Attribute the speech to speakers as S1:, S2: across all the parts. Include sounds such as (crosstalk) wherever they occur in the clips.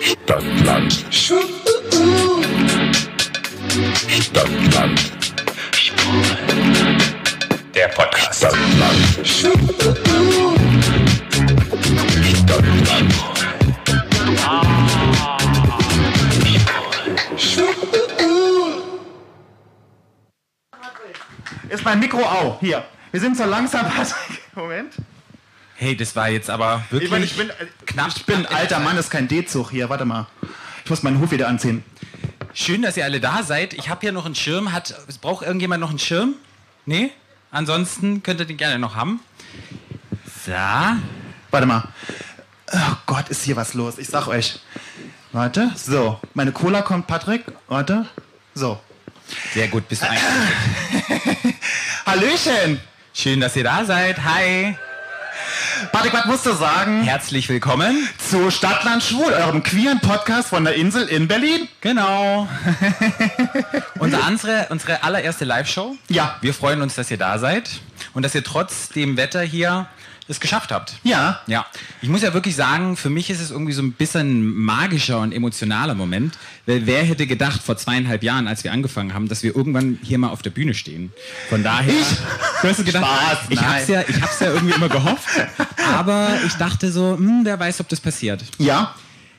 S1: Stadtland. Stadtland. Der Podcast. Stadtland. Stadtland.
S2: Ist mein Mikro auch? Hier. Wir sind so langsam. (laughs) Also, Moment.
S3: Hey, das war jetzt aber wirklich.
S2: Ich, meine, ich bin, äh, ich bin ein alter Mann, ist kein D-Zug hier. Warte mal. Ich muss meinen Hut wieder anziehen.
S3: Schön, dass ihr alle da seid. Ich habe hier noch einen Schirm. Hat, es braucht irgendjemand noch einen Schirm? Nee? Ansonsten könnt ihr den gerne noch haben. So.
S2: Warte mal. Oh Gott, ist hier was los. Ich sag euch. Warte. So. Meine Cola kommt, Patrick. Warte. So.
S3: Sehr gut, bis ein.
S2: Hallöchen.
S3: Schön, dass ihr da seid. Hi.
S2: Patrick, was musst du sagen?
S3: Herzlich willkommen.
S2: Zu Stadtland Schwul, eurem queeren Podcast von der Insel in Berlin.
S3: Genau. (laughs) unsere, unsere, unsere allererste Live-Show.
S2: Ja.
S3: Wir freuen uns, dass ihr da seid und dass ihr trotz dem Wetter hier es geschafft habt.
S2: Ja.
S3: Ja, ich muss ja wirklich sagen, für mich ist es irgendwie so ein bisschen magischer und emotionaler Moment. Weil wer hätte gedacht vor zweieinhalb Jahren, als wir angefangen haben, dass wir irgendwann hier mal auf der Bühne stehen? Von daher. Ich, du hast gedacht,
S2: Spaß,
S3: ich
S2: nein.
S3: hab's ja, ich hab's ja irgendwie immer gehofft. Aber ich dachte so, hm, wer weiß, ob das passiert.
S2: Ja.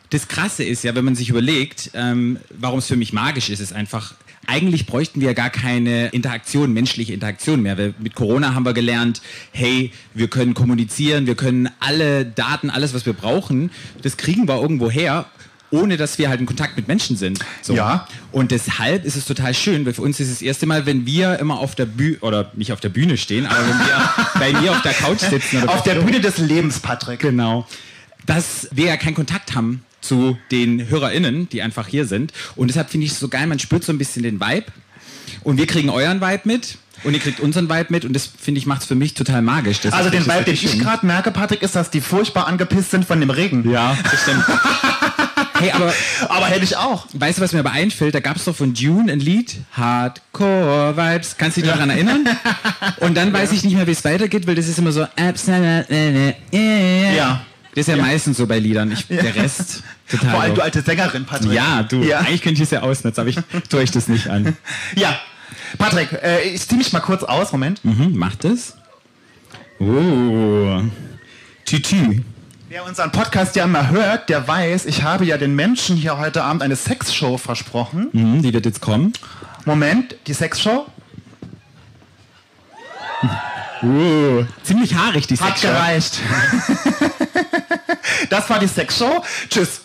S3: Das Krasse ist ja, wenn man sich überlegt, ähm, warum es für mich magisch ist, ist einfach, eigentlich bräuchten wir gar keine Interaktion, menschliche Interaktion mehr. Weil mit Corona haben wir gelernt, hey, wir können kommunizieren, wir können alle Daten, alles, was wir brauchen, das kriegen wir irgendwo her, ohne dass wir halt in Kontakt mit Menschen sind. So.
S2: Ja.
S3: Und deshalb ist es total schön, weil für uns ist es das erste Mal, wenn wir immer auf der Bühne, oder nicht auf der Bühne stehen, aber
S2: (laughs)
S3: wenn wir bei mir auf der Couch sitzen. Oder
S2: Auf der Bühne des Lebens, Patrick.
S3: Genau. Dass wir ja keinen Kontakt haben zu den HörerInnen, die einfach hier sind. Und deshalb finde ich es so geil, man spürt so ein bisschen den Vibe. Und wir kriegen euren Vibe mit und ihr kriegt unseren Vibe mit. Und das finde ich macht es für mich total magisch. Das
S2: Also
S3: ist
S2: den
S3: wirklich
S2: Vibe, den
S3: schön.
S2: ich gerade merke, Patrick, ist, dass die furchtbar angepisst sind von dem Regen. (laughs)
S3: Ja, das stimmt. hey, aber
S2: Aber hätte ich auch.
S3: weißt du, was mir aber einfällt? Da gab es doch von Dune ein Lied. Hardcore Vibes. Kannst du dich noch daran erinnern? Und dann weiß ich nicht mehr, wie es weitergeht, weil das ist immer so. Ja. Das ist ja, meistens so bei Liedern. Ich, Der Rest. Total
S2: Vor allem
S3: so.
S2: du alte Sängerin, Patrick.
S3: Ja, du,
S2: Ja,
S3: eigentlich könnte ich es ja ausnutzen, aber ich tue euch das nicht an.
S2: ja. Patrick, äh, ich zieh mich mal kurz aus, Moment.
S3: Mhm, macht es? Oh. Tütü.
S2: Wer unseren Podcast ja mal hört, der weiß, ich habe ja den Menschen hier heute Abend eine Sexshow versprochen.
S3: Mhm, die wird jetzt kommen.
S2: Moment, die Sexshow?
S3: Oh. Ziemlich haarig, die
S2: Hat
S3: Sexshow.
S2: gereicht. das war die Sexshow. Tschüss.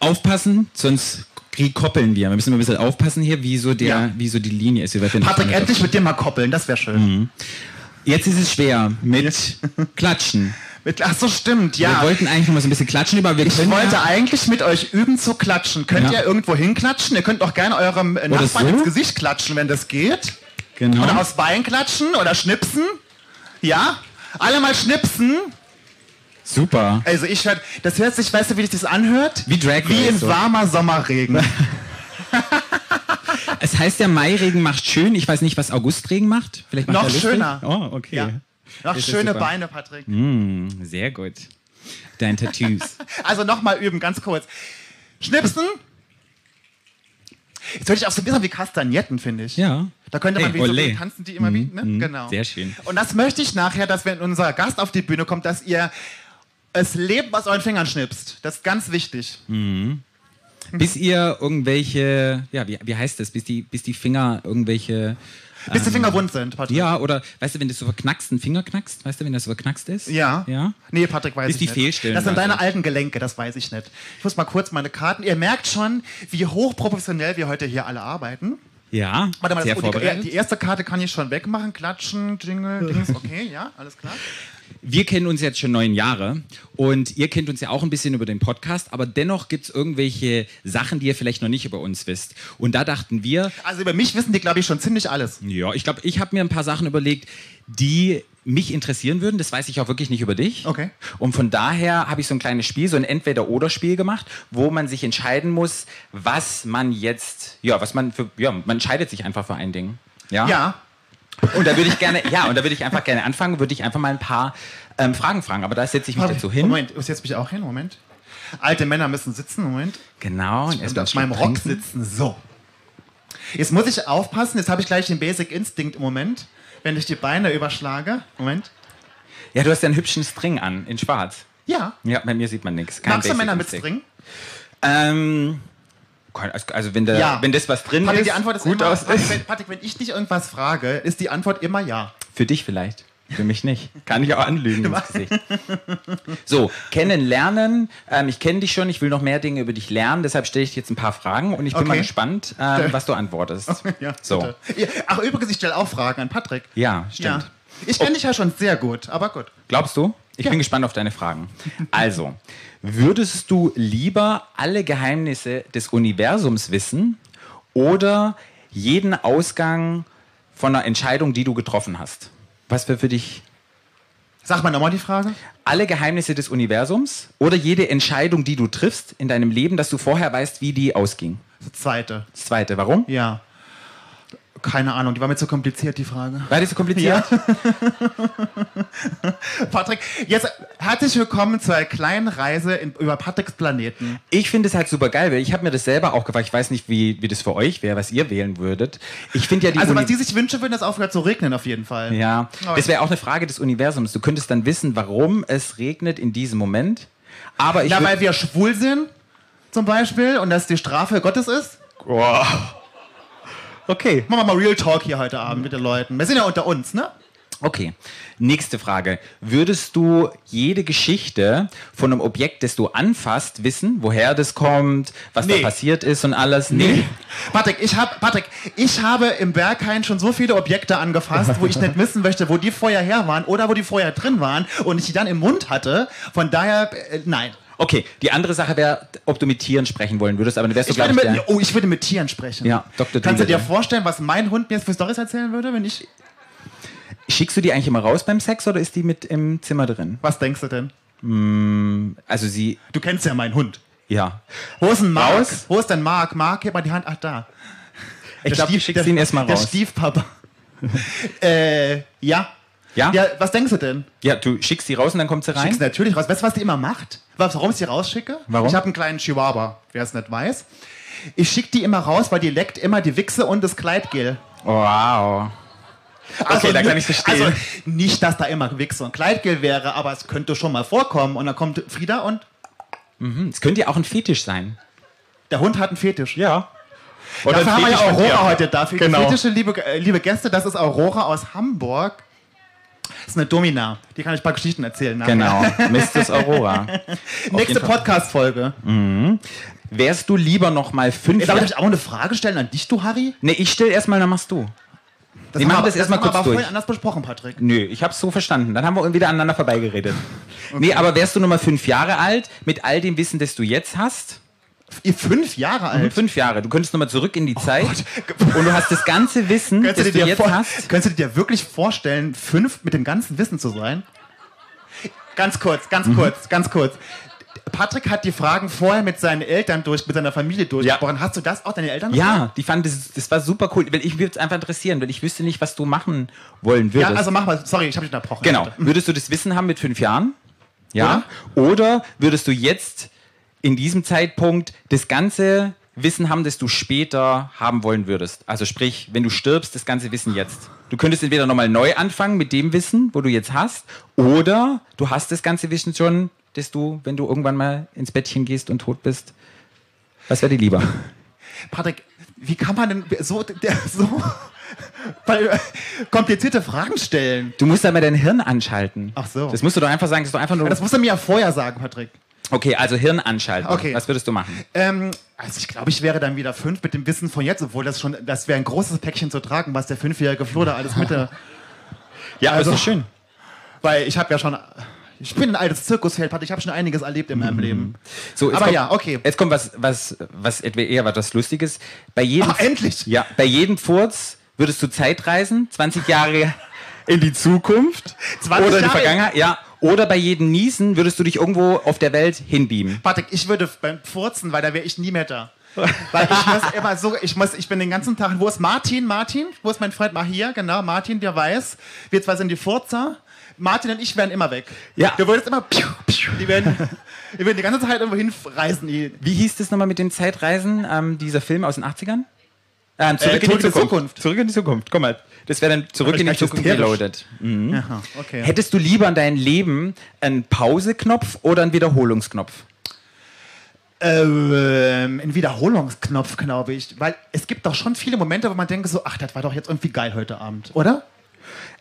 S3: Aufpassen, sonst krieg- koppeln wir. Wir müssen immer ein bisschen aufpassen hier, wie so, der,
S2: Ja.
S3: wie so die Linie ist. wie weit wir nach
S2: Patrick,
S3: vorne
S2: endlich mit dir mal koppeln, das wäre schön.
S3: Mhm. laufen. Jetzt ist es schwer mit
S2: (laughs)
S3: Klatschen.
S2: Mit, ach so, stimmt, ja.
S3: Wir wollten eigentlich noch mal so ein bisschen klatschen, aber wir
S2: Ich
S3: können
S2: wollte
S3: ja,
S2: eigentlich mit euch üben zu klatschen. Könnt
S3: Ja.
S2: ihr irgendwo hinklatschen? Ihr könnt auch gerne eurem äh,
S3: Oder
S2: Nachbarn
S3: so?
S2: ins Gesicht klatschen, wenn das geht. Oder
S3: genau.
S2: aufs Bein klatschen oder schnipsen. Ja? Alle mal schnipsen.
S3: Super.
S2: Also ich hört, das hört sich, weißt du, wie sich das anhört?
S3: Wie Drag
S2: Wie
S3: Race,
S2: in
S3: so.
S2: warmer
S3: (laughs)
S2: Sommerregen.
S3: Es heißt ja, Mairegen macht schön. Ich weiß nicht, was Augustregen macht. Vielleicht macht
S2: Noch
S3: er lustig.
S2: schöner.
S3: Oh, okay.
S2: Ja. Noch
S3: Das ist
S2: schöne
S3: super. Mhm.
S2: Beine, Patrick.
S3: Sehr gut.
S2: (laughs)
S3: Dein Tattoos.
S2: Also nochmal üben, ganz kurz. Schnipsen. Jetzt hört sich auch so ein bisschen wie Kastagnetten, finde ich.
S3: Ja.
S2: Da könnte man
S3: Ey,
S2: wieder so
S3: ole.
S2: wie tanzen, die immer wie, ne? Genau.
S3: sehr schön.
S2: Und das möchte ich nachher, dass wenn unser Gast auf die Bühne kommt, dass ihr das Leben aus euren Fingern schnipst. Das ist ganz wichtig.
S3: Bis ihr irgendwelche, ja, wie, wie heißt das? Bis die, bis die Finger irgendwelche,
S2: Bis die Finger wund sind, Patrick.
S3: Ähm, ja, oder, weißt du, wenn das so verknackst, ein Finger knackst, weißt du, wenn das so verknackst ist?
S2: Ja.
S3: Ja?
S2: Nee, Patrick weiß
S3: Bis
S2: ich
S3: die
S2: nicht.
S3: Fehlstellen
S2: Das sind
S3: da
S2: deine
S3: sind.
S2: alten Gelenke, das weiß ich nicht. Ich muss mal kurz meine Karten. Ihr merkt schon, wie hochprofessionell wir heute hier alle arbeiten.
S3: Ja.
S2: Warte mal, das
S3: sehr
S2: oh, die,
S3: vorbereitet.
S2: die erste Karte kann ich schon wegmachen. Klatschen, Jingle, Dings, okay, ja, alles klar.
S3: Wir kennen uns jetzt schon neun Jahre und ihr kennt uns ja auch ein bisschen über den Podcast, aber dennoch gibt es irgendwelche Sachen, die ihr vielleicht noch nicht über uns wisst. Und da dachten wir,
S2: Also über mich wissen die, glaube ich, schon ziemlich alles.
S3: ja, ich glaube, ich habe mir ein paar Sachen überlegt, die mich interessieren würden. Das weiß ich auch wirklich nicht über dich.
S2: Okay.
S3: Und von daher habe ich so ein kleines Spiel, so ein Entweder-Oder-Spiel gemacht, wo man sich entscheiden muss, was man jetzt, ja, was man für, ja, man entscheidet sich einfach für ein Ding. Ja.
S2: Ja,
S3: Und da würde ich gerne, ja, und da würde ich einfach gerne anfangen, würde ich einfach mal ein paar ähm, Fragen fragen. Aber da setze ich mich dazu hin.
S2: Moment, ich setze mich auch hin, Moment. Alte Männer müssen sitzen, Moment.
S3: Genau. und
S2: Und
S3: erstmal
S2: auf meinem
S3: einen
S2: Rock
S3: Schluck trinken.
S2: sitzen. So. Jetzt muss ich aufpassen, jetzt habe ich gleich den Basic Instinct im Moment, wenn ich die Beine überschlage. Moment.
S3: Ja, du hast ja einen hübschen String an, in schwarz.
S2: Ja.
S3: Ja, bei mir sieht man nichts. Kein
S2: Magst du
S3: Basic
S2: Männer
S3: Instinct.
S2: mitbringen?
S3: Ähm, kein- also wenn, der,
S2: Ja.
S3: wenn das was drin
S2: Patrick,
S3: ist,
S2: die Antwort ist
S3: gut
S2: immer,
S3: aus
S2: Patrick,
S3: ist.
S2: wenn, Patrick, wenn ich dich irgendwas frage, ist die Antwort immer ja. (laughs)
S3: Für dich vielleicht. Für mich nicht. Kann ich auch anlügen ins Gesicht. So, kennenlernen. Ähm, ich kenne dich schon, ich will noch mehr Dinge über dich lernen, deshalb stelle ich dir jetzt ein paar Fragen und ich bin
S2: Okay.
S3: mal gespannt, ähm, was du antwortest. so.
S2: bitte. (laughs) Ja, ach, übrigens, ich stelle auch Fragen an Patrick.
S3: Ja, stimmt. Oh.
S2: Ja. Ich kenne dich ja schon sehr gut, aber gut.
S3: Glaubst du? Ich bin gespannt auf deine Fragen. Also, würdest du lieber alle Geheimnisse des Universums wissen oder jeden Ausgang von einer Entscheidung, die du getroffen hast? Was wäre für dich
S2: Sag mal nochmal die Frage.
S3: alle Geheimnisse des Universums oder jede Entscheidung, die du triffst in deinem Leben, dass du vorher weißt, wie die ausging?
S2: Das zweite.
S3: Das zweite, warum?
S2: Ja. Keine Ahnung, die war mir zu kompliziert, die Frage.
S3: War das so kompliziert?
S2: Patrick, jetzt herzlich willkommen zur kleinen Reise in, über Patricks Planeten.
S3: Ich finde es halt super geil, weil ich habe mir das selber auch gefragt. Ich weiß nicht, wie, wie das für euch wäre, was ihr wählen würdet. Ich finde ja die
S2: Also, was
S3: Uni-
S2: die sich wünschen würden, ist aufgehört zu regnen, auf jeden Fall.
S3: Ja,
S2: Aber-
S3: das wäre auch eine Frage des Universums. Du könntest dann wissen, warum es regnet in diesem Moment. Aber ich
S2: Ja,
S3: würd-
S2: weil wir schwul sind, zum Beispiel, und das die Strafe Gottes ist.
S3: okay.
S2: Machen wir mal Real Talk hier heute Abend mit den Leuten. Wir sind ja unter uns, ne?
S3: Okay. Nächste Frage. Würdest du jede Geschichte von einem Objekt, das du anfasst, wissen, woher das kommt, was
S2: Nee.
S3: da passiert ist und alles? Nee.
S2: Patrick, ich hab, Patrick, ich habe im Berghain schon so viele Objekte angefasst, wo ich nicht wissen möchte, wo die vorher her waren oder wo die vorher drin waren und ich die dann im Mund hatte. Von daher, äh, nein.
S3: Okay. Die andere Sache wäre, ob du mit Tieren sprechen wollen würdest, aber dann wärst du,
S2: Ich würde,
S3: glaube ich,
S2: mit,
S3: der.
S2: oh, ich würde mit Tieren sprechen.
S3: Ja, Dr.
S2: Kannst du dir
S3: Doolittle.
S2: vorstellen, was mein Hund mir jetzt für Storys erzählen würde, wenn ich.
S3: Schickst du die eigentlich immer raus beim Sex oder ist die mit im Zimmer drin?
S2: Was denkst du denn?
S3: Also sie,
S2: Du kennst ja meinen Hund.
S3: ja.
S2: Wo ist denn Mark?
S3: Raus?
S2: Wo ist denn Mark? Mark, gib mal die Hand. Ach, da.
S3: Ich glaube, du schickst ihn erstmal
S2: Der
S3: raus.
S2: Stiefpapa. (laughs) äh, ja.
S3: Ja?
S2: Ja,
S3: ja?
S2: was denkst du denn?
S3: du schickst sie raus und dann kommt sie rein?
S2: Schick's natürlich raus. Weißt du, was die immer macht? Was- Warum ich die rausschicke?
S3: Warum?
S2: Ich habe einen kleinen Chihuahua, wer es nicht weiß. Ich schicke die immer raus, weil die leckt immer die Wichse und das Kleidgel.
S3: Wow. Okay, da kann ich verstehen.
S2: Also nicht, dass da immer Wichse und Kleidgel wäre, aber es könnte schon mal vorkommen. Und dann kommt Frieda und
S3: Es könnte ja auch ein Fetisch sein.
S2: der Hund hat einen Fetisch.
S3: Ja. Oder
S2: Dafür haben wir ja
S3: von dir.
S2: Aurora heute dafür.
S3: Genau.
S2: Fetische, liebe, äh, liebe Gäste, das ist Aurora aus Hamburg. Das ist eine Domina. Die kann ich ein paar Geschichten erzählen. nachher.
S3: Genau,
S2: (laughs)
S3: Mrs. Aurora.
S2: Nächste
S3: jeden Fall. Mhm.
S2: Podcast-Folge.
S3: Wärst du lieber noch mal fünf
S2: Jetzt darf ich auch eine Frage stellen an dich, du Harry?
S3: Nee, ich stell erstmal, dann machst du.
S2: Das
S3: Wir
S2: haben
S3: machen das erstmal
S2: haben wir
S3: kurz
S2: aber
S3: durch.
S2: vorhin anders besprochen, Patrick.
S3: Nö, ich hab's so verstanden. Dann haben wir wieder aneinander vorbeigeredet. Nee, aber wärst du nochmal fünf Jahre alt mit all dem Wissen, das du jetzt hast?
S2: Ihr fünf Jahre alt.
S3: Fünf Jahre. Du könntest nochmal zurück in
S2: Oh
S3: die Zeit und du hast das ganze Wissen, das
S2: Könntest
S3: du
S2: du, dir
S3: jetzt
S2: vor,
S3: hast.
S2: könntest du dir wirklich vorstellen, fünf mit dem ganzen Wissen zu sein? Ganz kurz, ganz
S3: Mhm.
S2: kurz, ganz kurz. Patrick hat die Fragen vorher mit seinen Eltern durch, mit seiner Familie durchgesprochen. Hast du das auch deine Eltern?
S3: Ja, die fanden, das, das war super cool. Weil ich würde es einfach interessieren, weil ich wüsste nicht, was du machen wollen würdest.
S2: Ja, also mach mal. Sorry, ich habe dich unterbrochen.
S3: Genau.
S2: Bitte.
S3: Würdest du das Wissen haben mit fünf Jahren? Ja. Oder, würdest du jetzt in diesem Zeitpunkt das ganze Wissen haben, das du später haben wollen würdest? Also sprich, wenn du stirbst, das ganze Wissen jetzt. Du könntest entweder nochmal neu anfangen mit dem Wissen, wo du jetzt hast, oder du hast das ganze Wissen schon, das du, wenn du irgendwann mal ins Bettchen gehst und tot bist. Was wäre dir lieber?
S2: Patrick, wie kann man denn so, der, so (laughs) weil- äh, komplizierte Fragen stellen?
S3: Du musst aber dein Hirn anschalten.
S2: Ach so.
S3: Das musst du doch einfach sagen, das ist doch einfach nur.
S2: Das musst du mir ja vorher sagen, Patrick.
S3: Okay, also Hirn anschalten.
S2: Okay.
S3: Was würdest du machen?
S2: Ähm, also ich glaube, ich wäre dann wieder fünf mit dem Wissen von jetzt, obwohl das schon, das wäre ein großes Päckchen zu tragen, was der fünfjährige Flo da alles mit.
S3: (laughs) Ja,
S2: also-
S3: ist doch schön.
S2: Weil ich habe ja schon, ich bin ein altes Zirkusheld, Patrick, ich habe schon einiges erlebt in
S3: Mhm.
S2: meinem Leben.
S3: So, jetzt
S2: Aber
S3: kommt,
S2: ja, okay.
S3: Jetzt kommt was, was, was etwa eher was Lustiges. Bei jedem,
S2: Ach, endlich!
S3: ja, bei jedem Furz würdest du Zeitreisen, 20 Jahre in die Zukunft
S2: 20
S3: oder in die
S2: Jahre?
S3: Vergangenheit, ja. Oder bei jedem Niesen würdest du dich irgendwo auf der Welt hinbeamen.
S2: Patrick, ich würde beim Furzen, weil da wäre ich nie mehr
S3: (laughs)
S2: da. Weil ich muss immer so, ich muss, ich bin den ganzen Tag, wo ist Martin, Martin, wo ist mein Freund, mal hier, genau, Martin, der weiß, wir zwei sind die Furzer, Martin und ich werden immer weg.
S3: Ja.
S2: Wir würden jetzt immer. (laughs) Piu, piu, die, werden, die werden die ganze Zeit irgendwo hinreisen. Die,
S3: Wie hieß das nochmal mit den Zeitreisen, ähm, dieser Film aus den 80ern? Ähm,
S2: Äh, Zurück in die Zukunft.
S3: Zurück in die Zukunft, guck mal. Das wäre dann Zurück
S2: ich
S3: in die
S2: gleich
S3: Zukunft
S2: hysterisch.
S3: reloaded.
S2: Aha, Ah, okay.
S3: Hättest du lieber in deinem Leben einen Pauseknopf oder einen Wiederholungsknopf?
S2: Ähm, ein Wiederholungsknopf, glaube ich. Weil es gibt doch schon viele Momente, wo man denkt so, ach, das war doch jetzt irgendwie geil heute Abend, oder?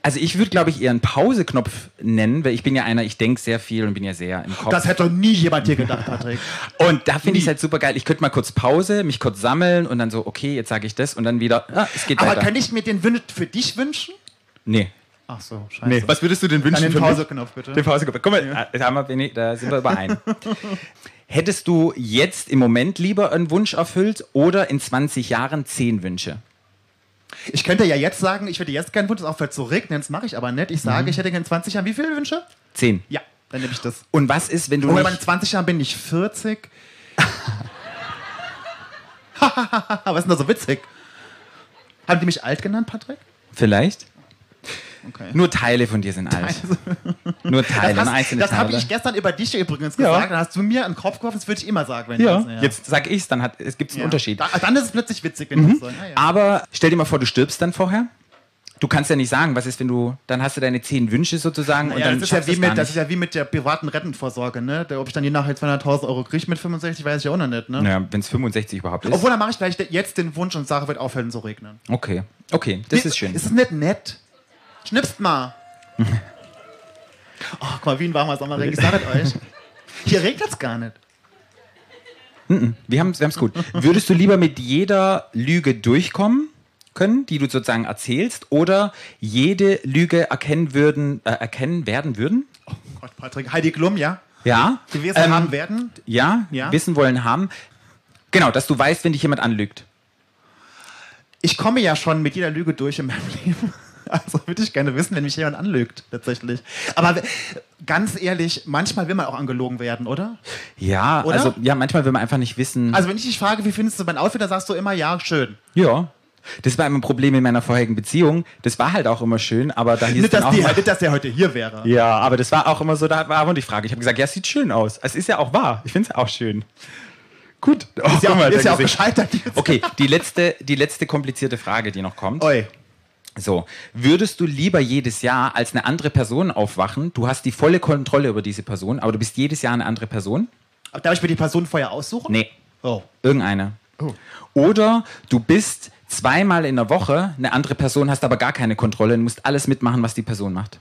S3: Also ich würde, glaube ich, eher einen Pauseknopf nennen, weil ich bin ja einer, ich denke sehr viel und bin ja sehr im Kopf.
S2: Das hätte doch nie jemand hier gedacht, (laughs) Patrick.
S3: und da finde ich es halt super geil. Ich könnte mal kurz Pause, mich kurz sammeln und dann so, okay, jetzt sage ich das und dann wieder, ah, es geht
S2: Aber
S3: weiter.
S2: kann ich mir den Wün für dich wünschen?
S3: nee.
S2: Ach so, scheiße.
S3: Was würdest du denn
S2: Dann
S3: wünschen
S2: den
S3: für mich?
S2: Pauseknopf, bitte.
S3: Den Pauseknopf. Guck mal, ah, da, haben wir, wenig- da sind wir überein. (laughs) Hättest du jetzt im Moment lieber einen Wunsch erfüllt oder in 20 Jahren 10 Wünsche?
S2: Ich könnte ja jetzt sagen, ich würde jetzt gerne Wunsch, auch weil es so regnet, das mache ich aber nicht. Ich sage, ich hätte gerne 20 Jahren. Wie viele Wünsche?
S3: 10.
S2: Mhm. Ja, dann nehme ich das.
S3: Und was ist, wenn du
S2: Und wenn
S3: nicht...
S2: man in 20 Jahren bin ich 40. (laughs) Was ist denn da so witzig? Haben die mich alt genannt, Patrick?
S3: Vielleicht?
S2: Okay.
S3: Nur Teile von dir sind alt.
S2: Also,
S3: Nur Teile,
S2: Das,
S3: nur
S2: hast-
S3: Äh, einzelne
S2: das habe
S3: Teile.
S2: ich gestern über dich übrigens
S3: Ja.
S2: gesagt. Dann hast du mir einen Kopf geworfen, das würde ich immer sagen, wenn
S3: ja.
S2: das,
S3: Jetzt sag ich's, dann hat es gibt's einen
S2: Ja.
S3: Unterschied. Ah,
S2: Da, dann ist es plötzlich witzig, wenn mhm. das so. Ja, ja.
S3: Aber stell dir mal vor, du stirbst dann vorher. Du kannst ja nicht sagen, was ist, wenn du dann hast du deine zehn Wünsche sozusagen und
S2: ja,
S3: dann
S2: das, ist ja
S3: schaffst
S2: wie
S3: du es
S2: mit,
S3: gar
S2: das ist
S3: nicht.
S2: ja wie mit der privaten Rentenvorsorge, ne? Da, Ob ich dann je nachher 200.000 Euro kriege mit 65, weiß ich ja auch noch nicht, ne?
S3: Naja, wenn es 65 überhaupt ist.
S2: Obwohl, dann mache ich vielleicht jetzt den Wunsch und sage, wird aufhören zu regnen.
S3: okay, okay, das ist schön.
S2: Ist es nicht nett? Schnipst mal.
S3: (laughs)
S2: oh, guck mal, wie ein warmer Sommerregen. Ich sage euch. Hier regnet es gar nicht.
S3: Wir haben es gut. Würdest du lieber mit jeder Lüge durchkommen können, die du sozusagen erzählst, oder jede Lüge erkennen würden, äh, erkennen werden würden?
S2: Oh Gott, Patrick. Heidi Klum, ja?
S3: Ja.
S2: Gewesen
S3: Ähm,
S2: haben werden.
S3: Ja,
S2: Ja.
S3: wissen wollen haben. Genau, dass du weißt, wenn dich jemand anlügt.
S2: Ich komme ja schon mit jeder Lüge durch in meinem (laughs) Leben. Also würde ich gerne wissen, wenn mich jemand anlügt, tatsächlich. Aber w- ganz ehrlich, manchmal will man auch angelogen werden, oder?
S3: Ja,
S2: Oder?
S3: also ja, manchmal will man einfach nicht wissen.
S2: Also wenn ich dich frage, wie findest du mein Outfit, dann sagst du immer, ja, schön.
S3: ja. Das war immer ein Problem in meiner vorherigen Beziehung. Das war halt auch immer schön, aber da hieß es
S2: Nicht
S3: dann
S2: dass,
S3: auch
S2: die,
S3: immer,
S2: nicht, dass der heute hier wäre.
S3: (laughs) Ja, aber das war auch immer so, da war immer die Frage. Ich habe gesagt, ja, es sieht schön aus. Es ist ja auch wahr. Ich finde es auch schön. Gut.
S2: Ist
S3: Oh,
S2: ja
S3: guck
S2: auch,
S3: mal,
S2: ist ja auch
S3: dein Gesicht.
S2: gescheitert jetzt.
S3: (laughs) Okay, die letzte, die letzte komplizierte Frage, die noch kommt.
S2: Oi.
S3: So, würdest du lieber jedes Jahr als eine andere Person aufwachen? Du hast die volle Kontrolle über diese Person, aber du bist jedes Jahr eine andere Person?
S2: Aber Darf ich mir die Person vorher aussuchen?
S3: Nee, Oh.
S2: Oh.
S3: irgendeine. Oder du bist zweimal in der Woche eine andere Person, hast aber gar keine Kontrolle und musst alles mitmachen, was die Person macht.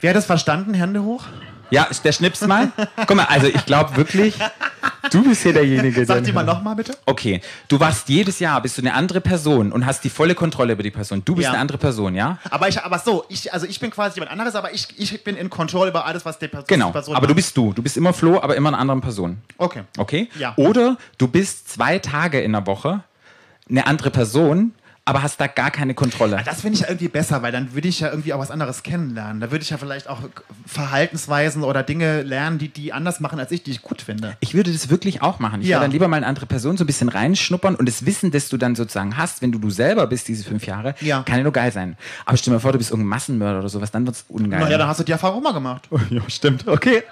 S2: Wer hat das verstanden? Hände hoch.
S3: Ja, der schnips mal. Guck mal, also ich glaube wirklich, du bist hier derjenige.
S2: Sag die
S3: der-
S2: mal nochmal bitte.
S3: Okay, du wachst jedes Jahr, bist du eine andere Person und hast die volle Kontrolle über die Person. Du bist
S2: Ja.
S3: eine andere Person, ja?
S2: Aber ich, aber so, ich, also ich bin quasi jemand anderes, aber ich, ich bin in Control über alles, was die Person,
S3: Genau.
S2: die Person
S3: Aber du
S2: macht.
S3: bist du. Du bist immer Flo, aber immer eine andere Person.
S2: Okay.
S3: Okay?
S2: Ja.
S3: Oder du bist zwei Tage in der Woche eine andere Person, aber hast da gar keine Kontrolle.
S2: Das finde ich ja irgendwie besser, weil dann würde ich ja irgendwie auch was anderes kennenlernen. Da würde ich ja vielleicht auch Verhaltensweisen oder Dinge lernen, die die anders machen als ich, die ich gut finde.
S3: Ich würde das wirklich auch machen. Ich
S2: Ja.
S3: würde dann lieber mal eine andere Person so ein bisschen reinschnuppern und das Wissen, das du dann sozusagen hast, wenn du du selber bist, diese fünf Jahre,
S2: Ja.
S3: kann ja nur geil sein. Aber stell dir mal vor, du bist irgendein Massenmörder oder sowas, dann wird's ungeil.
S2: Naja, dann hast du die Erfahrung mal gemacht.
S3: (laughs) ja, stimmt. Okay.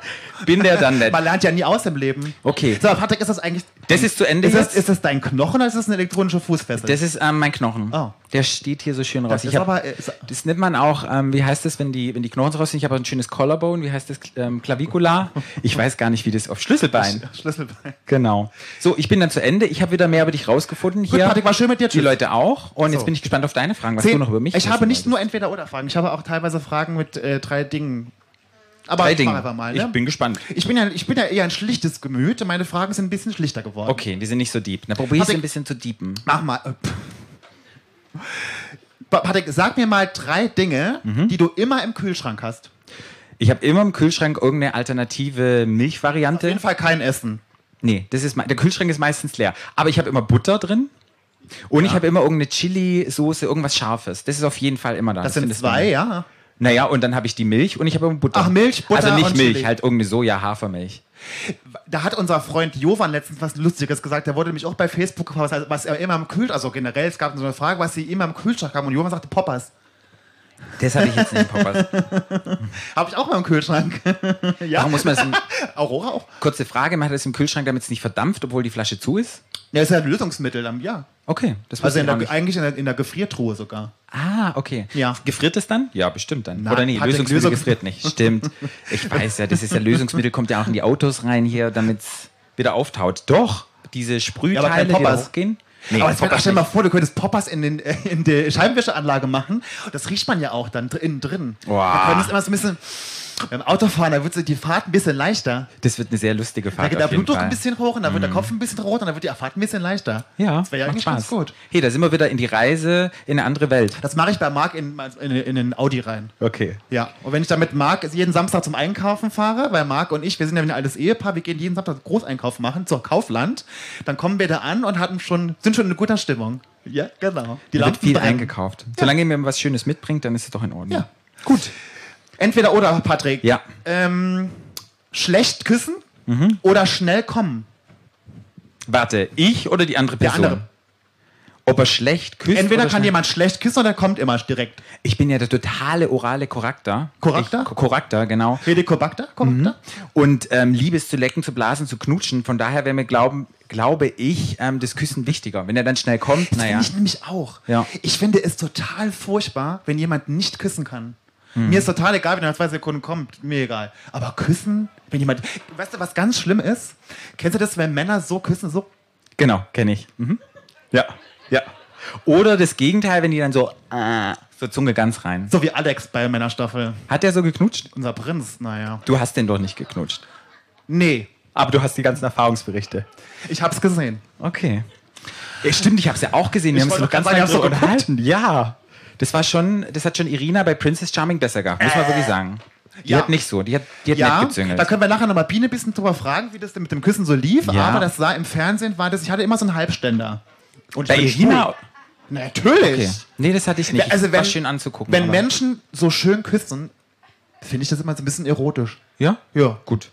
S3: Bin der dann nett.
S2: Man lernt ja nie aus im Leben.
S3: Okay.
S2: So, Patrick, ist das eigentlich.
S3: Das ist zu Ende
S2: Ist das,
S3: jetzt.
S2: ist das dein Knochen oder ist das eine elektronische Fußfessel?
S3: Das ist ähm, mein Knochen.
S2: Oh.
S3: Der steht hier so schön raus.
S2: Das ist
S3: Ich hab,
S2: aber- äh, ist-
S3: das nennt man auch, ähm, wie heißt das, wenn die, wenn die Knochen so raus sind? Ich habe ein schönes Collarbone, wie heißt das? Ähm,
S2: (laughs)
S3: Clavicula. Ich weiß gar nicht, wie das auf Schlüsselbein.
S2: Schlüsselbein.
S3: Genau. So, ich bin dann zu Ende. Ich habe wieder mehr über dich rausgefunden. Hier,
S2: Gut, Patrick, war schön mit dir.
S3: die
S2: Tschüss.
S3: Leute auch. Und
S2: So.
S3: jetzt bin ich gespannt auf deine Fragen, was
S2: Zehn.
S3: du noch über mich
S2: Ich habe
S3: wissen
S2: nicht
S3: wolltest.
S2: nur entweder oder Fragen, ich habe auch teilweise Fragen mit äh, drei Dingen. Aber
S3: drei
S2: ich
S3: Dinge.
S2: mach einfach mal. Ne?
S3: Ich bin gespannt.
S2: ich, bin ja, ich bin ja eher ein schlichtes Gemüt. Meine Fragen sind ein bisschen schlichter geworden.
S3: Okay, die sind nicht so deep. Na, probier es
S2: Patrick-
S3: ein bisschen zu deepen.
S2: Mach mal. äh, pff. Pa- Patrick, sag mir mal drei Dinge,
S3: Mhm.
S2: die du immer im Kühlschrank hast.
S3: Ich habe immer im Kühlschrank irgendeine alternative
S2: Auf
S3: Milchvariante.
S2: jeden Fall kein Essen.
S3: Nee, das ist mei- der Kühlschrank ist meistens leer. Aber ich habe immer Butter drin. Und ich habe immer irgendeine Chili-Soße, irgendwas Scharfes. Das ist auf jeden Fall immer da.
S2: Das sind
S3: findest du
S2: zwei,
S3: immer.
S2: ja.
S3: Naja, und dann habe ich die Milch und ich habe immer Butter.
S2: Ach, Milch, Butter
S3: Also nicht
S2: und
S3: Milch,
S2: Chili.
S3: halt irgendeine Soja-Hafermilch.
S2: Da hat unser Freund Jovan letztens was Lustiges gesagt. Der wurde nämlich auch bei Facebook gefragt, was er immer im Kühlschrank, also generell, es gab so eine Frage, was sie immer im Kühlschrank haben. Und Jovan sagte Poppers.
S3: Das hatte ich jetzt nicht im Poppers.
S2: (laughs) Habe ich auch mal im Kühlschrank. (laughs) ja.
S3: Warum muss man das im,
S2: Aurora auch?
S3: kurze Frage, man hat das im Kühlschrank, damit es nicht verdampft, obwohl die Flasche zu ist?
S2: Ja, ist ja ein Lösungsmittel, dann, ja.
S3: Okay, das
S2: Also
S3: wusste
S2: in
S3: ich gar
S2: der,
S3: nicht.
S2: eigentlich in der, in der Gefriertruhe sogar.
S3: Ah, okay.
S2: Ja.
S3: Gefriert es dann? Ja, bestimmt dann.
S2: Na,
S3: Oder nee,
S2: Patrick,
S3: Lösungsmittel
S2: Lösung-
S3: gefriert nicht.
S2: (laughs)
S3: Stimmt. Ich weiß ja, das ist ja Lösungsmittel, kommt ja auch in die Autos rein hier, damit es wieder auftaut. Doch, diese
S2: aber kein
S3: Sprühteile, die da
S2: Poppers.
S3: hochgehen. Nee,
S2: Aber jetzt
S3: Poppers
S2: stell dir mal
S3: nicht.
S2: vor, du könntest Poppers in, den, äh, in die Scheibenwischeranlage machen. Das riecht man ja auch dann dr- innen drin.
S3: Wow.
S2: Du könntest immer so ein bisschen beim Autofahren, da wird so die Fahrt ein bisschen leichter.
S3: Das wird eine sehr lustige
S2: Da
S3: Fahrt
S2: geht der
S3: auf jeden
S2: Blutdruck
S3: Fall. Mhm.
S2: ein bisschen hoch und dann wird der Kopf ein bisschen rot und dann wird die Fahrt ein bisschen leichter.
S3: ja,
S2: das wäre ja
S3: macht
S2: eigentlich
S3: Spaß.
S2: ganz gut.
S3: Hey, da sind wir wieder in die Reise in eine andere Welt.
S2: Das mache ich bei Marc in, in, in den Audi rein.
S3: Okay.
S2: Ja, und wenn ich dann mit Marc jeden Samstag zum Einkaufen fahre, weil Marc und ich, wir sind ja ein altes Ehepaar, wir gehen jeden Samstag Großeinkauf machen zur Kaufland, dann kommen wir da an und haben schon, sind schon in guter Stimmung. Ja, genau. Die
S3: Da wird viel
S2: brennen.
S3: eingekauft. Solange ihr mir was Schönes mitbringt, dann ist es doch in Ordnung.
S2: Ja. Gut. Entweder oder, Patrick.
S3: Ja.
S2: Ähm, schlecht küssen
S3: Mhm.
S2: oder schnell kommen.
S3: Warte, ich oder die andere
S2: Der
S3: Person?
S2: andere.
S3: Ob er schlecht küsst
S2: Entweder
S3: oder
S2: kann
S3: schnell-
S2: jemand schlecht küssen oder kommt immer direkt.
S3: Ich bin ja der totale orale Charakter.
S2: Charakter?
S3: Ich, Charakter, genau.
S2: Pedikobacter? Kommt da?
S3: Und ähm, Liebes zu lecken, zu blasen, zu knutschen. Von daher wäre mir glauben, glaube ich, ähm, das Küssen wichtiger. Wenn er dann schnell kommt, naja.
S2: Finde ich nämlich auch.
S3: Ja.
S2: Ich finde es total furchtbar, wenn jemand nicht küssen kann.
S3: Mhm.
S2: Mir ist total egal, wenn er nach zwei Sekunden kommt, mir egal. Aber küssen, wenn jemand. Weißt du, was ganz schlimm ist? Kennst du das, wenn Männer so küssen, so.
S3: Genau, kenne ich. Mhm. Ja, ja. Oder das Gegenteil, wenn die dann so, äh, so Zunge ganz rein.
S2: So wie Alex bei meiner Staffel.
S3: Hat der so geknutscht?
S2: Unser Prinz, naja.
S3: Du hast den doch nicht geknutscht.
S2: Nee,
S3: Aber du hast die ganzen Erfahrungsberichte.
S2: ich hab's gesehen.
S3: Okay. Ja, stimmt, ich habe es ja auch gesehen. Wir
S2: Ich
S3: haben uns
S2: wollte
S3: noch ganz
S2: gerade
S3: lange
S2: sagen,
S3: drüber
S2: hast du geguckt?
S3: unterhalten. Ja. Das war schon, das hat schon Irina bei Princess Charming besser gehabt, muss man wirklich sagen. Die
S2: Äh, ja.
S3: hat nicht so, die hat, die hat
S2: Ja,
S3: nett
S2: da
S3: gezüngelt.
S2: können wir nachher nochmal Biene ein bisschen drüber fragen, wie das denn mit dem Küssen so lief.
S3: Ja.
S2: Aber das sah im Fernsehen, war das, ich hatte immer so einen Halbständer. Und ich
S3: Bei
S2: bin
S3: Irina.
S2: schwul. Natürlich.
S3: Okay. Nee, das hatte ich nicht.
S2: Also wenn,
S3: war schön anzugucken.
S2: wenn
S3: aber-
S2: Menschen so schön küssen, finde ich das immer so ein bisschen erotisch.
S3: Ja?
S2: Ja.
S3: Gut.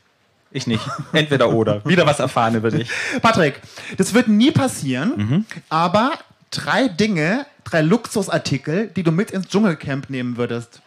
S3: Ich nicht. Entweder oder. Wieder was erfahren über dich.
S2: Patrick, das wird nie passieren,
S3: Mhm.
S2: aber drei Dinge, drei Luxusartikel, die du mit ins Dschungelcamp nehmen würdest.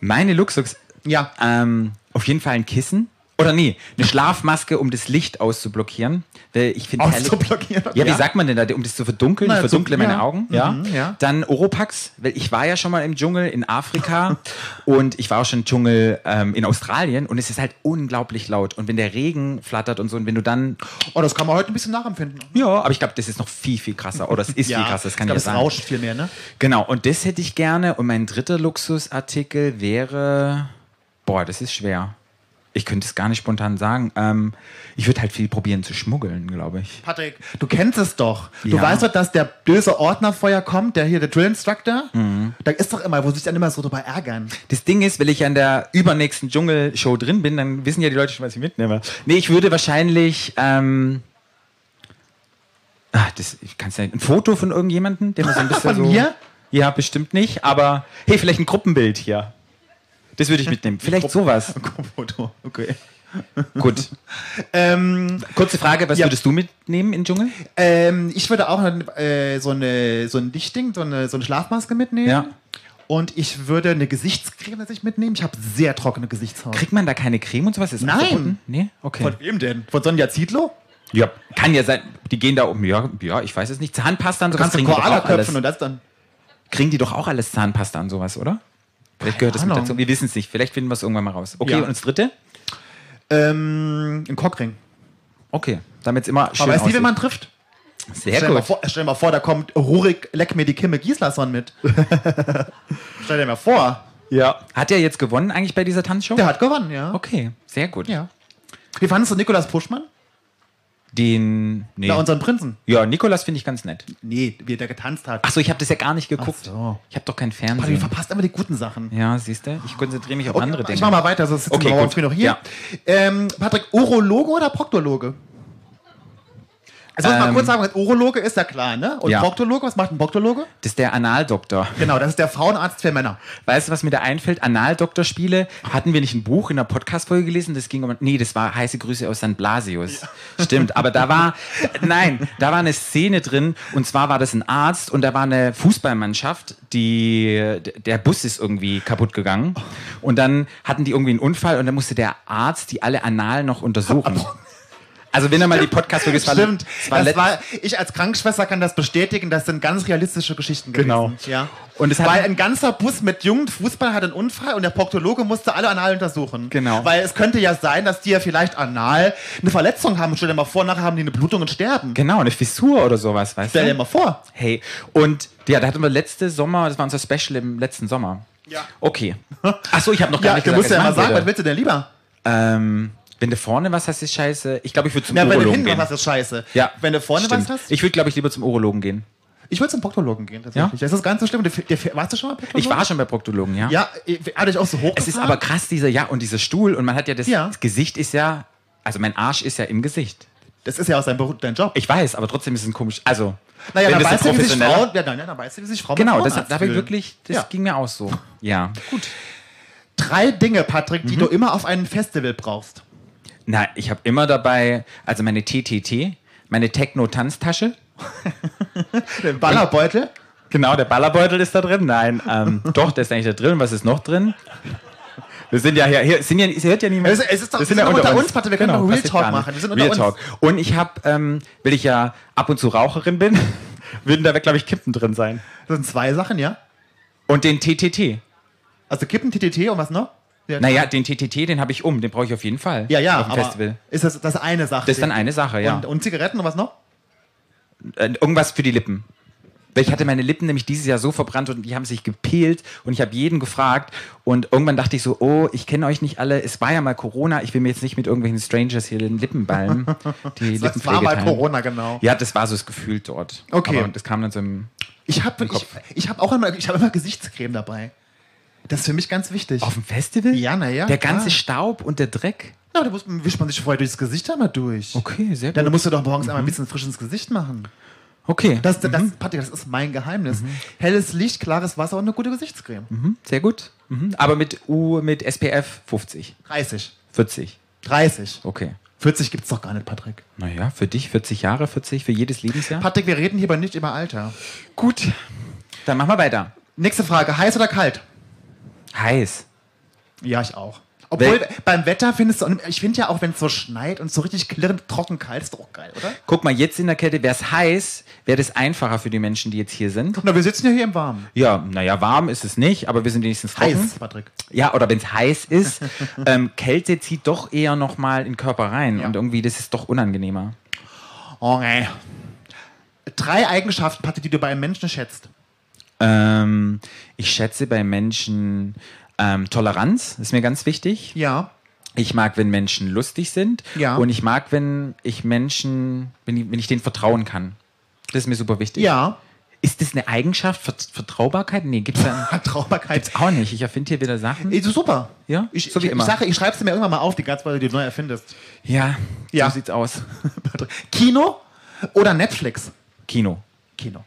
S3: Meine Luxus.
S2: Ja.
S3: Ähm, auf jeden Fall ein Kissen. Oder nee, eine Schlafmaske, um das Licht auszublockieren. Weil ich finde
S2: Auszublockieren?
S3: Ja, wie
S2: Ja.
S3: sagt man denn da, um das zu verdunkeln?
S2: Na,
S3: ich verdunkle
S2: zum-
S3: meine
S2: ja.
S3: Augen. Ja.
S2: Mhm, ja.
S3: Dann Oropax, weil ich war ja schon mal im Dschungel
S2: (laughs)
S3: in Afrika und ich war auch schon im Dschungel ähm, in Australien und es ist halt unglaublich laut. Und wenn der Regen flattert und so und wenn du dann.
S2: Oh, das kann man heute ein bisschen nachempfinden.
S3: Ja, aber ich glaube, das ist noch viel, viel krasser. Oder
S2: (laughs)
S3: es ist viel krasser, das kann ich ja
S2: das
S3: sagen.
S2: rauscht viel mehr, ne?
S3: Genau, und das hätte ich gerne. Und mein dritter Luxusartikel wäre. Boah, das ist schwer. Ich könnte es gar nicht spontan sagen. Ähm, ich würde halt viel probieren zu schmuggeln, glaube ich.
S2: Patrick, du kennst es doch. Du
S3: Ja.
S2: weißt doch, dass der böse Ordnerfeuer kommt, der hier, der Drill Instructor.
S3: Mhm.
S2: Da ist doch immer, wo sich dann immer so drüber ärgern.
S3: Das Ding ist, wenn ich an der übernächsten Dschungelshow drin bin, dann wissen ja die Leute schon, was ich mitnehme. Nee, ich würde wahrscheinlich. Ähm, ah, das, ich kann's ja nicht. Ein Foto von irgendjemandem, der mir so ein bisschen
S2: (laughs) Von
S3: so.
S2: mir?
S3: Ja, bestimmt nicht, aber hey, vielleicht ein Gruppenbild hier. Das würde ich mitnehmen.
S2: (laughs)
S3: Vielleicht sowas.
S2: Foto, okay.
S3: Gut.
S2: (laughs) Ähm,
S3: Kurze Frage, was
S2: Ja.
S3: würdest du mitnehmen in den Dschungel?
S2: ähm, ich würde auch äh, so, eine, so ein Dichtding, so eine, so eine Schlafmaske mitnehmen.
S3: Ja.
S2: Und ich würde eine Gesichtscreme sich mitnehmen. Ich habe sehr trockene Gesichtshaut.
S3: Kriegt man da keine Creme und sowas? Ist
S2: Nein.
S3: verboten? Nee? Okay.
S2: Von wem denn? Von Sonja Zietlow?
S3: ja. Kann ja sein, die gehen da um. Ja, ja ich weiß es nicht. Zahnpasta und sowas
S2: Kannst du
S3: kriegen die, doch
S2: Koala
S3: auch alles.
S2: köpfen und das dann.
S3: kriegen die doch auch alles Zahnpasta und sowas, oder? Vielleicht gehört das mit
S2: Ahnung.
S3: dazu. Wir wissen es nicht. Vielleicht finden wir es irgendwann mal raus. Okay,
S2: Ja.
S3: und das dritte?
S2: Ähm, ein Cockring.
S3: Okay. Damit es immer schön
S2: Aber weißt du,
S3: aussieht.
S2: wenn man trifft?
S3: Sehr
S2: Stell dir, mal
S3: gut.
S2: vor, stell dir mal vor, da kommt Rurik, leck mir die Kimme Gislason
S3: (laughs)
S2: mit. stell dir mal vor,
S3: Ja. Hat er jetzt gewonnen eigentlich bei dieser Tanzshow?
S2: der hat gewonnen, ja.
S3: Okay, sehr gut.
S2: ja. Wie fandest du Nikolas Puschmann?
S3: Den. Nee.
S2: Na, unseren Prinzen?
S3: ja, Nikolas finde ich ganz nett.
S2: Nee, wie der getanzt hat.
S3: Achso, ich habe das ja gar nicht geguckt.
S2: Ach so.
S3: Ich habe doch kein
S2: Patrick, du
S3: Fernsehen.
S2: verpasst immer die guten Sachen.
S3: Ja, siehst du? Ich konzentriere mich auf andere Dinge.
S2: Ich mach mal weiter, sonst sitzen
S3: Okay,
S2: wir morgen
S3: gut.
S2: früh noch hier.
S3: Ja.
S2: Ähm, Patrick, Urologe oder Proktologe? Also muss man
S3: Ähm,
S2: kurz sagen, was Urologe ist ja klar, ne? Und
S3: Ja.
S2: Proktologe, was macht ein Proktologe?
S3: Das ist der Analdoktor.
S2: Genau, das ist der Frauenarzt für Männer.
S3: Weißt du, was mir da einfällt? Analdoktorspiele. Hatten wir nicht ein Buch in der Podcast-Folge gelesen? Das ging um. Nee, das war heiße Grüße aus San Blasius. (laughs) Stimmt, aber da war. Nein, da war eine Szene drin. Und zwar war das ein Arzt und da war eine Fußballmannschaft, die. Der Bus ist irgendwie kaputt gegangen. Und dann hatten die irgendwie einen Unfall und dann musste der Arzt die alle anal noch untersuchen. Also, wenn er mal die Podcast-Folge. es war-
S2: Stimmt.
S3: es war
S2: das
S3: let-
S2: war, ich als Krankenschwester kann das bestätigen, das sind ganz realistische Geschichten gewesen.
S3: Genau.
S2: Ja.
S3: Und es hat- halt-
S2: weil ein ganzer Bus mit jungen Fußball hat einen Unfall und der Proktologe musste alle anal untersuchen.
S3: Genau.
S2: Weil es könnte ja sein, dass die ja vielleicht anal eine Verletzung haben. Stell dir mal vor, nachher haben die eine Blutung und sterben.
S3: Genau, eine Fissur oder sowas, weißt du?
S2: Stell dir mal vor.
S3: Hey, und ja, da hatten wir letzte Sommer, das war unser Special im letzten Sommer.
S2: Ja.
S3: Okay. Achso, ich habe noch gar
S2: Ja,
S3: nicht
S2: du
S3: gesagt,
S2: musst ja
S3: was
S2: mal
S3: ich machen
S2: sagen, was
S3: würde.
S2: willst du denn lieber?
S3: ähm, wenn du vorne was hast, ist scheiße. Ich glaube, ich würde zum
S2: Na, wenn du
S3: Urologen
S2: hinten
S3: gehen.
S2: was hast, ist scheiße.
S3: Ja,
S2: Wenn du vorne was
S3: stimmt.
S2: hast, ich,
S3: Ich würde, glaube ich, lieber zum Urologen gehen.
S2: würde zum Proktologen gehen. Tatsächlich. Das ist ganz so schlimm. Der, der, warst du schon mal Proktologen?
S3: Ich war schon bei Proktologen, ja.
S2: Ja, ich- hatte ich auch so hoch.
S3: Es ist aber krass, dieser, ja, und dieser Stuhl. Und man hat ja das,
S2: Ja.
S3: das Gesicht ist ja, also mein Arsch ist ja im Gesicht.
S2: Das ist ja auch sein Beruf, dein Job.
S3: Ich weiß, aber trotzdem ist es ein komisch. Also,
S2: Naja,
S3: wenn
S2: dann
S3: das ein
S2: weißt, du, wie sich
S3: professioneller-
S2: Frauen, ja, nein, nein, dann weißt du, wie sich Frauen
S3: Genau,
S2: mit
S3: das,
S2: Frauenarzt
S3: da hab ich
S2: fühlen.
S3: wirklich, das
S2: Ja.
S3: ging mir auch so. Ja. Gut.
S2: Drei Dinge, Patrick, die du immer auf einem Festival brauchst.
S3: Na, ich habe immer dabei, also meine TTT, meine Techno-Tanztasche.
S2: Den Ballerbeutel.
S3: Genau, der Ballerbeutel ist da drin. Nein, ähm, (laughs) doch, der ist eigentlich da drin. Was ist noch drin? Wir sind ja hier, hier sind ja, es hört ja niemand.
S2: Es ist- es ist doch- wir sind doch unter uns, Patrick, wir können doch Real
S3: passiert
S2: Talk
S3: gar nicht.
S2: machen, wir sind unter
S3: Real
S2: uns.
S3: Talk. Und ich habe, ähm, weil ich ja ab und zu Raucherin bin, (laughs) würden da, glaube ich, Kippen drin sein.
S2: Das sind zwei Sachen, ja?
S3: Und den TTT.
S2: Also Kippen, TTT und was noch? Ja,
S3: Naja, den TTT, den habe ich um, den brauche ich auf jeden Fall.
S2: ja, ja
S3: auf dem
S2: aber
S3: Festival.
S2: ist das, das ist eine Sache?
S3: Das ist dann eine Sache, ja.
S2: Und, und Zigaretten und was noch?
S3: äh, irgendwas für die Lippen. Weil ich hatte meine Lippen nämlich dieses Jahr so verbrannt und die haben sich gepeelt und ich habe jeden gefragt und irgendwann dachte ich so, oh, ich kenne euch nicht alle, es war ja mal Corona, ich will mir jetzt nicht mit irgendwelchen Strangers hier den Lippen
S2: (laughs)
S3: ballen. Die
S2: Das war mal
S3: Lippenpflege teilen.
S2: Corona, genau.
S3: Ja, das war so das Gefühl dort.
S2: Okay.
S3: Aber das kam dann so im,
S2: Ich habe ich,
S3: Kopf.
S2: ich hab auch immer, ich hab immer Gesichtscreme dabei. Das ist für mich ganz wichtig.
S3: auf dem Festival?
S2: Ja, na ja,
S3: Der ganze
S2: klar.
S3: Staub und der Dreck.
S2: Na, da muss, wischt man sich vorher durchs Gesicht einmal durch.
S3: Okay, sehr
S2: Dann
S3: gut.
S2: musst du doch morgens einmal ein bisschen frisch ins Gesicht machen.
S3: Okay, Mhm,
S2: Das, das, Patrick, das ist mein Geheimnis. Helles Licht, klares Wasser und eine gute Gesichtscreme.
S3: mhm, sehr gut. Mhm. Aber mit U, mit SPF 50,
S2: 30.
S3: 40.
S2: 30.
S3: Okay.
S2: 40 gibt's doch gar nicht, Patrick.
S3: Naja, für dich 40 Jahre, 40 für jedes Lebensjahr.
S2: Patrick, wir reden hierbei nicht über Alter.
S3: Gut. Dann machen wir weiter.
S2: Nächste Frage, heiß oder kalt?
S3: Heiß.
S2: Ja, ich auch. Obwohl,
S3: Wel-
S2: beim Wetter findest du, ich finde ja auch, wenn es so schneit und so richtig klirrend trocken kalt, ist doch auch geil, oder?
S3: Guck mal, jetzt in der Kälte wäre es heiß, wäre das einfacher für die Menschen, die jetzt hier sind.
S2: Na, wir sitzen ja hier im Warmen.
S3: Ja, naja, warm ist es nicht, aber wir sind wenigstens trocken.
S2: Heiß, Patrick.
S3: Ja, oder wenn es heiß ist. (laughs) ähm, Kälte zieht doch eher nochmal in den Körper rein und irgendwie, das ist doch unangenehmer.
S2: Oh, nee. Drei Eigenschaften, Patrick, die du bei einem Menschen schätzt.
S3: Ähm, ich schätze bei Menschen ähm, Toleranz, ist mir ganz wichtig.
S2: Ja.
S3: Ich mag, wenn Menschen lustig sind.
S2: Ja.
S3: Und ich mag, wenn ich Menschen, wenn ich, wenn ich denen vertrauen kann. Das ist mir super wichtig.
S2: Ja.
S3: Ist das eine Eigenschaft? Vert Vertraubarkeit? Nee, gibt's da
S2: Vertraubarkeit.
S3: gibt's auch nicht. Ich erfinde hier wieder Sachen.
S2: Ey, so Super.
S3: Ja,
S2: ich,
S3: so wie
S2: ich,
S3: immer.
S2: ich sage, ich schreibe sie mir irgendwann mal auf, die ganze Weile, die du neu erfindest.
S3: Ja,
S2: Ja.
S3: so sieht's aus.
S2: (laughs) Kino oder Netflix?
S3: Kino.
S2: Kino.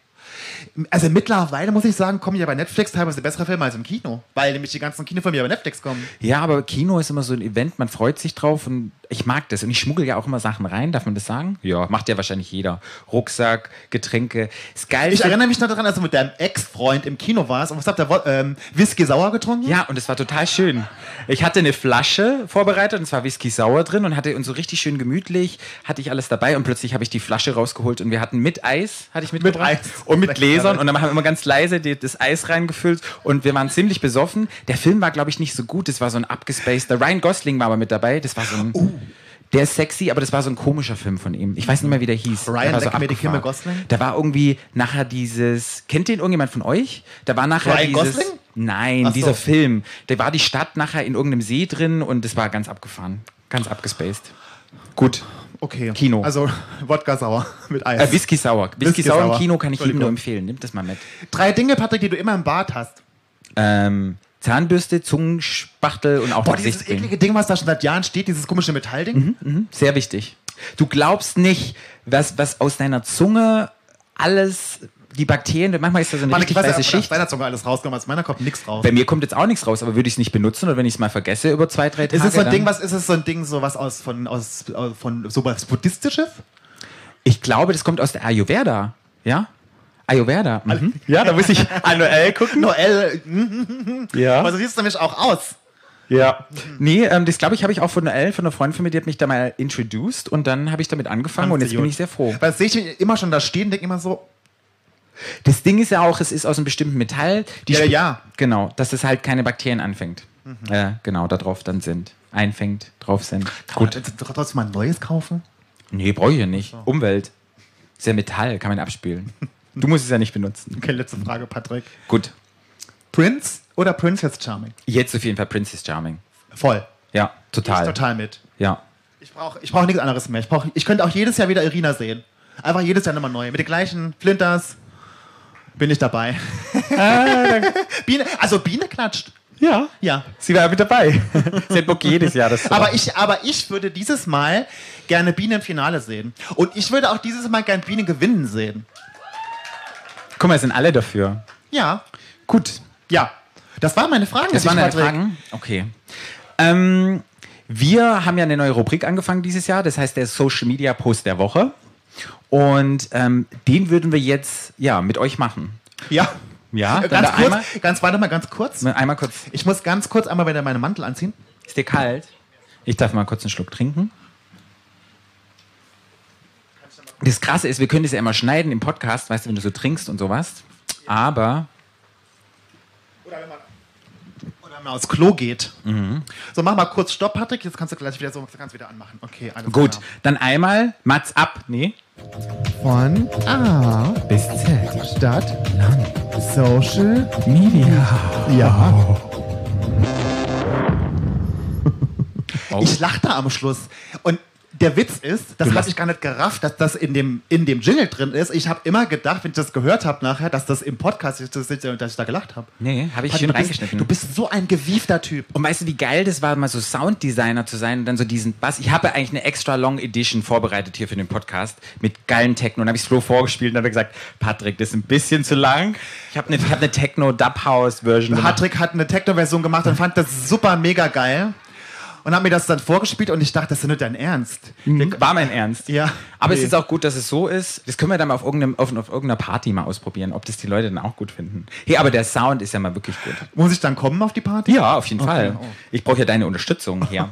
S2: Also mittlerweile muss ich sagen, kommen ja bei Netflix teilweise bessere Filme als im Kino, weil nämlich die ganzen Kinofilme ja bei Netflix kommen.
S3: Ja, aber Kino ist immer so ein Event, man freut sich drauf und ich mag das. Und ich schmuggel ja auch immer Sachen rein, darf man das sagen? Ja. Macht ja wahrscheinlich jeder. Rucksack, Getränke. Ist geil.
S2: Ich erinnere mich noch daran, dass du mit deinem Ex-Freund im Kino warst und was habt ihr, wo- ähm, Whisky sauer getrunken?
S3: Ja, und es war total schön. Ich hatte eine Flasche vorbereitet und zwar Whisky sauer drin und hatte und so richtig schön gemütlich hatte ich alles dabei und plötzlich habe ich die Flasche rausgeholt und wir hatten mit Eis, hatte ich mitgebracht
S2: Eis. ne?
S3: und mit Gläsern und dann haben wir immer ganz leise die, das Eis reingefüllt und wir waren ziemlich besoffen. Der Film war glaube ich nicht so gut, das war so ein abgespaceder. Ryan Gosling war aber mit dabei, das war so ein
S2: Oh.
S3: Der ist sexy, aber das war so ein komischer Film von ihm. Ich weiß nicht mehr, wie der hieß.
S2: Ryan
S3: der war
S2: Leck mit
S3: abgefahren.
S2: Kimme Gosling?
S3: Da war irgendwie nachher dieses. Kennt den irgendjemand von euch? Da war nachher
S2: Ryan
S3: dieses.
S2: Gosling?
S3: Nein,
S2: Ach so.
S3: dieser Film. Da war die Stadt nachher in irgendeinem See drin und es war ganz abgefahren. Ganz abgespaced. Gut.
S2: Okay.
S3: Kino.
S2: Also Wodka sauer (laughs) mit Eis.
S3: Äh, Whisky Sour. Whisky,
S2: Whisky
S3: Sour
S2: Sour.
S3: im Kino kann ich jedem
S2: Entschuldigung.
S3: nur empfehlen. Nimmt das mal mit.
S2: Drei Dinge, Patrick, die du immer im Bad hast.
S3: Ähm, Zahnbürste, Zungenspachtel und auch
S2: Boah,
S3: noch
S2: dieses
S3: Gesichtscreme. Mhm.
S2: eklige Ding, was da schon seit Jahren steht, dieses komische Metallding.
S3: Sehr wichtig. Du glaubst nicht, was, was aus deiner Zunge alles, die Bakterien, manchmal ist da so eine
S2: Mann,
S3: richtig weiße
S2: ob aus
S3: Schicht.
S2: deiner Zunge alles rauskommt, aus meiner kommt nichts raus.
S3: Bei mir kommt jetzt auch nichts raus, aber würde ich es nicht benutzen oder wenn ich es mal vergesse über zwei, drei Tage?
S2: Ist es so ein
S3: dann-
S2: Ding, was ist es so ein Ding, so was aus von aus äh, von so was Buddhistisches?
S3: Ich glaube, das kommt aus der Ayurveda. Ja? Ayurveda. Mhm. Ja, da muss ich (laughs) an Noel
S2: (laughs)
S3: gucken.
S2: Noel,
S3: Ja.
S2: also siehst du nämlich auch aus.
S3: ja. Nee, ähm, das glaube ich, habe ich auch von Noel, von einer Freundin von mir, die hat mich da mal introduced und dann habe ich damit angefangen und jetzt bin ich sehr froh.
S2: Weil das sehe ich immer schon da stehen, denke immer so,
S3: Das Ding ist ja auch, es ist aus einem bestimmten Metall. Die
S2: Ja,
S3: sp-
S2: ja.
S3: Genau, dass es halt keine Bakterien anfängt. Äh, genau, da drauf dann sind. Einfängt, drauf sind.
S2: gut, jetzt trotzdem mal ein neues kaufen.
S3: Nee, brauche ich ja nicht. Umwelt. Ist ja Metall, kann man (laughs) abspielen. Du musst es ja nicht benutzen.
S2: Okay, letzte Frage, Patrick.
S3: Gut.
S2: Prince oder Princess Charming?
S3: Jetzt auf jeden Fall Princess Charming.
S2: Voll.
S3: Ja,
S2: Gehe ich
S3: total.
S2: total mit.
S3: Ja.
S2: Ich brauche ich brauch nichts anderes mehr. Ich, brauch, ich könnte auch jedes Jahr wieder Irina sehen. Einfach jedes Jahr nochmal neu. Mit den gleichen Flinters bin ich dabei. Ah, (laughs) Biene, also Biene klatscht.
S3: Ja.
S2: Ja.
S3: Sie war mit dabei. (laughs) Sie hat Bock jedes Jahr das zu
S2: Aber
S3: machen.
S2: ich, aber ich würde dieses Mal gerne Biene im Finale sehen. Und ich würde auch dieses Mal gerne Biene gewinnen sehen.
S3: Guck mal, es sind alle dafür.
S2: Ja.
S3: Gut.
S2: Ja. Das waren meine Fragen.
S3: Das
S2: an
S3: waren
S2: dich,
S3: deine
S2: Patrick.
S3: Fragen? Okay. Ähm, wir haben ja eine neue Rubrik angefangen dieses Jahr. Das heißt der Social Media Post der Woche. Und ähm, den würden wir jetzt ja mit euch machen.
S2: Ja.
S3: Ja, dann
S2: Ganz
S3: da
S2: kurz,
S3: einmal, Ne?
S2: ganz, warte mal ganz kurz.
S3: einmal kurz.
S2: Ich muss ganz kurz einmal wieder meinen Mantel anziehen.
S3: Ist dir kalt? Ich darf mal kurz einen Schluck trinken. Das Krasse ist, wir können das ja immer schneiden im Podcast, weißt du, wenn du so trinkst und sowas. Aber
S2: Oder wenn man, oder wenn man aufs Klo geht.
S3: Mhm.
S2: So, mach mal kurz Stopp, Patrick. Jetzt kannst du gleich wieder so kannst wieder anmachen. Okay, alles
S3: gut, dann einmal Mats ab. Nee.
S2: Von A
S3: Bis Z.
S2: Stadt Social
S3: Media.
S2: Ja.
S3: (laughs) Oh.
S2: (laughs) Ich lachte am Schluss. Und der Witz ist, das habe ich gar nicht gerafft, dass das in dem, in dem Jingle drin ist. Ich habe immer gedacht, wenn ich das gehört habe nachher, dass das im Podcast ist, dass ich dass ich da gelacht habe.
S3: Nee, habe ich schön
S2: du bist,
S3: reingeschnitten.
S2: du bist so ein gewiefter Typ.
S3: Und weißt du, wie geil das war, mal so Sounddesigner zu sein und dann so diesen Bass. Ich habe eigentlich eine extra Long Edition vorbereitet hier für den Podcast mit geilen Techno. Und dann habe ich Slow vorgespielt und dann habe ich gesagt, Patrick, das ist ein bisschen zu lang. Ich habe eine, ich habe eine Techno-Dub-House-Version gemacht.
S2: Patrick hat eine Techno-Version gemacht und fand das super mega geil. Und hat mir das dann vorgespielt und ich dachte, das ist nicht dein Ernst.
S3: War mein Ernst.
S2: Ja.
S3: Mhm. Aber es
S2: Nee.
S3: ist auch gut, dass es so ist. Das können wir dann mal auf, irgendeinem, auf, auf irgendeiner Party mal ausprobieren, ob das die Leute dann auch gut finden. Hey, aber der Sound ist ja mal wirklich gut.
S2: Muss ich dann kommen auf die Party?
S3: Ja, auf jeden Fall.
S2: oh.
S3: Ich brauche ja deine Unterstützung
S2: (laughs)
S3: hier.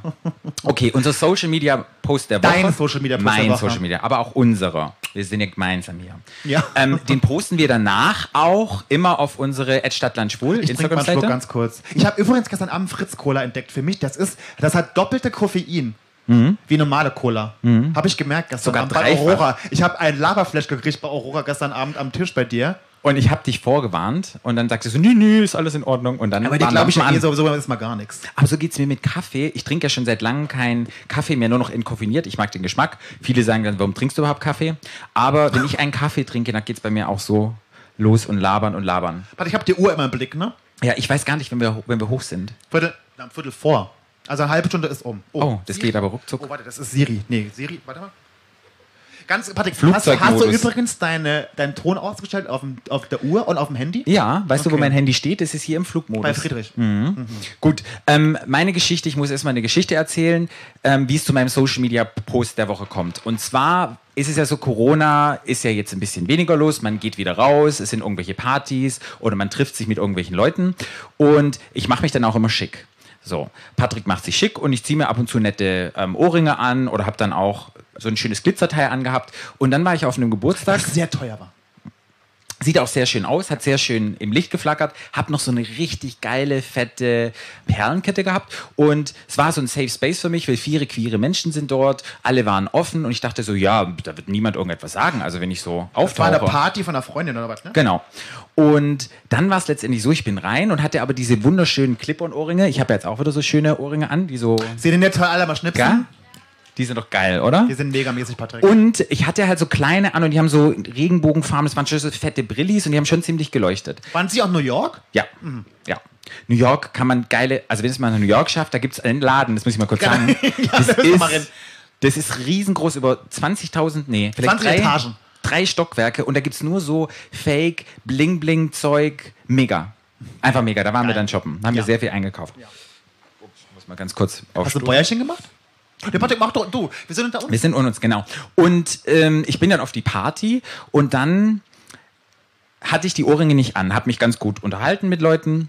S3: Okay, unser Social Media Post der Woche.
S2: Dein Social Media Post der
S3: Mein
S2: Woche.
S3: Social Media, aber auch unserer. Wir sind ja gemeinsam hier.
S2: Ja.
S3: Ähm, den posten wir danach auch immer auf unsere Stadtlandschwul
S2: Ich trinke mal einen Schluck
S3: Instagram-Seite.
S2: ganz kurz. Ich habe übrigens gestern Abend Fritz Cola entdeckt. Für mich, das ist, das hat doppelte Koffein. Wie normale Cola. Habe ich gemerkt gestern
S3: Mhm. Sogar
S2: Abend bei
S3: dreifach.
S2: Aurora. Ich habe ein Laberflash gekriegt bei Aurora gestern Abend am Tisch bei dir.
S3: Und ich habe dich vorgewarnt und dann sagst du so, nee, nee, ist alles in Ordnung. Und dann
S2: Aber die
S3: waren
S2: glaube ich ja
S3: Lampen
S2: eh
S3: an.
S2: sowieso ist mal gar nichts.
S3: Aber so geht es mir mit Kaffee. Ich trinke ja schon seit langem keinen Kaffee mehr, nur noch entkoffiniert. Ich mag den Geschmack. Viele sagen dann, warum trinkst du überhaupt Kaffee? Aber wenn ich einen Kaffee trinke, dann geht es bei mir auch so los und labern und labern.
S2: Warte, ich habe die Uhr immer im Blick, ne?
S3: Ja, ich weiß gar nicht, wenn wir, ho- wenn wir hoch sind.
S2: Viertel, na, Viertel vor. Also eine halbe Stunde ist um.
S3: Oh, das
S2: Siri.
S3: geht aber ruckzuck.
S2: Oh, warte, das ist Siri. Nee, Siri, warte mal. Ganz, Patrick, hast, du- hast du
S3: Flugzeugmodus.
S2: übrigens deine, deinen Ton ausgestellt auf, dem, auf der Uhr und auf dem Handy?
S3: Ja, weißt du, wo
S2: Okay.
S3: mein Handy steht? Es ist hier im
S2: Bei
S3: Flugmodus.
S2: Friedrich.
S3: Gut, ähm, meine Geschichte, ich muss erstmal eine Geschichte erzählen, ähm, wie es zu meinem Social Media Post der Woche kommt. Und zwar ist es ja so, Corona ist ja jetzt ein bisschen weniger los, man geht wieder raus, es sind irgendwelche Partys oder man trifft sich mit irgendwelchen Leuten. Und ich mache mich dann auch immer schick. So, Patrick macht sich schick und ich ziehe mir ab und zu nette ähm, Ohrringe an oder habe dann auch so ein schönes Glitzerteil angehabt. Und dann war ich auf einem (laughs) Geburtstag.
S2: Das sehr teuer war.
S3: Sieht auch sehr schön aus, hat sehr schön im Licht geflackert, hab noch so eine richtig geile, fette Perlenkette gehabt und es war so ein Safe Space für mich, weil viele queere Menschen sind dort, alle waren offen und ich dachte so, ja, da wird niemand irgendetwas sagen, also wenn ich so
S2: Das war
S3: auftauche.
S2: eine Party von einer Freundin oder was, ne?
S3: Genau. Und dann war es letztendlich so, ich bin rein und hatte aber diese wunderschönen Clip-on-Ohrringe. Ich habe jetzt auch wieder so schöne Ohrringe an, die so,
S2: Seht ihr nicht alle mal schnipsen?
S3: gell? Die sind doch geil, oder?
S2: Die sind megamäßig, Patrick.
S3: Und ich hatte halt so kleine an und die haben so Regenbogenfarben, das waren schon so fette Brillis und die haben schon ziemlich geleuchtet.
S2: Waren sie auch in New York?
S3: Ja.
S2: Mhm.
S3: Ja. New York kann man geile, also wenn es mal nach New York schafft, da gibt es einen Laden, das muss ich mal kurz sagen.
S2: Genau. (laughs) Ja,
S3: das
S2: da müssen wir mal
S3: ist
S2: rein.
S3: Das ist riesengroß, über 20.000, nee, vielleicht
S2: 20
S3: drei,
S2: Etagen.
S3: drei Stockwerke und da gibt es nur so Fake, Bling-Bling-Zeug, mega. Einfach mega, da waren wir dann shoppen, haben wir
S2: Ja. Also
S3: sehr viel eingekauft. Ups, ich muss mal ganz kurz
S2: Hast du ein
S3: aufstehen.
S2: Bäuerchen gemacht? Der Patrick, mach doch du. Wir sind unter uns.
S3: Wir sind unten uns, genau. Und ähm, ich bin dann auf die Party und dann hatte ich die Ohrringe nicht an, habe mich ganz gut unterhalten mit Leuten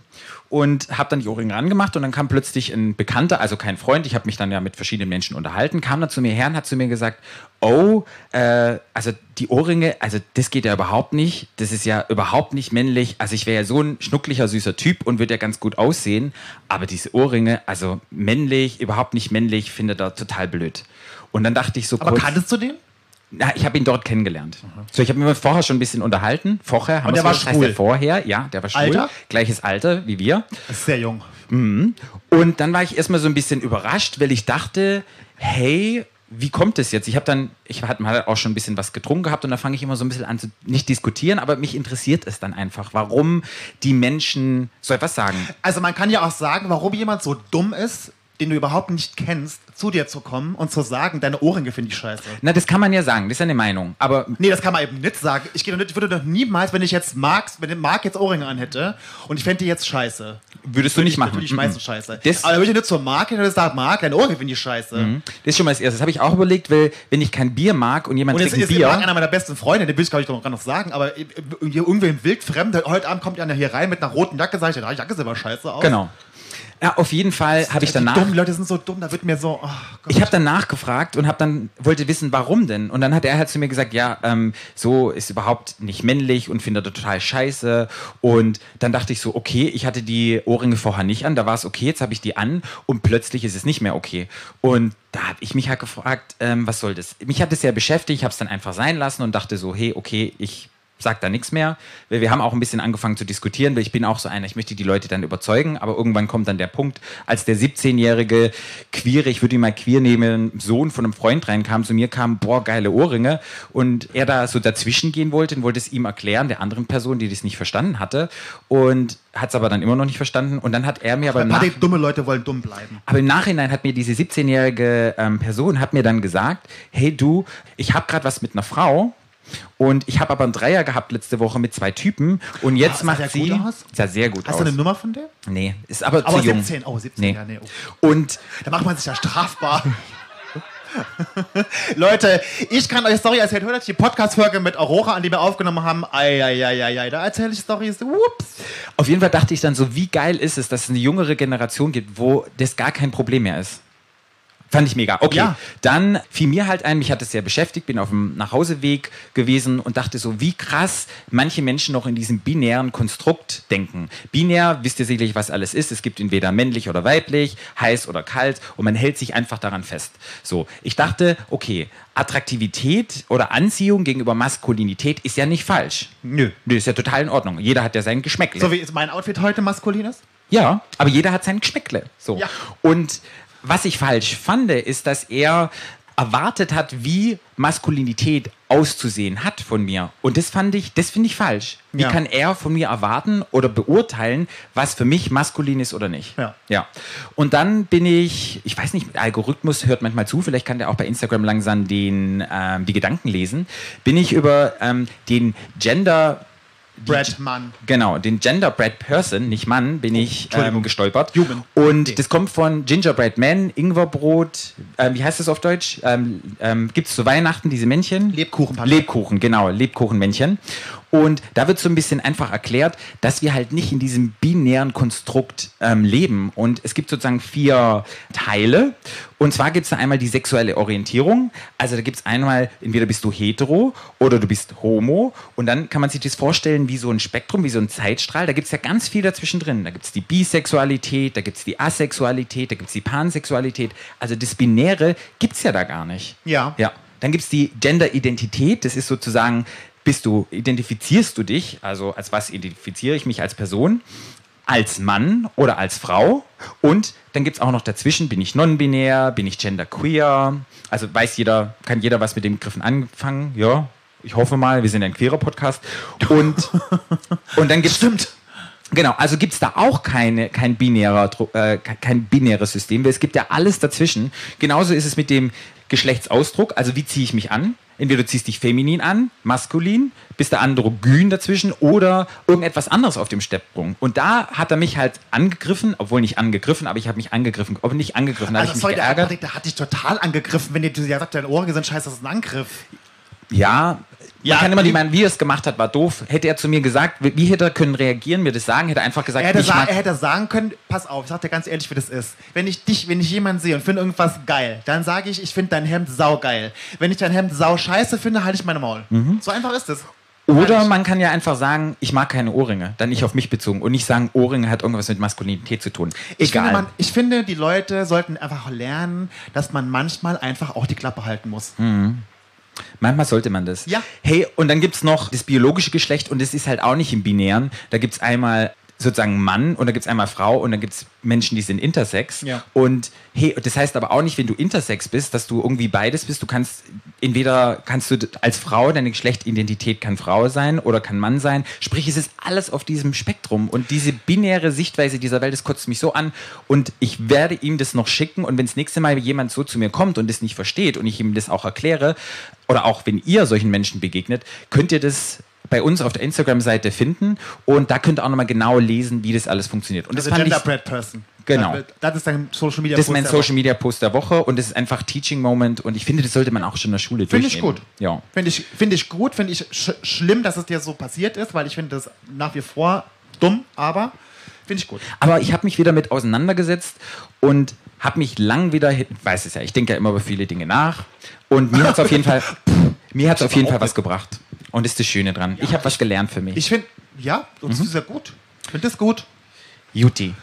S3: und habe dann die Ohrringe angemacht und dann kam plötzlich ein Bekannter, also kein Freund, ich habe mich dann ja mit verschiedenen Menschen unterhalten, kam dann zu mir her und hat zu mir gesagt, oh, äh, also die Ohrringe, also das geht ja überhaupt nicht, das ist ja überhaupt nicht männlich, also ich wäre ja so ein schnucklicher, süßer Typ und würde ja ganz gut aussehen, aber diese Ohrringe, also männlich, überhaupt nicht männlich, finde da total blöd. Und dann dachte ich so
S2: Aber
S3: kurz,
S2: kanntest du den?
S3: na, ich habe ihn dort kennengelernt. So, ich habe mich vorher schon ein bisschen unterhalten. Vorher
S2: Und
S3: haben wir
S2: der war
S3: das heißt, der
S2: schwul?
S3: vorher, ja, der war schwul.
S2: Alter?
S3: Gleiches Alter wie wir.
S2: Ist sehr jung.
S3: Und dann war ich erstmal so ein bisschen überrascht, weil ich dachte, hey, wie kommt es jetzt? Ich habe dann, ich hatte mal auch schon ein bisschen was getrunken gehabt und da fange ich immer so ein bisschen an zu nicht diskutieren, aber mich interessiert es dann einfach, warum die Menschen so etwas sagen.
S2: Also man kann ja auch sagen, warum jemand so dumm ist, den du überhaupt nicht kennst, zu dir zu kommen und zu sagen, deine Ohrringe finde ich scheiße.
S3: Na, das kann man ja sagen, das ist ja eine Meinung. Aber
S2: Nee, das kann man eben nicht sagen. Ich, geh doch nicht, ich würde doch niemals, wenn ich jetzt Marx, wenn ich Mark jetzt Ohrringe anhätte und ich fände die jetzt scheiße.
S3: würdest du nicht machen.
S2: Natürlich
S3: Mhm.
S2: meistens scheiße.
S3: Das- Mhm.
S2: Aber wenn ich nicht zur Mark gehen und sage, Mark, deine Ohrringe finde ich scheiße.
S3: Das ist schon mal das Erste. Das habe ich auch überlegt, weil wenn ich kein Bier mag und jemand
S2: Und jetzt
S3: trinkt ein
S2: ist
S3: Bier...
S2: Mark einer meiner besten Freunde, den will ich glaube ich noch gar noch sagen, aber ir- ir- irgendwem wildfremd, halt, heute Abend kommt einer hier rein mit einer roten Jacke, sage ich, ja, die Jacke sieht aber scheiße aus.
S3: Genau. Ja, auf jeden Fall habe ich danach.
S2: Die dummen Leute sind so dumm, da wird mir so, ach Gott.
S3: Ich habe dann nachgefragt und habe dann wollte wissen, warum denn. Und dann hat er halt zu mir gesagt, ja, ähm, so ist überhaupt nicht männlich und findet er total scheiße. Und dann dachte ich so, okay, ich hatte die Ohrringe vorher nicht an, da war es okay, jetzt habe ich die an und plötzlich ist es nicht mehr okay. Und da habe ich mich halt gefragt, ähm, was soll das? Mich hat es sehr beschäftigt, ich habe es dann einfach sein lassen und dachte so, hey, okay, ich sag da nichts mehr. Wir, wir haben auch ein bisschen angefangen zu diskutieren, weil ich bin auch so einer, ich möchte die Leute dann überzeugen, aber irgendwann kommt dann der Punkt, als der 17-jährige queere, ich würde ihn mal queer nehmen, Sohn von einem Freund reinkam, zu mir kam, boah, geile Ohrringe und er da so dazwischen gehen wollte und wollte es ihm erklären, der anderen Person, die das nicht verstanden hatte und hat es aber dann immer noch nicht verstanden und dann hat er mir aber im
S2: Patrick, dumme Leute wollen dumm bleiben.
S3: aber im Nachhinein hat mir diese 17-jährige ähm, Person hat mir dann gesagt, hey du, ich habe gerade was mit einer Frau und ich habe aber einen Dreier gehabt letzte Woche mit zwei Typen und jetzt
S2: Ah, sah
S3: macht
S2: der
S3: sie
S2: gut aus?
S3: sah sehr gut
S2: Hast
S3: aus.
S2: du eine Nummer von dem?
S3: nee, ist aber,
S2: Aber
S3: zu jung.
S2: 17, oh 17,
S3: Nee.
S2: ja, nee. Oh.
S3: Und
S2: Da macht man sich ja strafbar. (laughs) Leute, ich kann euch Story erzählen. Hört euch die Podcast-Folge mit Aurora an, die wir aufgenommen haben. Eieieiei, da erzähle ich Stories. Ups.
S3: auf jeden Fall dachte ich dann so, wie geil ist es, dass es eine jüngere Generation gibt, wo das gar kein Problem mehr ist. Fand ich mega. Okay.
S2: Ja.
S3: Dann fiel mir halt ein, mich hat es sehr beschäftigt, bin auf dem Nachhauseweg gewesen und dachte so, wie krass manche Menschen noch in diesem binären Konstrukt denken. Binär, wisst ihr sicherlich, was alles ist. Es gibt entweder männlich oder weiblich, heiß oder kalt und man hält sich einfach daran fest. So, ich dachte, okay, Attraktivität oder Anziehung gegenüber Maskulinität ist ja nicht falsch.
S2: Nö.
S3: Nö, ist ja total in Ordnung. Jeder hat ja sein Geschmäckle.
S2: So wie ist mein Outfit heute maskulin ist?
S3: Ja, aber jeder hat sein Geschmäckle. So.
S2: Ja.
S3: Und was ich falsch fand, ist, dass er erwartet hat, wie Maskulinität auszusehen hat von mir. Und das fand ich, das finde ich falsch. Wie
S2: Ja.
S3: kann er von mir erwarten oder beurteilen, was für mich maskulin ist oder nicht?
S2: Ja.
S3: ja. Und dann bin ich, ich weiß nicht, mit Algorithmus hört manchmal zu, vielleicht kann der auch bei Instagram langsam den, ähm, die Gedanken lesen, bin ich über ähm, den Gender
S2: Brad Mann.
S3: Genau, den Genderbread Person, nicht Mann, bin ich ähm, gestolpert.
S2: Human.
S3: Und
S2: Nee.
S3: das kommt von Gingerbread Man, Ingwerbrot, ähm, wie heißt das auf Deutsch? Ähm, ähm, Gibt es zu Weihnachten diese Männchen?
S2: Lebkuchenpapier.
S3: Lebkuchen, genau, Lebkuchenmännchen. Und da wird so ein bisschen einfach erklärt, dass wir halt nicht in diesem binären Konstrukt ähm, leben. Und es gibt sozusagen vier Teile. Und zwar gibt es da einmal die sexuelle Orientierung. Also da gibt es einmal, entweder bist du hetero oder du bist homo. Und dann kann man sich das vorstellen wie so ein Spektrum, wie so ein Zeitstrahl. Da gibt es ja ganz viel dazwischen drin. Da gibt es die Bisexualität, da gibt es die Asexualität, da gibt es die Pansexualität. Also das Binäre gibt es ja da gar nicht.
S2: Ja.
S3: Ja. Dann gibt es die Gender-Identität. Das ist sozusagen, bist du, identifizierst du dich, also als was identifiziere ich mich als Person, als Mann oder als Frau. Und dann gibt es auch noch dazwischen, bin ich non-binär, bin ich genderqueer. Also weiß jeder, kann jeder was mit den Begriffen anfangen. Ja, ich hoffe mal, wir sind ein queerer Podcast. Und, und dann gibt es Genau, also gibt es da auch keine, kein, binärer, Dru- äh, ke- kein binäres System, weil es gibt ja alles dazwischen. Genauso ist es mit dem Geschlechtsausdruck, also wie ziehe ich mich an? Entweder du ziehst dich feminin an, maskulin, bist der androgyn dazwischen oder irgendetwas anderes auf dem Steppbrung. Und da hat er mich halt angegriffen, obwohl nicht angegriffen, aber ich habe mich angegriffen, ob nicht angegriffen, da habe
S2: Also,
S3: ich
S2: sorry,
S3: mich
S2: der
S3: geärgert.
S2: Patrick, der hat dich total angegriffen, wenn dir du ja sagt, deine Ohren sind scheiße, das ist ein Angriff.
S3: Ja,
S2: Ja,
S3: man kann immer
S2: die-
S3: die meinen, wie er es gemacht hat, war doof. Hätte er zu mir gesagt, wie wie hätte er können reagieren, mir das sagen, hätte er einfach gesagt,
S2: Er hätte,
S3: ich
S2: sa
S3: mag
S2: er hätte sagen können, pass auf, ich sag dir ganz ehrlich, wie das ist. Wenn ich dich, wenn ich jemanden sehe und finde irgendwas geil, dann sage ich, ich finde dein Hemd saugeil. Wenn ich dein Hemd sau scheiße finde, halte ich meine Maul. So einfach ist es.
S3: Oder
S2: Ehrlich.
S3: man kann ja einfach sagen, ich mag keine Ohrringe, dann nicht auf mich bezogen und nicht sagen, Ohrringe hat irgendwas mit Maskulinität zu tun.
S2: Ich finde, man,
S3: Egal.
S2: ich finde, die Leute sollten einfach lernen, dass man manchmal einfach auch die Klappe halten muss.
S3: Manchmal sollte man das.
S2: Ja.
S3: Hey, und dann gibt es noch das biologische Geschlecht und das ist halt auch nicht im Binären. Da gibt es einmal sozusagen Mann und da gibt es einmal Frau und dann gibt es Menschen, die sind intersex.
S2: Ja.
S3: Und hey, das heißt aber auch nicht, wenn du intersex bist, dass du irgendwie beides bist. Du kannst entweder kannst du d- als Frau, deine Geschlechtidentität kann Frau sein oder kann Mann sein. Sprich, es ist alles auf diesem Spektrum und diese binäre Sichtweise dieser Welt, das kotzt mich so an und ich werde ihm das noch schicken und wenn das nächste Mal jemand so zu mir kommt und das nicht versteht und ich ihm das auch erkläre oder auch wenn ihr solchen Menschen begegnet, könnt ihr das bei uns auf der Instagram-Seite finden und da könnt ihr auch nochmal genau lesen, wie das alles funktioniert. Und das,
S2: Das ist
S3: fand ich
S2: genderbread Person.
S3: Genau.
S2: Das, das ist dein Social Media
S3: das ist mein
S2: Poster.
S3: Social Media Post der Woche und das ist einfach Teaching Moment und ich finde, das sollte man auch schon in der Schule
S2: Finde ich
S3: durchnehmen.
S2: gut.
S3: Ja.
S2: Finde ich, finde ich gut, finde ich sch schlimm, dass es dir so passiert ist, weil ich finde das nach wie vor dumm, aber finde ich gut.
S3: Aber ich habe mich wieder mit auseinandergesetzt und habe mich lang wieder, hin- weiß es ja, ich denke ja immer über viele Dinge nach und mir hat es auf
S2: (laughs)
S3: jeden Fall, mir hat's auf jeden Fall was gebracht. Und das ist das Schöne dran. Ich habe was gelernt für mich.
S2: Ich finde, ja,
S3: Mhm.
S2: und das ist ja gut. Ich finde das gut.
S3: Juti.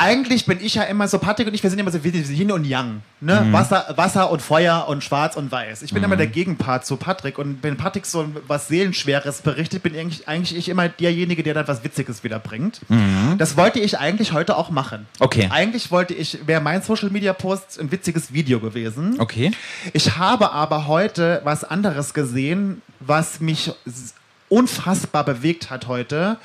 S2: Eigentlich bin ich ja immer so, Patrick und ich, wir sind immer so wie diese Yin und Yang. Ne? Wasser, Wasser und Feuer und Schwarz und Weiß. Ich bin immer der Gegenpart zu Patrick. Und wenn Patrick so was Seelenschweres berichtet, bin eigentlich, eigentlich ich immer derjenige, der dann was Witziges wieder bringt. Das wollte ich eigentlich heute auch machen.
S3: Okay.
S2: Eigentlich wollte ich, wäre mein Social Media Post ein witziges Video gewesen.
S3: Okay.
S2: Ich habe aber heute was anderes gesehen, was mich s- unfassbar bewegt hat heute,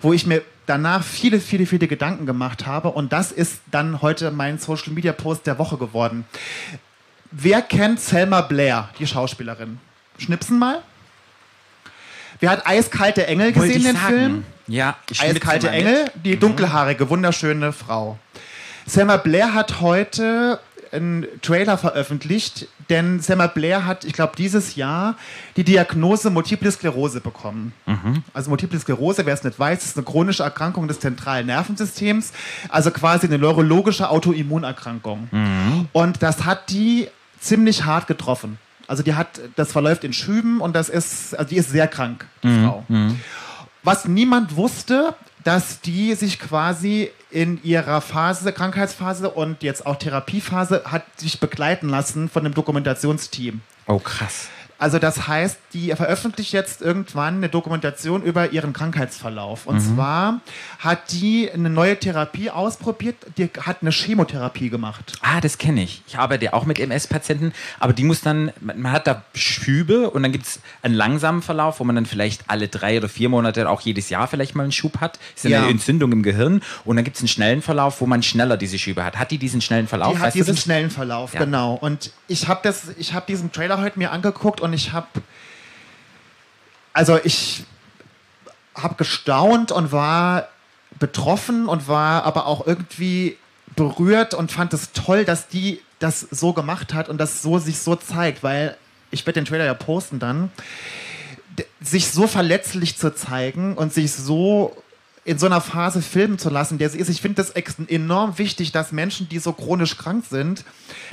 S2: wo ich mir danach viele, viele, viele Gedanken gemacht habe. Und das ist dann heute mein Social Media Post der Woche geworden. Wer kennt Selma Blair, die Schauspielerin? Schnipsen mal. Wer hat Eiskalte Engel gesehen, den Film?
S3: Ja, ich schnitze
S2: Eiskalte
S3: mal mit. Mhm.
S2: Engel, die dunkelhaarige, wunderschöne Frau. Selma Blair hat heute einen Trailer veröffentlicht, denn Selma Blair hat, ich glaube, dieses Jahr die Diagnose Multiple Sklerose bekommen.
S3: Mhm.
S2: Also Multiple Sklerose, wer es nicht weiß, ist eine chronische Erkrankung des zentralen Nervensystems, also quasi eine neurologische Autoimmunerkrankung.
S3: Mhm.
S2: Und das hat die ziemlich hart getroffen. Also die hat, das verläuft in Schüben und das ist, also die ist sehr krank, die
S3: Mhm.
S2: Frau. Was niemand wusste, dass die sich quasi in ihrer Phase, Krankheitsphase und jetzt auch Therapiephase hat sich begleiten lassen von einem Dokumentationsteam.
S3: Oh, krass.
S2: Also das heißt, die veröffentlicht jetzt irgendwann eine Dokumentation über ihren Krankheitsverlauf. Und zwar hat die eine neue Therapie ausprobiert, die hat eine Chemotherapie gemacht.
S3: Ah, das kenne ich. Ich arbeite ja auch mit MS-Patienten, aber die muss dann, man man hat da Schübe und dann gibt es einen langsamen Verlauf, wo man dann vielleicht alle drei oder vier Monate, auch jedes Jahr vielleicht mal einen Schub hat. Ist ja
S2: Ja.
S3: eine Entzündung im Gehirn. Und dann gibt es einen schnellen Verlauf, wo man schneller diese Schübe hat. Hat die diesen schnellen Verlauf?
S2: Die hat
S3: Weißt du
S2: diesen
S3: das?
S2: schnellen Verlauf,
S3: Ja.
S2: genau. Und ich habe das, ich habe diesen Trailer heute mir angeguckt und ich habe, also ich habe gestaunt und war betroffen und war aber auch irgendwie berührt und fand es toll, dass die das so gemacht hat und das so sich so zeigt, weil ich werde den Trailer ja posten dann sich so verletzlich zu zeigen und sich so in so einer Phase filmen zu lassen, der sie ist. Ich finde das ex- enorm wichtig, dass Menschen, die so chronisch krank sind,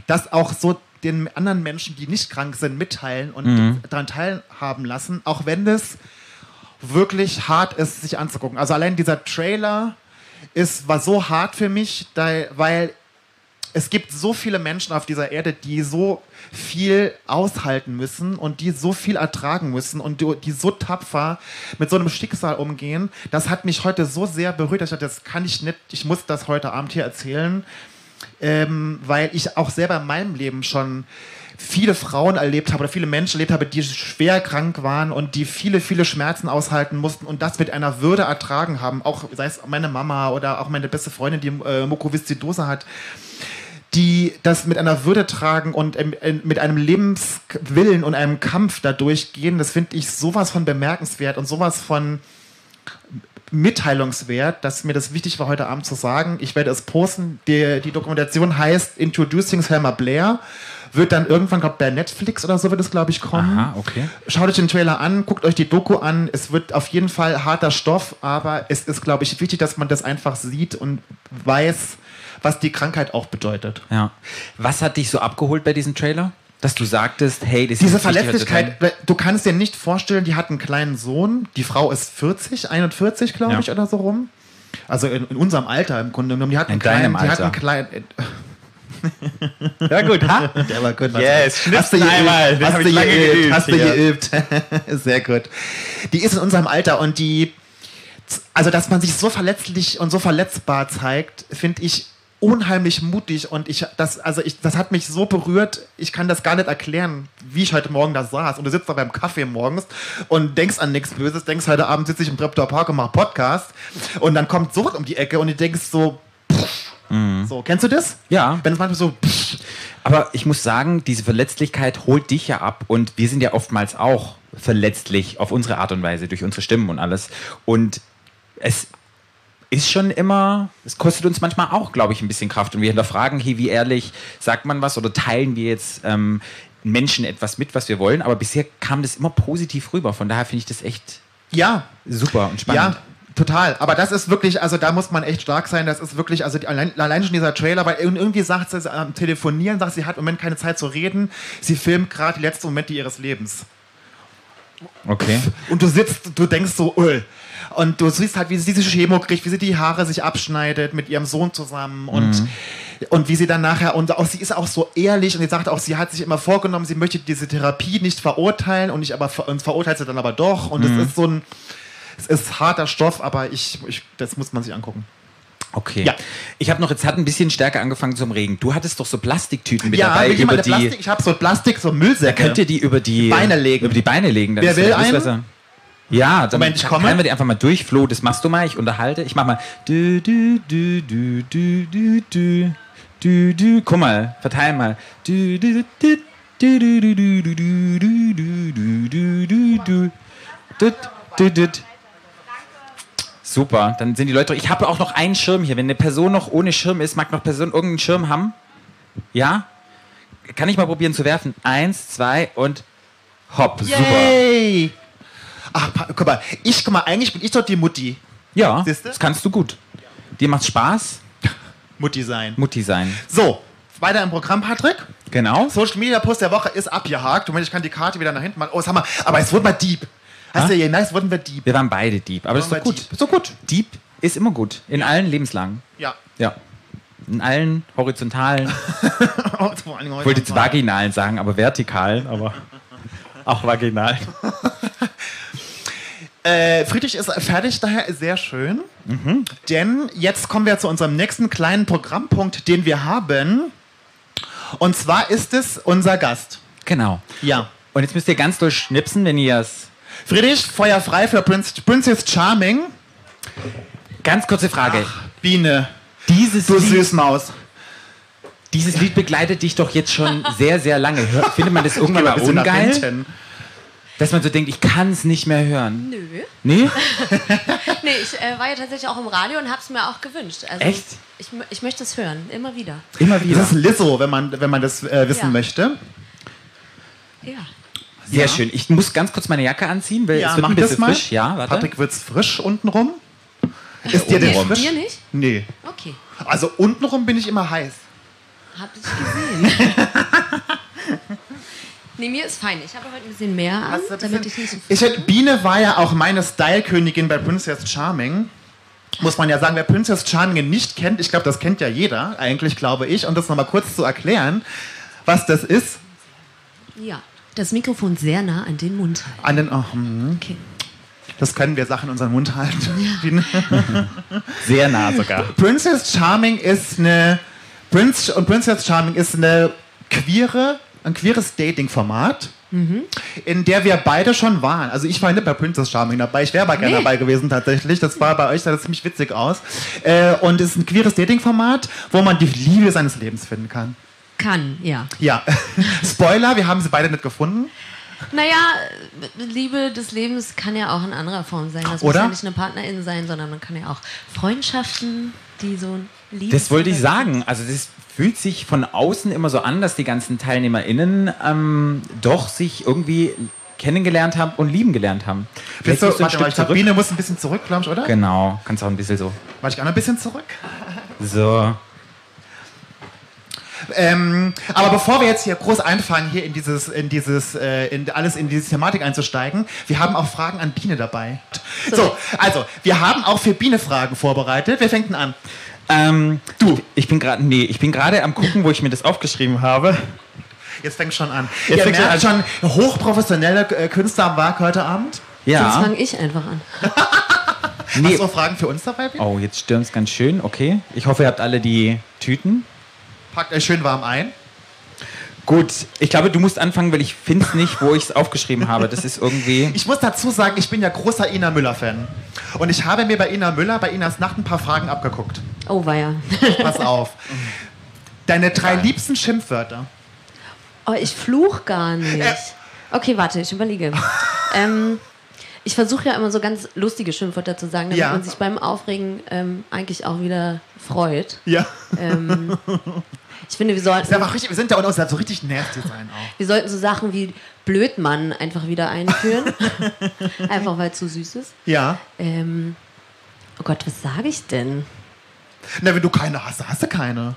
S2: das auch so den anderen Menschen, die nicht krank sind, mitteilen und daran teilhaben lassen, auch wenn das wirklich hart ist, sich anzugucken. Also allein dieser Trailer ist, war so hart für mich, da, weil es gibt so viele Menschen auf dieser Erde, die so viel aushalten müssen und die so viel ertragen müssen und die, die so tapfer mit so einem Schicksal umgehen. Das hat mich heute so sehr berührt. dass Ich dachte, das kann ich nicht. Ich muss das heute Abend hier erzählen. ähm, weil ich auch selber in meinem Leben schon viele Frauen erlebt habe oder viele Menschen erlebt habe, die schwer krank waren und die viele, viele Schmerzen aushalten mussten und das mit einer Würde ertragen haben. Auch sei es meine Mama oder auch meine beste Freundin, die äh, Mukoviszidose hat die das mit einer Würde tragen und ähm, ähm, mit einem Lebenswillen und einem Kampf dadurch gehen, das finde ich sowas von bemerkenswert und sowas von mitteilungswert, dass mir das wichtig war, heute Abend zu sagen. Ich werde es posten. Die, die Dokumentation heißt Introducing Selma Blair. Wird dann irgendwann, glaube bei Netflix oder so wird es, glaube ich, kommen.
S3: Aha, okay.
S2: Schaut euch den Trailer an, guckt euch die Doku an. Es wird auf jeden Fall harter Stoff, aber es ist, glaube ich, wichtig, dass man das einfach sieht und weiß, was die Krankheit auch bedeutet.
S3: Ja. Was hat dich so abgeholt bei diesem Trailer? Dass du sagtest, hey, das
S2: Diese
S3: ist wichtig, was zu teilen.
S2: Verletzlichkeit, du kannst dir nicht vorstellen, die hat einen kleinen Sohn, die Frau ist 40, 41, glaube
S3: Ja.
S2: ich, oder so rum. Also in, in unserem Alter im Grunde genommen. Die hat einen
S3: In deinem
S2: kleinen, die hat einen
S3: Alter.
S2: kleinen.
S3: Ja, gut, ha?
S2: (laughs) Der war gut. was-
S3: Yes,
S2: hast du
S3: schnitzen
S2: geübt,
S3: einmal. Das
S2: Hast
S3: hab
S2: du
S3: ich lange
S2: geübt,
S3: geübt
S2: hast du
S3: hier.
S2: geübt. (laughs) Sehr gut. Die ist in unserem Alter und die, also dass man sich so verletzlich und so verletzbar zeigt, finde ich unheimlich mutig und ich das also ich das hat mich so berührt ich kann das gar nicht erklären wie ich heute Morgen da saß und du sitzt da beim Kaffee morgens und denkst an nichts Böses denkst heute Abend sitze ich im Treptower Park und mache Podcast und dann kommt sowas um die Ecke und du denkst so pff, so kennst du das
S3: Ja.
S2: wenn es manchmal so pff,
S3: Aber ich muss sagen, diese Verletzlichkeit holt dich ja ab und wir sind ja oftmals auch verletzlich auf unsere Art und Weise durch unsere Stimmen und alles. Und es ist schon immer, es kostet uns manchmal auch, glaube ich, ein bisschen Kraft und wir hinterfragen, hey, wie ehrlich sagt man was oder teilen wir jetzt ähm, Menschen etwas mit, was wir wollen. Aber bisher kam das immer positiv rüber. Von daher finde ich das echt
S2: ja
S3: super und spannend.
S2: Ja, total. Aber das ist wirklich, also da muss man echt stark sein. Das ist wirklich, also die, allein, allein schon dieser Trailer, weil ir- irgendwie sagt sie am Telefonieren, sagt sie hat im Moment keine Zeit zu reden. Sie filmt gerade die letzten Momente ihres Lebens.
S3: Okay.
S2: Und du sitzt, du denkst so, öl. Und du siehst halt, wie sie diese Chemo kriegt, wie sie die Haare sich abschneidet mit ihrem Sohn zusammen und,
S3: Mhm.
S2: und wie sie dann nachher, und auch sie ist auch so ehrlich und sie sagt auch, sie hat sich immer vorgenommen, sie möchte diese Therapie nicht verurteilen und ich aber ver- und verurteilt sie dann aber doch. Und
S3: Mhm.
S2: es ist so ein, es ist harter Stoff, aber ich, ich das muss man sich angucken.
S3: Okay.
S2: Ja.
S3: Ich habe noch, jetzt hat ein bisschen stärker angefangen zum Regen. Du hattest doch so Plastiktüten mit dabei,
S2: will
S3: über
S2: jemand
S3: die.
S2: eine Plastik, ich habe so Plastik, so Müllsäcke.
S3: Könnt ihr die über die äh,
S2: Beine legen.
S3: Über die Beine legen. dann
S2: Wer
S3: ist das
S2: will
S3: alles
S2: einen?
S3: besser. Ja, dann
S2: Moment, ich komme.
S3: teilen wir die einfach mal durch. Flo, das machst du mal. Ich unterhalte. Ich mach mal. Du, du, du, du, du, du, du, du, du. Guck mal, verteil mal. Du, du, du, du, du, du, du, du, du, du, du, du, du, du, du. Du, du, du. Super, dann sind die Leute. Ich habe auch noch einen Schirm hier. Wenn eine Person noch ohne Schirm ist, mag noch Person irgendeinen Schirm haben? Ja? Kann ich mal probieren zu werfen? Eins, zwei und hopp, super.
S2: Yay! Ach, pa- guck mal, ich, guck mal, eigentlich bin ich doch die Mutti.
S3: Ja,
S2: Siehste?
S3: das kannst du gut. Dir macht Spaß,
S2: Mutti sein.
S3: Mutti sein.
S2: So, weiter im Programm, Patrick.
S3: Genau.
S2: Social Media Post der Woche ist abgehakt. Moment, ich kann die Karte wieder nach hinten machen. Oh, sag mal, aber es wurde mal Dieb. Hast du ja gemerkt, es wurden wir Dieb.
S3: Wir waren beide Dieb, aber das ist
S2: Waren
S3: doch
S2: wir
S3: gut.
S2: Dieb.
S3: Ist doch gut. Dieb ist immer gut. In allen Lebenslangen.
S2: Ja. (laughs)
S3: Ja. In allen horizontalen.
S2: Oh, vor allen Dingen heute
S3: Ich wollte (laughs) jetzt
S2: nochmal.
S3: vaginalen sagen, aber vertikalen, aber (laughs) auch vaginal.
S2: Äh, Friedrich ist fertig, daher ist sehr schön. Mhm. Denn jetzt kommen wir zu unserem nächsten kleinen Programmpunkt, den wir haben. Und zwar ist es unser Gast.
S3: Genau.
S2: Ja.
S3: Und jetzt müsst ihr ganz doll schnipsen, wenn ihr es
S2: Friedrich, Feuer frei für Prinz, Princess Charming.
S3: Ganz kurze Frage.
S2: Biene,
S3: dieses,
S2: du
S3: Lied,
S2: Süßmaus.
S3: dieses Lied begleitet dich doch jetzt schon sehr, sehr lange. Hör- Findet man das irgendwann mal
S2: Bist du nach
S3: ungeil?
S2: hinten?
S3: Dass man so denkt, ich kann es nicht mehr hören.
S4: Nö.
S3: Nee?
S4: Nee, ich äh, war ja tatsächlich auch im Radio und hab's mir auch gewünscht. Also,
S3: Echt?
S4: Ich, mö- ich möchte es hören, immer wieder.
S3: Immer wieder.
S2: Das ist Lizzo, wenn man, wenn man das äh, wissen
S4: Ja.
S2: möchte.
S4: Ja.
S3: Sehr schön. Ich muss ganz kurz meine Jacke anziehen, weil Äh, es wird ein
S2: mach
S3: bisschen frisch. Ja, warte.
S2: Patrick wird's frisch untenrum. Ist dir denn
S4: Nee,
S2: frisch?
S4: dir nicht?
S2: Nee.
S4: Okay.
S2: Also untenrum bin ich immer heiß.
S4: Hab ich
S2: (laughs)
S4: gesehen. nee, mir ist fein. Ich habe heute ein bisschen mehr an,
S2: Hast du ein
S4: Ah, damit ich
S2: bisschen-
S4: nicht so
S2: Ich hätte, Biene war ja auch meine Style-Königin bei Princess Charming. Muss man ja sagen, wer Princess Charming nicht kennt, ich glaube, das kennt ja jeder, eigentlich glaube ich. Und das nochmal kurz zu erklären, was das ist.
S4: Ja. Das Mikrofon sehr nah an den Mund halten.
S2: An den, oh, hm,
S4: Okay.
S2: das können wir Sachen in unseren Mund halten. Biene.
S3: Sehr nah sogar.
S2: Princess Charming ist eine Prince und Princess Charming ist eine queere, ein queeres Dating-Format, in der wir beide schon waren. Also ich war nicht bei Princess Charming dabei, ich wäre aber gerne
S4: Nee.
S2: dabei gewesen tatsächlich. Das war bei euch sah das ziemlich witzig aus. Äh, und es ist ein queeres Dating-Format, wo man die Liebe seines Lebens finden kann.
S4: Kann, ja.
S2: Ja, (laughs) Spoiler, wir haben sie beide nicht gefunden.
S4: Naja, äh, Liebe des Lebens kann ja auch in anderer Form sein. Das
S2: Oder?
S4: muss ja nicht eine Partnerin sein, sondern man kann ja auch Freundschaften, die so ein Liebe.
S3: Das wollte ich sagen. Also das fühlt sich von außen immer so an, dass die ganzen TeilnehmerInnen ähm, doch sich irgendwie kennengelernt haben und lieben gelernt haben.
S2: Bist du,
S3: musst du
S2: warte mal, ich glaube, Biene muss ein bisschen zurück, glaube ich, oder?
S3: Genau, kannst auch ein bisschen so.
S2: Warte ich auch noch ein bisschen zurück.
S3: So.
S2: Ähm, aber bevor wir jetzt hier groß anfangen, hier in dieses, in dieses, äh, in alles in diese Thematik einzusteigen, wir haben auch Fragen an Biene dabei. So, also, wir haben auch für Biene Fragen vorbereitet. Wer fängt denn an?
S3: Ähm, du, ich bin gerade, nee, ich bin gerade am gucken, wo ich mir das aufgeschrieben habe.
S2: Jetzt fängt schon an.
S3: Jetzt
S2: Ihr
S3: fängt schon
S2: merkt schon, hochprofessionelle äh, Künstler am Werk heute Abend.
S4: Jetzt
S3: Ja.
S4: fange ich einfach an.
S3: Nee.
S2: Hast du auch Fragen für uns dabei, Biene?
S3: Oh, jetzt stürmt's ganz schön. Okay. Ich hoffe, ihr habt alle die Tüten. Oh.
S2: Packt euch schön warm ein.
S3: Gut, ich glaube, du musst anfangen, weil ich finde es nicht, wo ich es aufgeschrieben habe. Das ist irgendwie.
S2: (laughs) Ich muss dazu sagen, ich bin ja großer Ina Müller-Fan. Und ich habe mir bei Ina Müller, bei Inas Nacht ein paar Fragen
S3: (laughs)
S2: abgeguckt.
S4: Oh, weia.
S2: Pass auf. Deine drei liebsten Schimpfwörter.
S4: Oh, ich fluch gar nicht. Okay, warte,
S2: (laughs)
S4: ich überlege. ähm, ich versuche ja immer so ganz lustige Schimpfwörter zu sagen, damit
S2: Ja.
S4: man sich beim Aufregen ähm, eigentlich auch wieder freut.
S2: Ja.
S4: Ähm, ich finde, wir sollten,
S2: Ist einfach richtig, wir sind ja unter uns halt so richtig nasty sein auch.
S4: wir sollten so Sachen wie Blödmann einfach
S2: (laughs)
S4: wieder einführen. einfach weil es so süß ist.
S2: Ja.
S4: Ähm, oh Gott, was sage ich denn?
S2: Na, wenn du keine hast, hast du keine.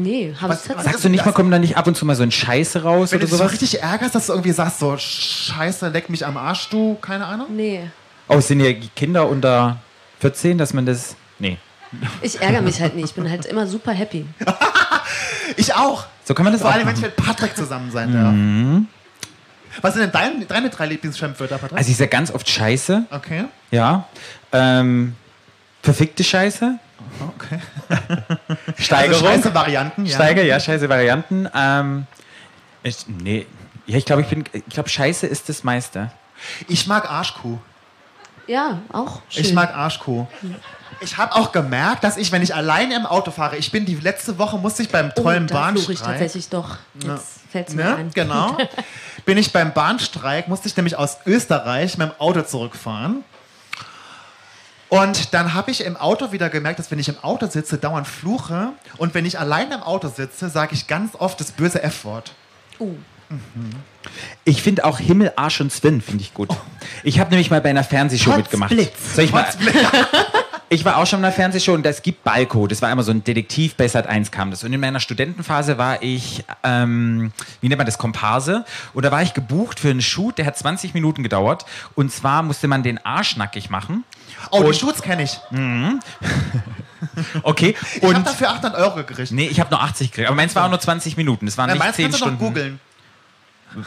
S4: Nee, habe ich
S2: Was-
S4: tatsächlich.
S3: Sagst du nicht mal, kommen da nicht ab und zu mal so ein Scheiße raus
S2: Wenn
S3: oder
S2: du dich so
S3: sowas?
S2: richtig ärgerst, dass du irgendwie sagst, so scheiße, leck mich am Arsch, du, keine Ahnung.
S4: Nee.
S3: Oh, es sind ja Kinder unter 14, dass man das. Nee.
S4: Ich ärgere mich halt nicht. Ich bin halt immer super happy.
S2: Ich auch. Mhm.
S3: So kann man das
S2: Vor
S3: auch
S2: allem, wenn ich
S3: machen.
S2: mit Patrick zusammen sein darf. Was sind denn deine, deine drei Lieblingsschimpfwörter, Patrick?
S3: Also ich sage ganz oft Scheiße,
S2: okay.
S3: ja. Ähm, verfickte Scheiße.
S2: okay. Also
S3: Steigerung.
S2: scheiße Varianten, ja.
S3: Steiger, ja, scheiße Varianten. Ähm, ich, nee. Ja, ich glaube, ich bin. Ich glaube, Scheiße ist das meiste.
S2: Ich mag Arschkuh.
S4: Ja, auch schön.
S2: Ich mag Arschkuh. Ich habe auch gemerkt, dass ich, wenn ich alleine im Auto fahre, ich bin die letzte Woche, musste ich beim tollen
S4: Oh, da fluche ich
S2: Bahnstreik.
S4: tatsächlich doch. Jetzt fällt es mir
S2: Ne?
S4: ein.
S2: Genau. Bin ich beim Bahnstreik, musste ich nämlich aus Österreich mit dem Auto zurückfahren. Und dann habe ich im Auto wieder gemerkt, dass wenn ich im Auto sitze, dauernd fluche. Und wenn ich alleine im Auto sitze, sage ich ganz oft das böse F-Wort.
S4: Uh,
S3: Ich finde auch Himmel, Arsch und Zwinn finde ich
S2: Oh.
S3: gut. Ich habe nämlich mal bei einer Fernsehshow mitgemacht.
S4: Potzblitz.
S3: Soll ich mal? Ich war auch schon in einer Fernsehshow und es gibt Balko. Das war immer so ein Detektiv, bei Sat 1 kam das. Und in meiner Studentenphase war ich, ähm, wie nennt man das, Komparse. Und da war ich gebucht für einen Shoot, der hat 20 Minuten gedauert. Und zwar musste man den Arsch nackig machen.
S2: Oh, die
S3: Und-
S2: Schutz kenne ich.
S3: Okay.
S2: Ich habe
S3: Und
S2: dafür 800 Euro gekriegt.
S3: nee, ich habe nur 80 gekriegt. Aber meins war auch nur 20 Minuten. Das waren
S2: Na,
S3: nicht
S2: meins
S3: 10
S2: kannst du doch
S3: Stunden.
S2: googeln.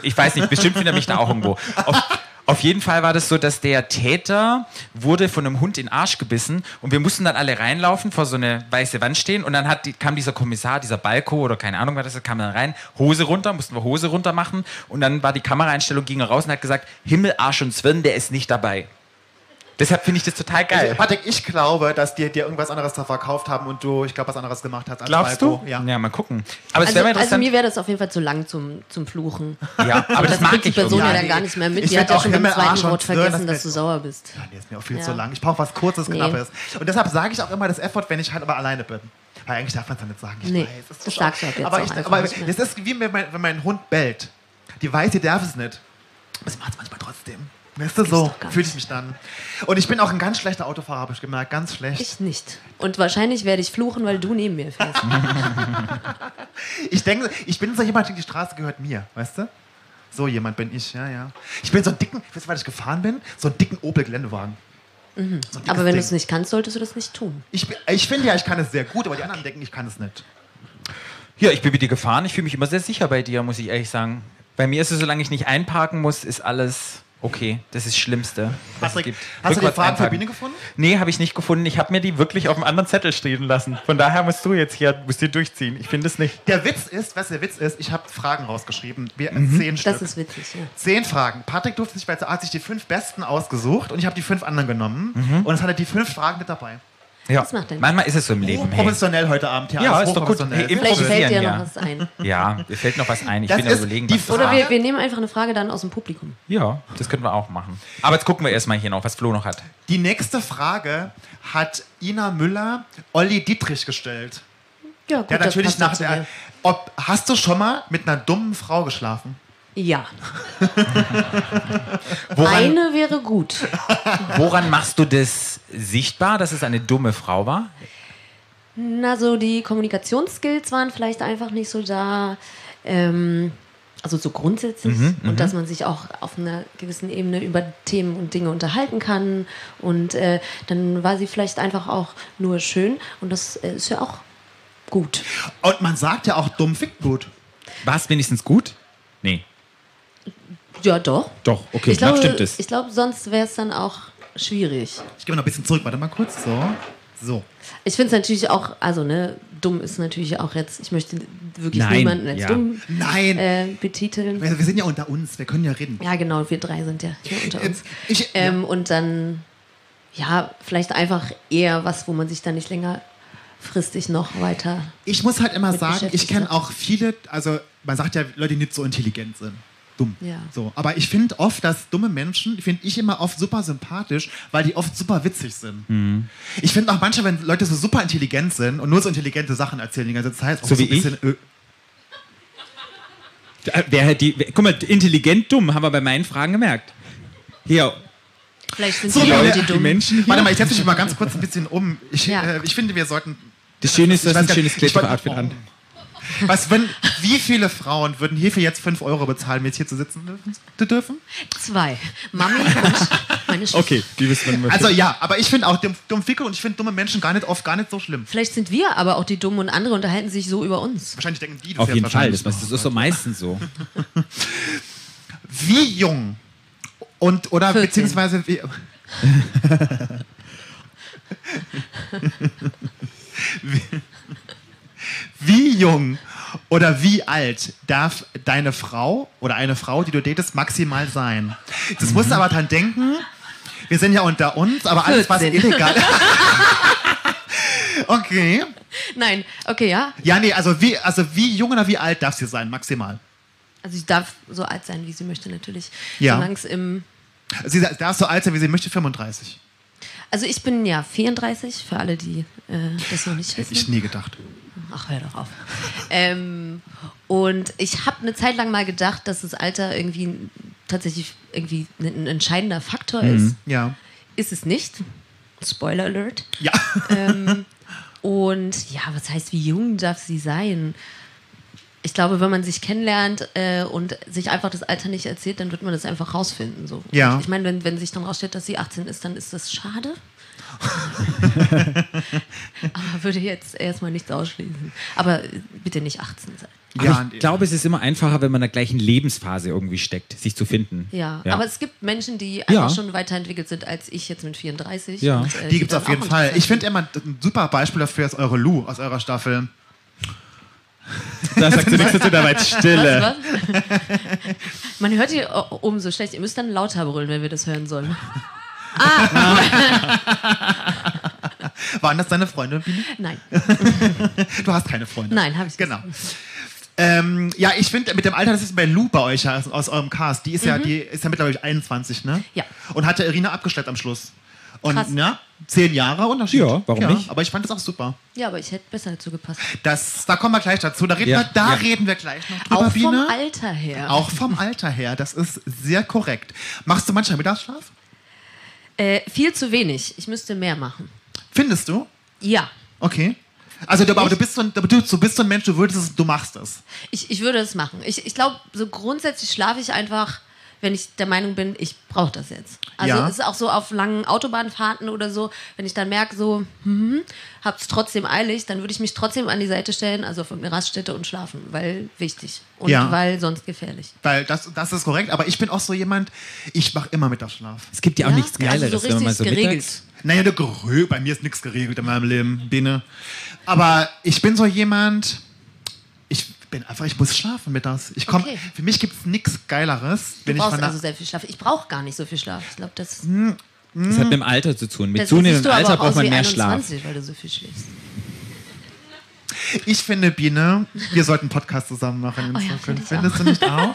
S3: Ich weiß nicht, bestimmt findet er mich da auch irgendwo. Auf, auf jeden Fall war das so, dass der Täter wurde von einem Hund in den Arsch gebissen und wir mussten dann alle reinlaufen, vor so eine weiße Wand stehen und dann hat die, kam dieser Kommissar, dieser Balko oder keine Ahnung, wer das ist, kam dann rein, Hose runter, mussten wir Hose runter machen und dann war die Kameraeinstellung, ging er raus und hat gesagt, Himmel, Arsch und Zwirn, der ist nicht dabei. Deshalb finde ich das total
S2: Also,
S3: geil.
S2: Patrick, ich glaube, dass die dir irgendwas anderes da verkauft haben und du, ich glaube, was anderes gemacht hast. als
S3: Glaubst du?
S2: Falco. Ja.
S3: ja, mal gucken. Aber es
S4: also,
S3: wäre mal
S4: also
S3: interessant.
S4: mir wäre das auf jeden Fall zu lang zum, zum
S2: (laughs)
S4: Fluchen.
S3: ja, aber das
S4: das kriegt
S3: mag
S4: die
S3: ich irgendwie.
S4: Person ja
S2: Ja,
S4: dann
S2: nee.
S4: gar nicht mehr mit.
S2: Ich
S4: Die hat
S2: find
S4: ja
S2: auch
S4: schon beim
S2: Himmel, Arsch
S4: zweiten
S2: und
S4: Wort
S2: Zwirn,
S4: vergessen,
S2: das
S4: dass du sauer bist.
S2: Nee, ist mir auch viel
S4: Ja.
S2: zu lang. Ich brauche was Kurzes,
S4: Nee.
S2: Knappes. Und deshalb sage ich auch immer das F-Wort, wenn ich halt aber alleine bin. Weil eigentlich darf man es ja nicht sagen. Ich
S4: Nee,
S2: weiß. es ist
S4: das
S2: so
S4: sagst
S2: schau-
S4: du ab jetzt
S2: aber
S4: auch
S2: ich,
S4: einfach
S2: aber
S4: nicht mehr.
S2: Das ist wie wenn mein, wenn mein Hund bellt. Die weiß, die darf es nicht. Aber sie macht es manchmal trotzdem. Weißt du, so
S4: doch gar
S2: fühle ich mich dann. Und ich bin auch ein ganz schlechter Autofahrer, habe ich gemerkt. Ganz schlecht. Ich,
S4: Ich nicht. Und wahrscheinlich werde ich fluchen, weil du neben mir fährst.
S2: denke, ich bin so jemand, die Straße gehört mir, weißt du? So jemand bin ich, ja, ja. Ich bin so einen dicken, weißt du, weil ich gefahren bin? So einen dicken Opel-Geländewagen. So ein dickes
S4: Mhm. Aber wenn du
S2: Ding.
S4: es nicht kannst, solltest du das nicht tun.
S2: Ich, bin- ich finde ja, ich kann es sehr gut, aber die anderen denken, ich kann es nicht.
S3: Ja, ich bin mit dir gefahren. Ich fühle mich immer sehr sicher bei dir, muss ich ehrlich sagen. Bei mir ist es, solange ich nicht einparken muss, ist alles. Okay, das ist das Schlimmste. Was
S2: Patrick,
S3: es gibt.
S2: hast du die Fragen
S3: Rückwärts
S2: für
S3: einparken.
S2: Biene gefunden?
S3: Nee, habe ich nicht gefunden. Ich habe mir die wirklich auf einem anderen Zettel stehen lassen. Von daher musst du jetzt hier, musst du durchziehen. Ich finde es nicht.
S2: Der Witz ist, was der Witz ist, ich habe Fragen rausgeschrieben. Wir, Zehn Stück.
S4: Das ist witzig, ja.
S2: Zehn Fragen. Patrick durfte sich, weil er hat sich die fünf besten ausgesucht und ich habe die fünf anderen genommen. Und es hat er die fünf Fragen mit dabei.
S3: Ja.
S4: Was macht denn?
S3: Manchmal ist es
S2: Oh,
S3: so im Leben. Hey.
S2: Professionell heute Abend, ja.
S3: Ja,
S2: alles
S3: ist doch gut.
S2: hochprofessionell.
S3: Hey, im-
S4: Vielleicht fällt dir
S3: Ja.
S4: noch
S2: (laughs)
S4: was ein.
S3: Ja, mir fällt noch was ein. Ich
S2: Das
S3: bin am
S2: ist
S3: überlegen.
S2: die
S3: was das
S2: Frage-
S4: Oder
S3: war.
S4: wir, wir nehmen einfach eine Frage dann aus dem Publikum.
S3: Ja, das könnten wir auch machen. Aber jetzt gucken wir erstmal hier noch, was Flo noch hat.
S2: Die nächste Frage hat Ina Müller Olli Dietrich gestellt.
S4: Ja, gut,
S2: Ja,
S4: das
S2: natürlich
S4: passt
S2: nach
S4: dazu,
S2: der. Ob, hast du schon mal mit einer dummen Frau geschlafen?
S4: Ja,
S3: Woran,
S4: eine wäre gut.
S3: woran machst du das sichtbar, dass es eine dumme Frau war?
S4: Na, so die Kommunikationsskills waren vielleicht einfach nicht so da. Ähm, also so grundsätzlich.
S5: Mhm,
S4: und dass man sich auch auf einer gewissen Ebene über Themen und Dinge unterhalten kann. Und äh, dann war sie vielleicht einfach auch nur schön. Und das äh, ist ja auch gut.
S2: Und man sagt ja auch dumm fickt gut.
S3: War es wenigstens gut? Nee.
S4: Ja, doch.
S5: Doch, okay,
S4: ich
S5: dann
S4: glaube,
S5: stimmt es.
S4: Ich glaube, sonst wäre es dann auch schwierig.
S2: Ich gebe noch ein bisschen zurück. Warte mal kurz. So. So.
S4: Ich finde es natürlich auch, also ne, dumm ist natürlich auch jetzt, ich möchte wirklich
S5: Nein,
S4: niemanden als
S5: ja.
S4: dumm
S2: Nein.
S4: äh, betiteln.
S2: Wir, wir sind ja unter uns. Wir können ja reden.
S4: Ja, genau, wir drei sind ja hier unter uns.
S2: Ich,
S4: Ähm, Und dann, ja, vielleicht einfach eher was, wo man sich dann nicht längerfristig noch weiter.
S2: ich muss halt immer
S4: mit
S2: sagen, ich
S4: beschäftigt
S2: kenne
S4: hat.
S2: auch viele, also man sagt ja, Leute, die nicht so intelligent sind. Dumm.
S4: Ja.
S2: So. Aber ich finde oft, dass dumme Menschen, finde ich immer oft super sympathisch, weil die oft super witzig sind. Ich finde auch manchmal, wenn Leute so super intelligent sind und nur so intelligente Sachen erzählen die ganze Zeit, auch
S5: So wie
S2: ein bisschen, Ö
S5: Äh, Wer hat die, wer, guck mal, intelligent dumm, haben wir bei meinen Fragen gemerkt. Hier,
S4: Vielleicht sind
S2: So,
S4: die
S2: wie
S4: Leute
S2: alle-
S4: dumm.
S5: Menschen
S2: Warte mal, ich (laughs) setze mich mal ganz kurz ein bisschen um. Ich,
S4: Ja.
S2: äh, ich finde, wir sollten.
S5: Das Schöne ist,
S2: Ich
S5: dass
S2: weiß
S5: ein
S2: gar
S5: schönes
S2: nicht, ich wollte-
S5: Klettverartfit an.
S2: (laughs) Was, wenn, wie viele Frauen würden hierfür jetzt 5 Euro bezahlen, um jetzt hier zu sitzen dürfen? dürfen?
S4: Zwei. Mami und meine
S2: Oh.
S4: Schwester.
S5: Okay, die wissen wir
S2: Also ja, aber ich finde auch dumm, dumm Ficke und ich finde dumme Menschen gar nicht oft gar nicht so schlimm.
S4: Vielleicht sind wir aber auch die Dummen und andere unterhalten sich so über uns.
S2: Wahrscheinlich denken die das
S5: Auf
S2: jetzt
S5: jeden Fall,
S2: wahrscheinlich
S5: das, das ist so meistens so.
S2: Wie jung und oder
S4: 14.
S2: beziehungsweise wie, (laughs) Wie- wie jung oder wie alt darf deine Frau oder eine Frau, die du datest, maximal sein? Das musst du aber dran denken. Wir sind ja unter uns, aber alles was
S4: 14.
S2: illegal. (laughs) okay.
S4: Nein, okay, ja.
S2: Ja, nee, also wie also wie jung oder wie alt darf sie sein maximal?
S4: Also ich darf so alt sein, wie sie möchte, natürlich.
S2: Ja.
S4: Solange es im
S2: Sie darf so alt sein, wie sie möchte, 35.
S4: Also ich bin ja 34, für alle, die äh, das noch nicht
S2: Hätte ich
S4: wissen.
S2: nie gedacht.
S4: Ach, hör doch auf. ähm, und ich habe eine Zeit lang mal gedacht, dass das Alter irgendwie tatsächlich irgendwie ein, ein entscheidender Faktor ist.
S2: Ja.
S4: Ist es nicht. Spoiler Alert.
S2: Ja.
S4: Und ja, was heißt, wie jung darf sie sein? Ich glaube, wenn man sich kennenlernt äh, und sich einfach das Alter nicht erzählt, dann wird man das einfach rausfinden. So.
S2: Ja.
S4: Ich meine, wenn, wenn sich dann rausstellt, dass sie 18 ist, dann ist
S2: (laughs)
S4: das schade. Aber würde jetzt erstmal nichts ausschließen. Aber äh, bitte nicht 18 sein.
S5: Aber
S2: (laughs) Ja,
S5: ich glaube, es ist immer einfacher, wenn man in der gleichen Lebensphase irgendwie steckt, sich zu finden.
S4: Ja. aber es gibt Menschen, die einfach schon weiterentwickelt sind als ich jetzt mit 34.
S5: Ja.
S4: äh,
S2: Die gibt's
S4: dann
S2: auf jeden
S4: auch
S2: Fall. Ich
S4: interessant
S2: finde immer ein super Beispiel dafür ist eure Lou aus eurer Staffel.
S5: da sagt sie nichts dazu, da war
S4: (laughs)
S5: jetzt Stille.
S4: Was? Man hört die o- oben so schlecht. Ihr müsst dann lauter brüllen, wenn wir das hören sollen.
S2: Waren das deine Freunde, Biene?
S4: Nein,
S2: Du hast keine Freunde.
S4: nein, habe ich
S2: Genau.
S4: nicht.
S2: Ähm, ja, ich finde mit dem Alter, das ist bei Lou bei euch ja, aus, aus eurem Cast. Die ist ja, die ist ja mittlerweile 21, ne?
S4: Mhm. Ja.
S2: Und hat ja Irina abgestellt am Schluss. Und
S4: Krass.
S2: ne? Zehn Jahre Unterschied.
S5: Ja, warum nicht?
S2: Aber ich fand das auch super.
S4: Ja, aber ich hätte besser dazu gepasst.
S2: Das, da kommen wir gleich dazu. Da reden,
S5: Ja,
S2: wir, da
S5: ja.
S2: reden wir gleich noch drüber,
S4: Auch vom
S2: Biene.
S4: Alter her.
S2: Auch vom Alter her. Das ist sehr korrekt. Machst du manchmal Mittagsschlaf?
S4: Äh, viel zu wenig. Ich müsste mehr machen.
S2: Findest du?
S4: Ja.
S2: Okay. Also, du, aber du bist, so ein, du, du bist so ein Mensch, du würdest es, du machst es.
S4: Ich, ich würde es machen. Ich, ich glaube, so grundsätzlich schlafe ich einfach wenn ich der Meinung bin, ich brauche das jetzt. Also
S2: Ja.
S4: es ist auch so auf langen Autobahnfahrten oder so, wenn ich dann merke, so, hm, hab's trotzdem eilig, dann würde ich mich trotzdem an die Seite stellen, also auf irgendeine Raststätte und schlafen, weil wichtig und
S2: Ja.
S4: weil sonst gefährlich.
S2: Weil das, das ist korrekt, aber ich bin auch so jemand, ich mache immer Mittagsschlaf.
S3: Es gibt ja auch nichts Geileres,
S4: also so
S3: wenn man mal
S4: richtig
S3: so
S4: geregelt.
S3: mittags...
S2: Naja, ne, gerö- bei mir ist nichts geregelt in meinem Leben, Bene. Aber ich bin so jemand, ich bin einfach, ich muss schlafen mittags. Ich komm,
S4: Okay.
S2: Für mich gibt es nichts Geileres,
S4: Du
S2: wenn ich
S4: brauchst
S2: von der-
S4: also sehr viel Schlaf. Ich brauche gar nicht so viel Schlaf. Ich glaube, das,
S3: Das hat mit dem Alter zu tun. Mit
S4: das Mhm. siehst du
S3: zunehmendem
S4: aber
S3: Alter
S4: auch aus
S3: braucht man
S4: wie
S3: mehr
S4: 21, weil du so viel schläfst.
S2: Ich finde, Biene, wir sollten einen Podcast zusammen machen. in
S4: Oh ja,
S2: Zukunft.
S4: finde ich
S2: Findest du nicht auch?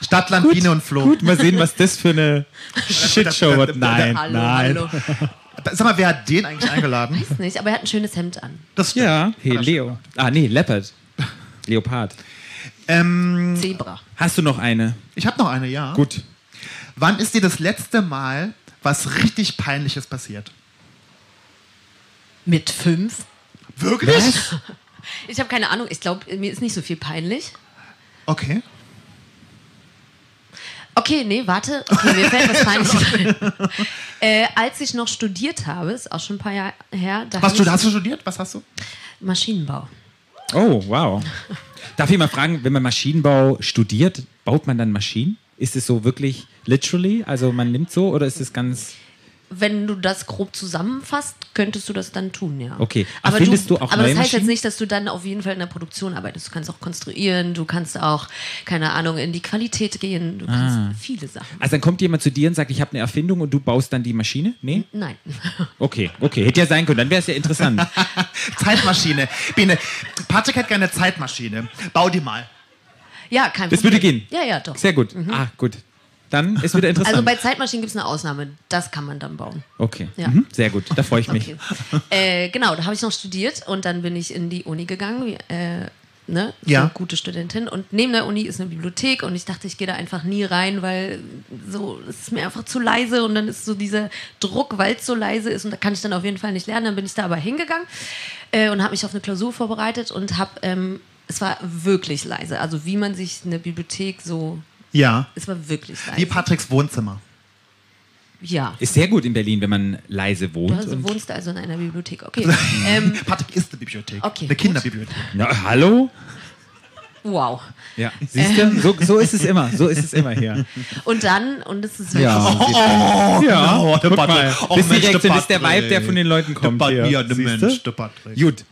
S2: Stadtland, Biene und Flo.
S3: Schlaf. Gut, mal sehen, was das
S2: (laughs)
S3: für eine Shitshow wird. Nein,
S4: hallo,
S3: nein.
S4: hallo.
S2: Da- Sag mal, wer hat den eigentlich eingeladen?
S4: Weiß nicht, aber er hat ein schönes Hemd an.
S2: Das stimmt.
S3: Ja, hey, Leo. Ah, nee, Leopard. Leopard. Mm.
S2: Ähm,
S4: Zebra.
S3: Hast du noch eine?
S2: ich habe noch eine, ja.
S3: Gut.
S2: Wann ist dir das letzte Mal was richtig Peinliches passiert?
S4: Mit fünf?
S2: Wirklich?
S4: Ich habe keine Ahnung. Ich glaube, mir ist nicht so viel peinlich.
S2: Okay.
S4: Okay, nee, warte. Okay, mir fällt
S3: (laughs)
S4: was peinlich ein. äh, als ich noch studiert habe, ist auch schon ein paar Jahre her, da
S2: Was
S4: hab
S2: du,
S4: ich
S2: hast du studiert? Was hast du?
S4: Maschinenbau.
S3: Oh, wow. Darf ich mal fragen, wenn man Maschinenbau studiert, baut man dann Maschinen? Ist es so wirklich literally? Also man nimmt so oder ist es ganz.
S4: Wenn du das grob zusammenfasst, könntest du das dann tun, ja.
S3: Okay. Erfindest du auch
S4: aber das
S3: neue
S4: heißt
S3: Maschinen?
S4: jetzt nicht, dass du dann auf jeden Fall in der Produktion arbeitest. Du kannst auch konstruieren, du kannst auch, keine Ahnung, in die Qualität gehen, du
S3: Ah.
S4: kannst viele Sachen.
S3: Also dann kommt jemand zu dir und sagt, ich habe eine Erfindung und du baust dann die Maschine? Nee?
S4: Nein. (laughs)
S3: Okay, okay. Hätte ja sein können, dann wäre es ja (laughs) interessant.
S2: Zeitmaschine. Biene, Patrick hat gerne eine Zeitmaschine. Bau die mal.
S4: Ja, kein
S3: Das würde
S4: Problem.
S3: gehen.
S4: Ja, ja, doch.
S3: Sehr gut. Ah, gut. Dann ist wieder interessant.
S4: Also bei Zeitmaschinen gibt es eine Ausnahme. Das kann man dann bauen.
S3: okay.
S4: Ja.
S3: Mhm. Sehr gut. Da freue ich mich.
S4: Okay. äh, genau, da habe ich noch studiert und dann bin ich in die Uni gegangen. wie, Äh, ne? So
S2: Ja.
S4: Eine gute Studentin. Und neben der Uni ist eine Bibliothek und ich dachte, ich gehe da einfach nie rein, weil so es ist mir einfach zu leise und dann ist so dieser Druck, weil es so leise ist und da kann ich dann auf jeden Fall nicht lernen. Dann bin ich da aber hingegangen äh, und habe mich auf eine Klausur vorbereitet und habe, ähm, es war wirklich leise. Also wie man sich eine Bibliothek so,
S2: Ja.
S4: es war wirklich leise.
S2: Wie Patricks Wohnzimmer.
S4: ja.
S3: Ist sehr gut in Berlin, wenn man leise wohnt.
S4: Du
S3: und-
S4: wohnst also in einer Bibliothek.
S3: (laughs)
S4: Okay. ähm,
S2: Patrick ist eine Bibliothek.
S4: Okay,
S2: Eine
S4: gut.
S2: Kinderbibliothek.
S3: Na, hallo?
S4: wow.
S3: Ja. (laughs) Ähm. Siehst du? So, so ist es immer. So ist es immer
S4: (laughs)
S3: hier.
S4: Und dann, und das ist wirklich.
S3: Oh, ja.
S2: Oh, der Patrick.
S3: Guck mal.
S2: Oh,
S3: Bist
S2: Mensch,
S3: direkt,
S2: der
S3: das ist der
S2: Patrick.
S3: Vibe, der von den Leuten kommt.
S2: Pat-
S3: hier.
S2: ja, der
S3: Siehst
S2: Mensch, der
S3: du?
S2: Patrick.
S3: Gut.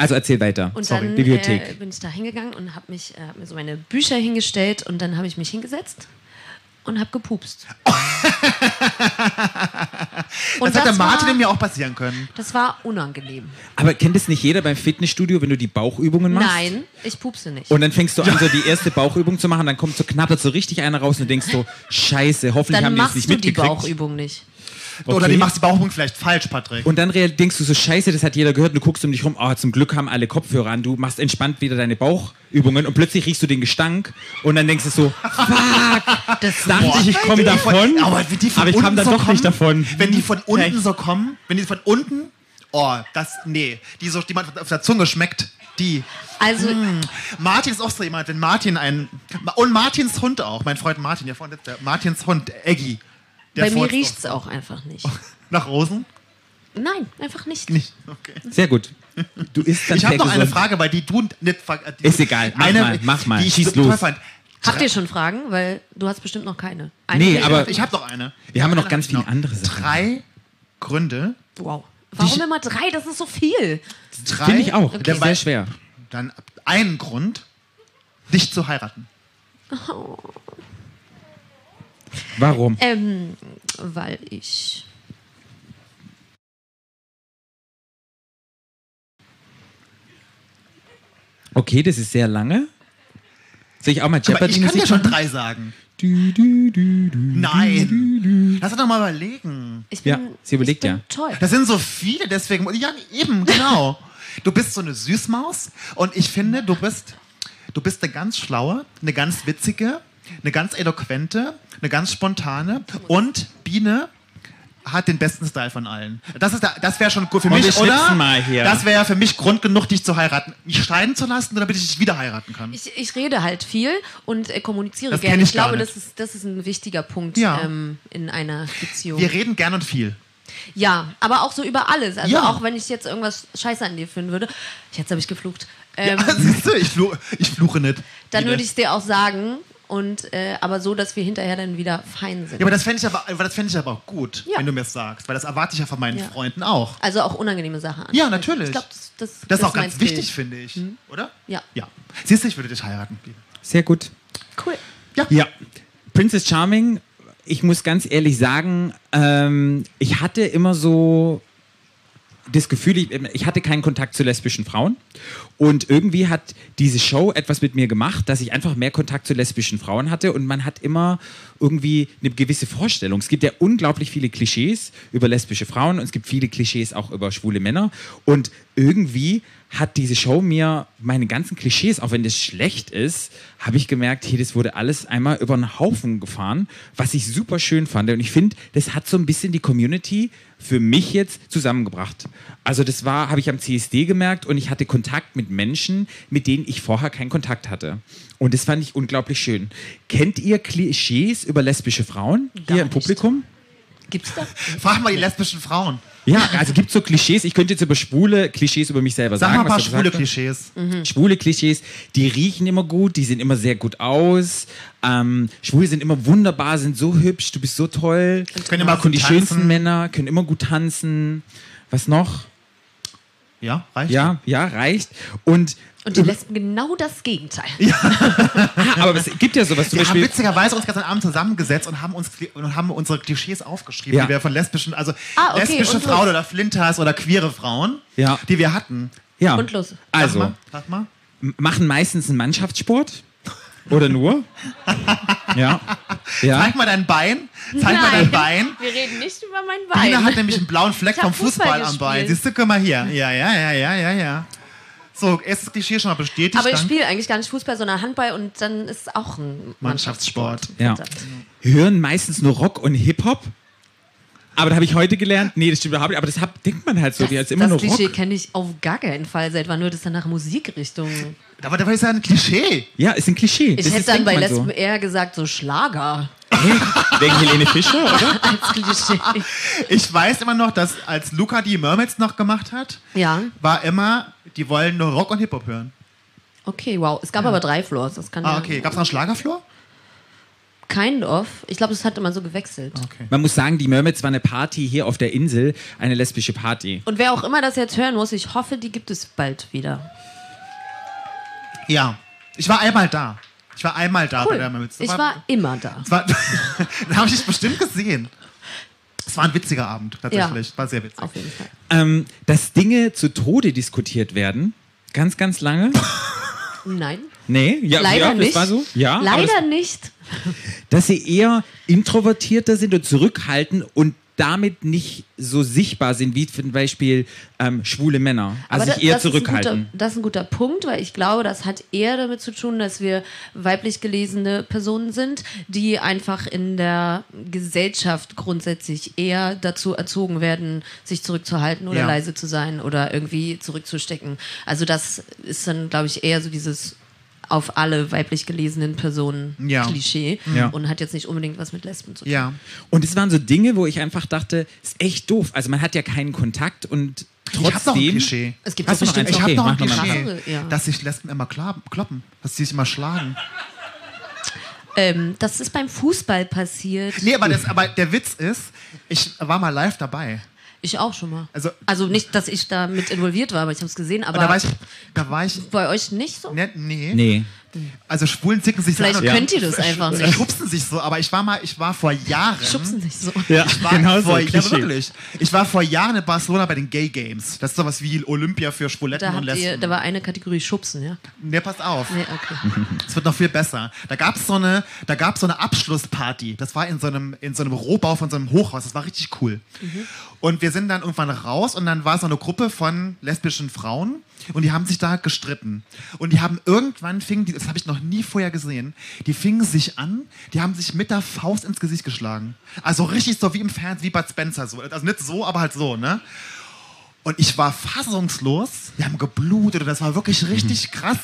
S3: Also erzähl weiter.
S4: Und
S3: Sorry.
S4: dann Äh,
S3: Bibliothek.
S4: bin ich da hingegangen und habe mich äh, hab mir so meine Bücher hingestellt und dann habe ich mich hingesetzt und habe gepupst.
S3: (laughs)
S4: und
S2: Das, hätte Martin
S4: war,
S2: mir auch passieren können.
S4: das war unangenehm.
S3: Aber kennt es nicht jeder beim Fitnessstudio, wenn du die Bauchübungen machst?
S4: Nein, ich pupse nicht.
S3: Und dann fängst du an, so die erste Bauchübung zu machen, dann kommt so knabbert so richtig einer raus und du denkst
S4: (laughs)
S3: so, scheiße, hoffentlich
S4: dann
S3: haben die es
S4: machst
S3: nicht
S4: du die
S3: mitgekriegt.
S4: Bauchübung nicht.
S2: Oder
S3: Okay.
S2: die machst die Bauchübung vielleicht falsch, Patrick.
S3: Und dann real- denkst du so, scheiße, das hat jeder gehört und du guckst um dich rum, oh, zum Glück haben alle Kopfhörer an, du machst entspannt wieder deine Bauchübungen und plötzlich riechst du den Gestank und dann denkst du so, fuck, das dachte ich, ich komme davon,
S2: aber, wenn die von
S3: aber ich
S2: unten
S3: kam dann
S2: so
S3: doch
S2: kommen,
S3: nicht davon.
S2: Wenn die von unten so kommen, wenn die von unten, oh, das, nee, die so, die man auf der Zunge schmeckt, die.
S3: Ah,
S4: Also,
S2: Martin ist auch so jemand, wenn Martin einen, und Martins Hund auch, mein Freund Martin, der Freund, der Martins Hund, Eggy. Der
S4: bei mir
S2: furzt
S4: riecht es auch einfach nicht.
S3: Oh.
S2: Nach Rosen?
S4: Nein, einfach nicht.
S2: Nicht, okay.
S3: Sehr gut. Du isst dann
S2: Ich habe
S3: sehr
S2: noch eine
S3: gesund.
S2: Frage, weil die du nicht... ver- äh, Die,
S3: Ist egal, mach mal, mach mal,
S2: die ich
S3: schieß
S2: so toll
S3: los.
S2: Fand.
S4: Habt ihr schon Fragen? Weil du hast bestimmt noch keine. Eine
S3: Nee,
S4: fehlt
S3: aber-
S4: noch.
S2: Ich habe noch eine.
S3: Wir haben
S2: Eine
S3: noch ganz
S2: hab ich
S3: viele andere Sachen.
S2: Drei Gründe,
S4: Wow. Warum immer drei? Das ist so viel.
S2: drei...
S3: Finde ich auch,
S2: Der
S3: sehr
S2: Wei-
S3: schwer.
S2: dann einen Grund, dich zu heiraten.
S3: Warum?
S4: Ähm, weil ich.
S3: Okay, das ist sehr lange. Soll ich auch mal
S2: Aber
S3: Jeopardy
S2: ich kann
S3: Musik
S2: ja schon
S3: machen?
S2: drei sagen.
S3: Du, du, du, du.
S2: Nein. Lass uns doch mal überlegen.
S4: ich bin,
S3: Ja, sie überlegt
S4: ich
S3: ja.
S4: bin Toll.
S2: Das sind so viele, deswegen. Ja,
S3: (laughs)
S2: eben, genau. Du bist so eine Süßmaus und ich finde, du bist, du bist eine ganz schlaue, eine ganz witzige, eine ganz eloquente, eine ganz spontane und Biene hat den besten Style von allen. Das, ist da, das wäre schon gut für
S3: Und
S2: mich,
S3: wir schnipsen
S2: oder?
S3: mal hier.
S2: Das wäre ja für mich Grund genug, dich zu heiraten. Mich scheiden zu lassen, damit ich dich wieder heiraten kann.
S4: Ich, ich rede halt viel und äh, kommuniziere
S2: Das kenn
S4: gerne.
S2: ich
S4: Ich glaube,
S2: gar nicht.
S4: das ist, das ist ein wichtiger Punkt
S2: Ja.
S4: ähm, in einer Beziehung.
S2: Wir reden gern und viel.
S4: Ja, aber auch so über alles. Also
S2: Ja.
S4: auch wenn ich jetzt irgendwas Scheiße an dir finden würde. Jetzt habe ich geflucht. Ähm,
S2: ja, (laughs) siehst du, ich, fluche, ich fluche nicht.
S4: dann
S2: Liebe.
S4: würde ich es dir auch sagen. Und äh, aber so, dass wir hinterher dann wieder fein sind.
S2: Ja, aber das fände ich, aber- aber das fänd ich aber auch gut,
S4: Ja.
S2: wenn du mir das sagst, weil das erwarte ich ja von meinen
S4: Ja.
S2: Freunden auch.
S4: also auch unangenehme Sachen an.
S2: Ja, natürlich.
S4: Ich glaube, das, das,
S2: Das, ist auch
S4: mein
S2: ganz
S4: Skill.
S2: wichtig, finde ich. Oder?
S4: Ja.
S2: Ja. Siehst du, ich würde dich heiraten. Liebe.
S3: Sehr gut.
S4: Cool.
S3: Ja. Princess Charming, ich muss ganz ehrlich sagen, ähm, ich hatte immer so das Gefühl, ich, ich hatte keinen Kontakt zu lesbischen Frauen. Und irgendwie hat diese Show etwas mit mir gemacht, dass ich einfach mehr Kontakt zu lesbischen Frauen hatte. Und man hat immer irgendwie eine gewisse Vorstellung. Es gibt ja unglaublich viele Klischees über lesbische Frauen und es gibt viele Klischees auch über schwule Männer. Und irgendwie hat diese Show mir meine ganzen Klischees, auch wenn das schlecht ist, habe ich gemerkt, hier, das wurde alles einmal über den Haufen gefahren, was ich super schön fand. Und ich finde, das hat so ein bisschen die Community für mich jetzt zusammengebracht. Also das war, habe ich am CSD gemerkt und ich hatte Kontakt mit Menschen, mit denen ich vorher keinen Kontakt hatte. Und das fand ich unglaublich schön. Kennt ihr Klischees über lesbische Frauen
S4: Gar
S3: hier im
S4: nicht.
S3: Publikum?
S4: Gibt's
S2: (laughs)
S4: da?
S2: Frag mal die lesbischen Frauen.
S3: Ja, also gibt es so Klischees. Ich könnte jetzt über schwule Klischees über mich selber
S2: Sag
S3: sagen.
S2: mal ein paar
S3: was du gesagt
S2: schwule
S3: hast. Mhm.
S2: Klischees.
S4: Mhm.
S3: Schwule Klischees, die riechen immer gut, die sehen immer sehr gut aus. Ähm, Schwule sind immer wunderbar, sind so hübsch, du bist so toll.
S2: Können immer
S3: Und
S2: gut
S3: die
S2: tanzen.
S3: schönsten Männer, können immer gut tanzen. Was noch?
S2: Ja, reicht.
S3: Ja, ja, reicht. Und,
S4: Und die Lesben genau das Gegenteil. (laughs)
S3: ah, aber es gibt ja sowas zum
S2: Wir haben
S3: Beispiel.
S2: witzigerweise uns gestern Abend zusammengesetzt und haben uns und haben unsere Klischees aufgeschrieben,
S3: Ja.
S2: die wir von lesbischen, also
S4: Ah, okay,
S2: lesbische
S4: und los.
S2: Frauen oder Flinters oder queere Frauen,
S3: Ja.
S2: die wir hatten.
S3: Ja.
S4: Und los.
S3: Also,
S2: Sag mal, sag mal.
S3: m- machen meistens einen Mannschaftssport. Oder
S4: (laughs)
S3: nur. ja. ja.
S2: Zeig mal dein Bein. Zeig halt mal dein Bein.
S4: Wir reden nicht über mein
S2: Dina hat
S4: Bein.
S2: nämlich einen blauen Fleck
S4: Ich hab
S2: vom Fußball,
S4: Fußball
S2: am Bein.
S4: gespielt.
S2: Siehst du, guck mal hier. Ja, ja, ja, ja, ja, ja. So, erstes Klischee schon mal bestätigt.
S4: Aber ich
S2: dann
S4: spiele eigentlich gar nicht Fußball, sondern Handball und dann ist es auch ein
S2: Mannschaftssport.
S4: Mannschaftssport.
S3: ja. Hören meistens nur Rock und Hip-Hop. Aber da habe ich heute gelernt, nee, das stimmt überhaupt nicht. Aber das hab, denkt man halt so, die
S4: Das,
S3: hat immer
S4: das
S3: nur
S4: Klischee
S3: Rock.
S4: kenne ich auf gar keinen Fall. Seit wann wird es dann nach Musikrichtung?
S2: Aber da war ja ein Klischee.
S3: Ja, ist ein Klischee.
S4: Ich
S3: das
S4: hätte
S3: ist,
S4: dann
S3: denkt
S4: bei
S3: man
S4: Lesben eher gesagt, so Schlager (laughs)
S3: So. Wegen Helene Fischer, oder?
S4: als Klischee.
S2: Ich weiß immer noch, dass als Luca die Mermaids noch gemacht hat,
S4: ja,
S2: war immer, die wollen nur Rock und Hip-Hop hören.
S4: okay, wow. Es gab aber drei Floors. Das kann
S2: Ah, okay. Gab's noch einen Schlagerflor?
S4: Kind of. Ich glaube, das hat immer so gewechselt.
S2: Okay.
S3: Man muss sagen, die Mermaids war eine Party hier auf der Insel, eine lesbische Party.
S4: Und wer auch immer das jetzt hören muss, ich hoffe, die gibt es bald wieder.
S2: Ja. Ich war einmal da. Ich war einmal da bei
S4: Cool.
S2: der Mermaids. Das
S4: Ich war immer da.
S2: das war (laughs) da habe ich dich bestimmt gesehen. Es war ein witziger Abend, tatsächlich. War sehr witzig.
S4: Auf jeden Fall.
S3: Ähm, dass Dinge zu Tode diskutiert werden, ganz, ganz lange.
S4: Nein.
S3: Nee, ja,
S4: Leider
S3: ja das
S4: nicht.
S3: war so. Ja, aber das
S4: Leider nicht.
S3: dass sie eher introvertierter sind und zurückhaltend und damit nicht so sichtbar sind wie zum Beispiel ähm, schwule Männer. Also
S4: Aber
S3: sich
S4: da-
S3: eher
S4: das ist ein
S3: zurückhalten.
S4: guter- Das ist ein guter Punkt, weil ich glaube, das hat eher damit zu tun, dass wir weiblich gelesene Personen sind, die einfach in der Gesellschaft grundsätzlich eher dazu erzogen werden, sich zurückzuhalten oder
S2: Ja.
S4: leise zu sein oder irgendwie zurückzustecken. Also das ist dann, glaube ich, eher so dieses auf alle weiblich gelesenen Personen
S2: Ja.
S4: Klischee
S3: Ja.
S4: und hat jetzt nicht unbedingt was mit Lesben zu tun.
S2: Ja.
S3: Und es waren so Dinge, wo ich einfach dachte, ist echt doof. Also man hat ja keinen Kontakt und
S2: Ich hab noch ein
S3: trotzdem.
S2: Klischee.
S4: Es gibt
S3: Hast
S4: doch
S3: du noch
S4: bestimmt
S3: eins?
S2: Ich
S4: auch
S2: habe
S3: Okay,
S2: noch ein
S3: mach noch mal.
S2: Klischee,
S4: Ach so, ja.
S2: dass sich Lesben immer kla- kloppen, dass sie sich immer schlagen.
S4: Ähm, das ist beim Fußball passiert.
S2: (laughs) Nee, aber, das, aber der Witz ist, ich war mal live dabei.
S4: Ich auch schon mal.
S2: Also-
S4: Also, nicht, dass ich da mit involviert war, aber ich habe es gesehen.
S2: Und
S4: Aber
S2: da war ich, da war ich,
S4: bei euch nicht so?
S2: ne, nee,
S3: Nee.
S2: also Schwulen zicken sich
S4: Vielleicht
S2: so an und
S4: könnt ihr das einfach
S2: sch-
S4: nicht.
S2: schubsen sich so, aber ich war mal, ich war vor Jahren,
S4: Schubsen nicht so.
S2: ich war
S3: genau
S2: vor, ja, wirklich, ich war vor Jahren in Barcelona bei den Gay Games. Das ist sowas wie Olympia für Schwuletten
S4: Da,
S2: und
S4: habt ihr,
S2: Lesben.
S4: da war eine Kategorie Schubsen, ja?
S2: Ne, pass auf.
S4: Nee, okay.
S2: Es wird noch viel besser. Da gab es so eine, da gab's so eine Abschlussparty. Das war in so einem, in so einem Rohbau von so einem Hochhaus. Das war richtig cool. Und wir sind dann irgendwann raus und dann war so eine Gruppe von lesbischen Frauen und die haben sich da gestritten. Und die haben irgendwann fingen die, das habe ich noch nie vorher gesehen. Die fingen sich an, die haben sich mit der Faust ins Gesicht geschlagen. Also richtig so wie im Fernsehen, wie Bud Spencer. So. Also nicht so, aber halt so, ne? Und ich war fassungslos. Die haben geblutet und das war wirklich richtig krass.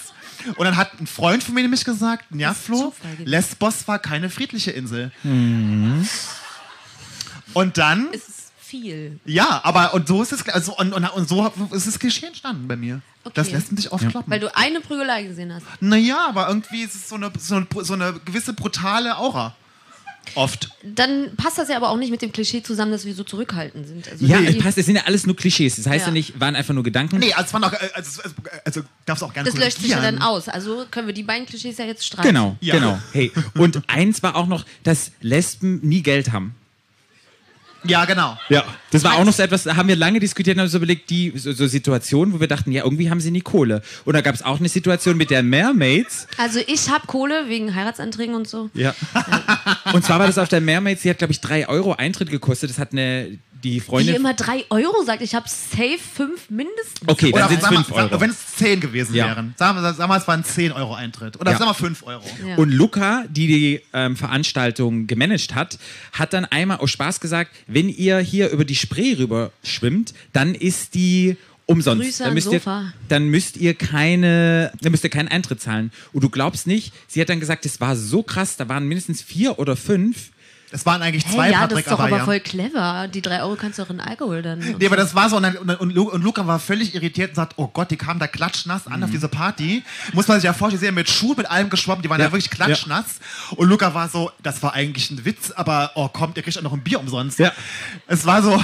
S2: Und dann hat ein Freund von mir nämlich gesagt, ja Flo,
S4: Zufall gibt.
S2: Lesbos war keine friedliche Insel. Und dann,
S4: Es ist viel.
S2: ja, aber und so ist es, also, und, und, und so ist das Klischee entstanden bei mir. Das
S4: Okay.
S2: lässt sich oft klappen.
S4: Weil du eine Prügelei gesehen hast.
S2: Naja, aber irgendwie ist es so eine, so eine, so eine gewisse brutale Aura. Oft.
S4: Dann passt das ja aber auch nicht mit dem Klischee zusammen, dass wir so zurückhaltend sind. Also
S3: Ja,
S4: die-
S3: es passt, es sind ja alles nur Klischees. Das heißt ja,
S4: Ja.
S3: nicht, waren einfach nur Gedanken.
S2: Nee, also es waren auch, äh, also, also, also darfst auch gerne
S4: Das löscht sich ja
S2: kommentieren.
S4: dann aus. Also können wir die beiden Klischees ja jetzt streichen.
S3: Genau,
S2: Ja.
S3: genau. Hey, und eins war auch noch, dass Lesben nie Geld haben.
S2: Ja, genau.
S3: Ja. Das war auch noch so etwas, da haben wir lange diskutiert und haben uns überlegt, die so, so Situationen, wo wir dachten, ja, irgendwie haben sie nie Kohle. Und da gab es auch eine Situation mit der Mermaids.
S4: Also ich habe Kohle wegen Heiratsanträgen und so.
S3: Ja. Und zwar war das auf der Mermaids, die hat, glaube ich, drei Euro Eintritt gekostet. Das hat eine, die
S4: Die
S3: Freundin.
S4: immer 3 Euro sagt. Ich habe safe 5 mindestens.
S3: Okay, dann
S2: Oder
S3: sind es
S2: sag mal,
S3: 5
S2: sag-
S3: Euro.
S2: Wenn es 10 gewesen
S3: Ja.
S2: wären. Sag mal, sag mal, es waren 10 Euro Eintritt. Oder
S3: Ja.
S2: sag mal 5 Euro.
S4: Ja.
S3: Und Luca, die die ähm, Veranstaltung gemanagt hat, hat dann einmal aus Spaß gesagt, wenn ihr hier über die Spree rüber schwimmt, dann ist die umsonst.
S4: Grüße
S3: dann,
S4: an
S3: müsst
S4: Sofa.
S3: Ihr, dann müsst ihr keine, dann müsst ihr keinen Eintritt zahlen. Und du glaubst nicht, sie hat dann gesagt, das war so krass, da waren mindestens vier oder fünf.
S2: Es waren eigentlich zwei
S4: Hey, ja, das
S2: Patrick,
S4: ist doch aber
S2: ja.
S4: voll clever. Die 3 Euro kannst du auch in
S2: (laughs)
S4: Alkohol dann.
S2: Nee, aber das war so. Und, dann, und, und, Lu- und Luca war völlig irritiert und sagt: Oh Gott, die kamen da klatschnass
S3: Mhm.
S2: an auf diese Party. Muss man sich ja vorstellen, sie sind ja mit Schuhen, mit allem geschwommen, die waren ja,
S3: Ja,
S2: wirklich klatschnass. Und Luca war so: Das war eigentlich ein Witz, aber oh, kommt, ihr kriegt auch noch ein Bier umsonst.
S3: Ja.
S2: Es war so,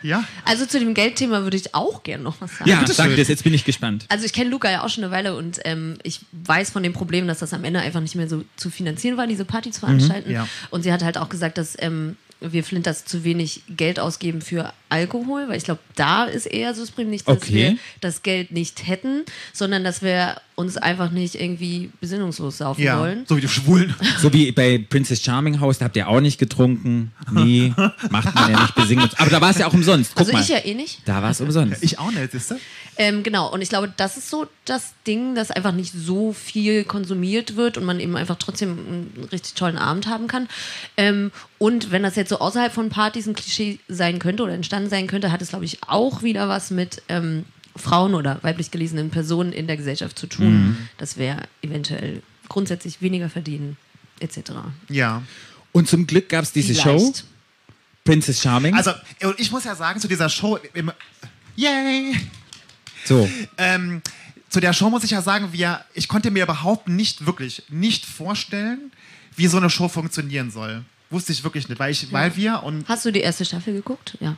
S2: ja.
S4: Also zu dem Geldthema würde ich auch gerne noch was sagen.
S3: Ja,
S2: bitteschön.
S3: sag das, jetzt bin ich gespannt.
S4: Also ich kenne Luca ja auch schon eine Weile und ähm, ich weiß von dem Problem, dass das am Ende einfach nicht mehr so zu finanzieren war, diese Party zu veranstalten.
S2: Mhm, ja.
S4: Und sie hat halt auch gesagt, dass ähm, wir Flinters zu wenig Geld ausgeben für Alkohol, weil ich glaube, da ist eher so das Problem nicht, dass
S3: Okay.
S4: wir das Geld nicht hätten, sondern dass wir uns einfach nicht irgendwie besinnungslos saufen
S2: Ja,
S4: wollen.
S2: so wie die Schwulen.
S3: So wie bei Princess Charming House, da habt ihr auch nicht getrunken. Nee, macht man ja nicht besingen. Aber da war es ja auch umsonst. Guck
S4: Also
S3: mal.
S4: ich ja eh nicht.
S3: da war es umsonst.
S2: Ich auch nicht, siehst du?
S4: Ähm, genau, und ich glaube, das ist so das Ding, dass einfach nicht so viel konsumiert wird und man eben einfach trotzdem einen richtig tollen Abend haben kann. Ähm, und wenn das jetzt so außerhalb von Partys ein Klischee sein könnte oder entstanden sein könnte, hat es, glaube ich, auch wieder was mit ähm, Frauen oder weiblich gelesenen Personen in der Gesellschaft zu tun,
S2: Mhm.
S4: dass wir eventuell grundsätzlich weniger verdienen, etc.
S2: Ja.
S3: Und zum Glück gab es diese Show,
S4: Vielleicht.
S3: Princess Charming.
S2: Also, und ich muss ja sagen, zu dieser Show, im, yay!
S3: so.
S2: Ähm, zu der Show muss ich ja sagen, wir, ich konnte mir überhaupt nicht wirklich nicht vorstellen, wie so eine Show funktionieren soll. Wusste ich wirklich nicht, weil ich, weil wir und
S4: Hast du die erste Staffel geguckt? Ja.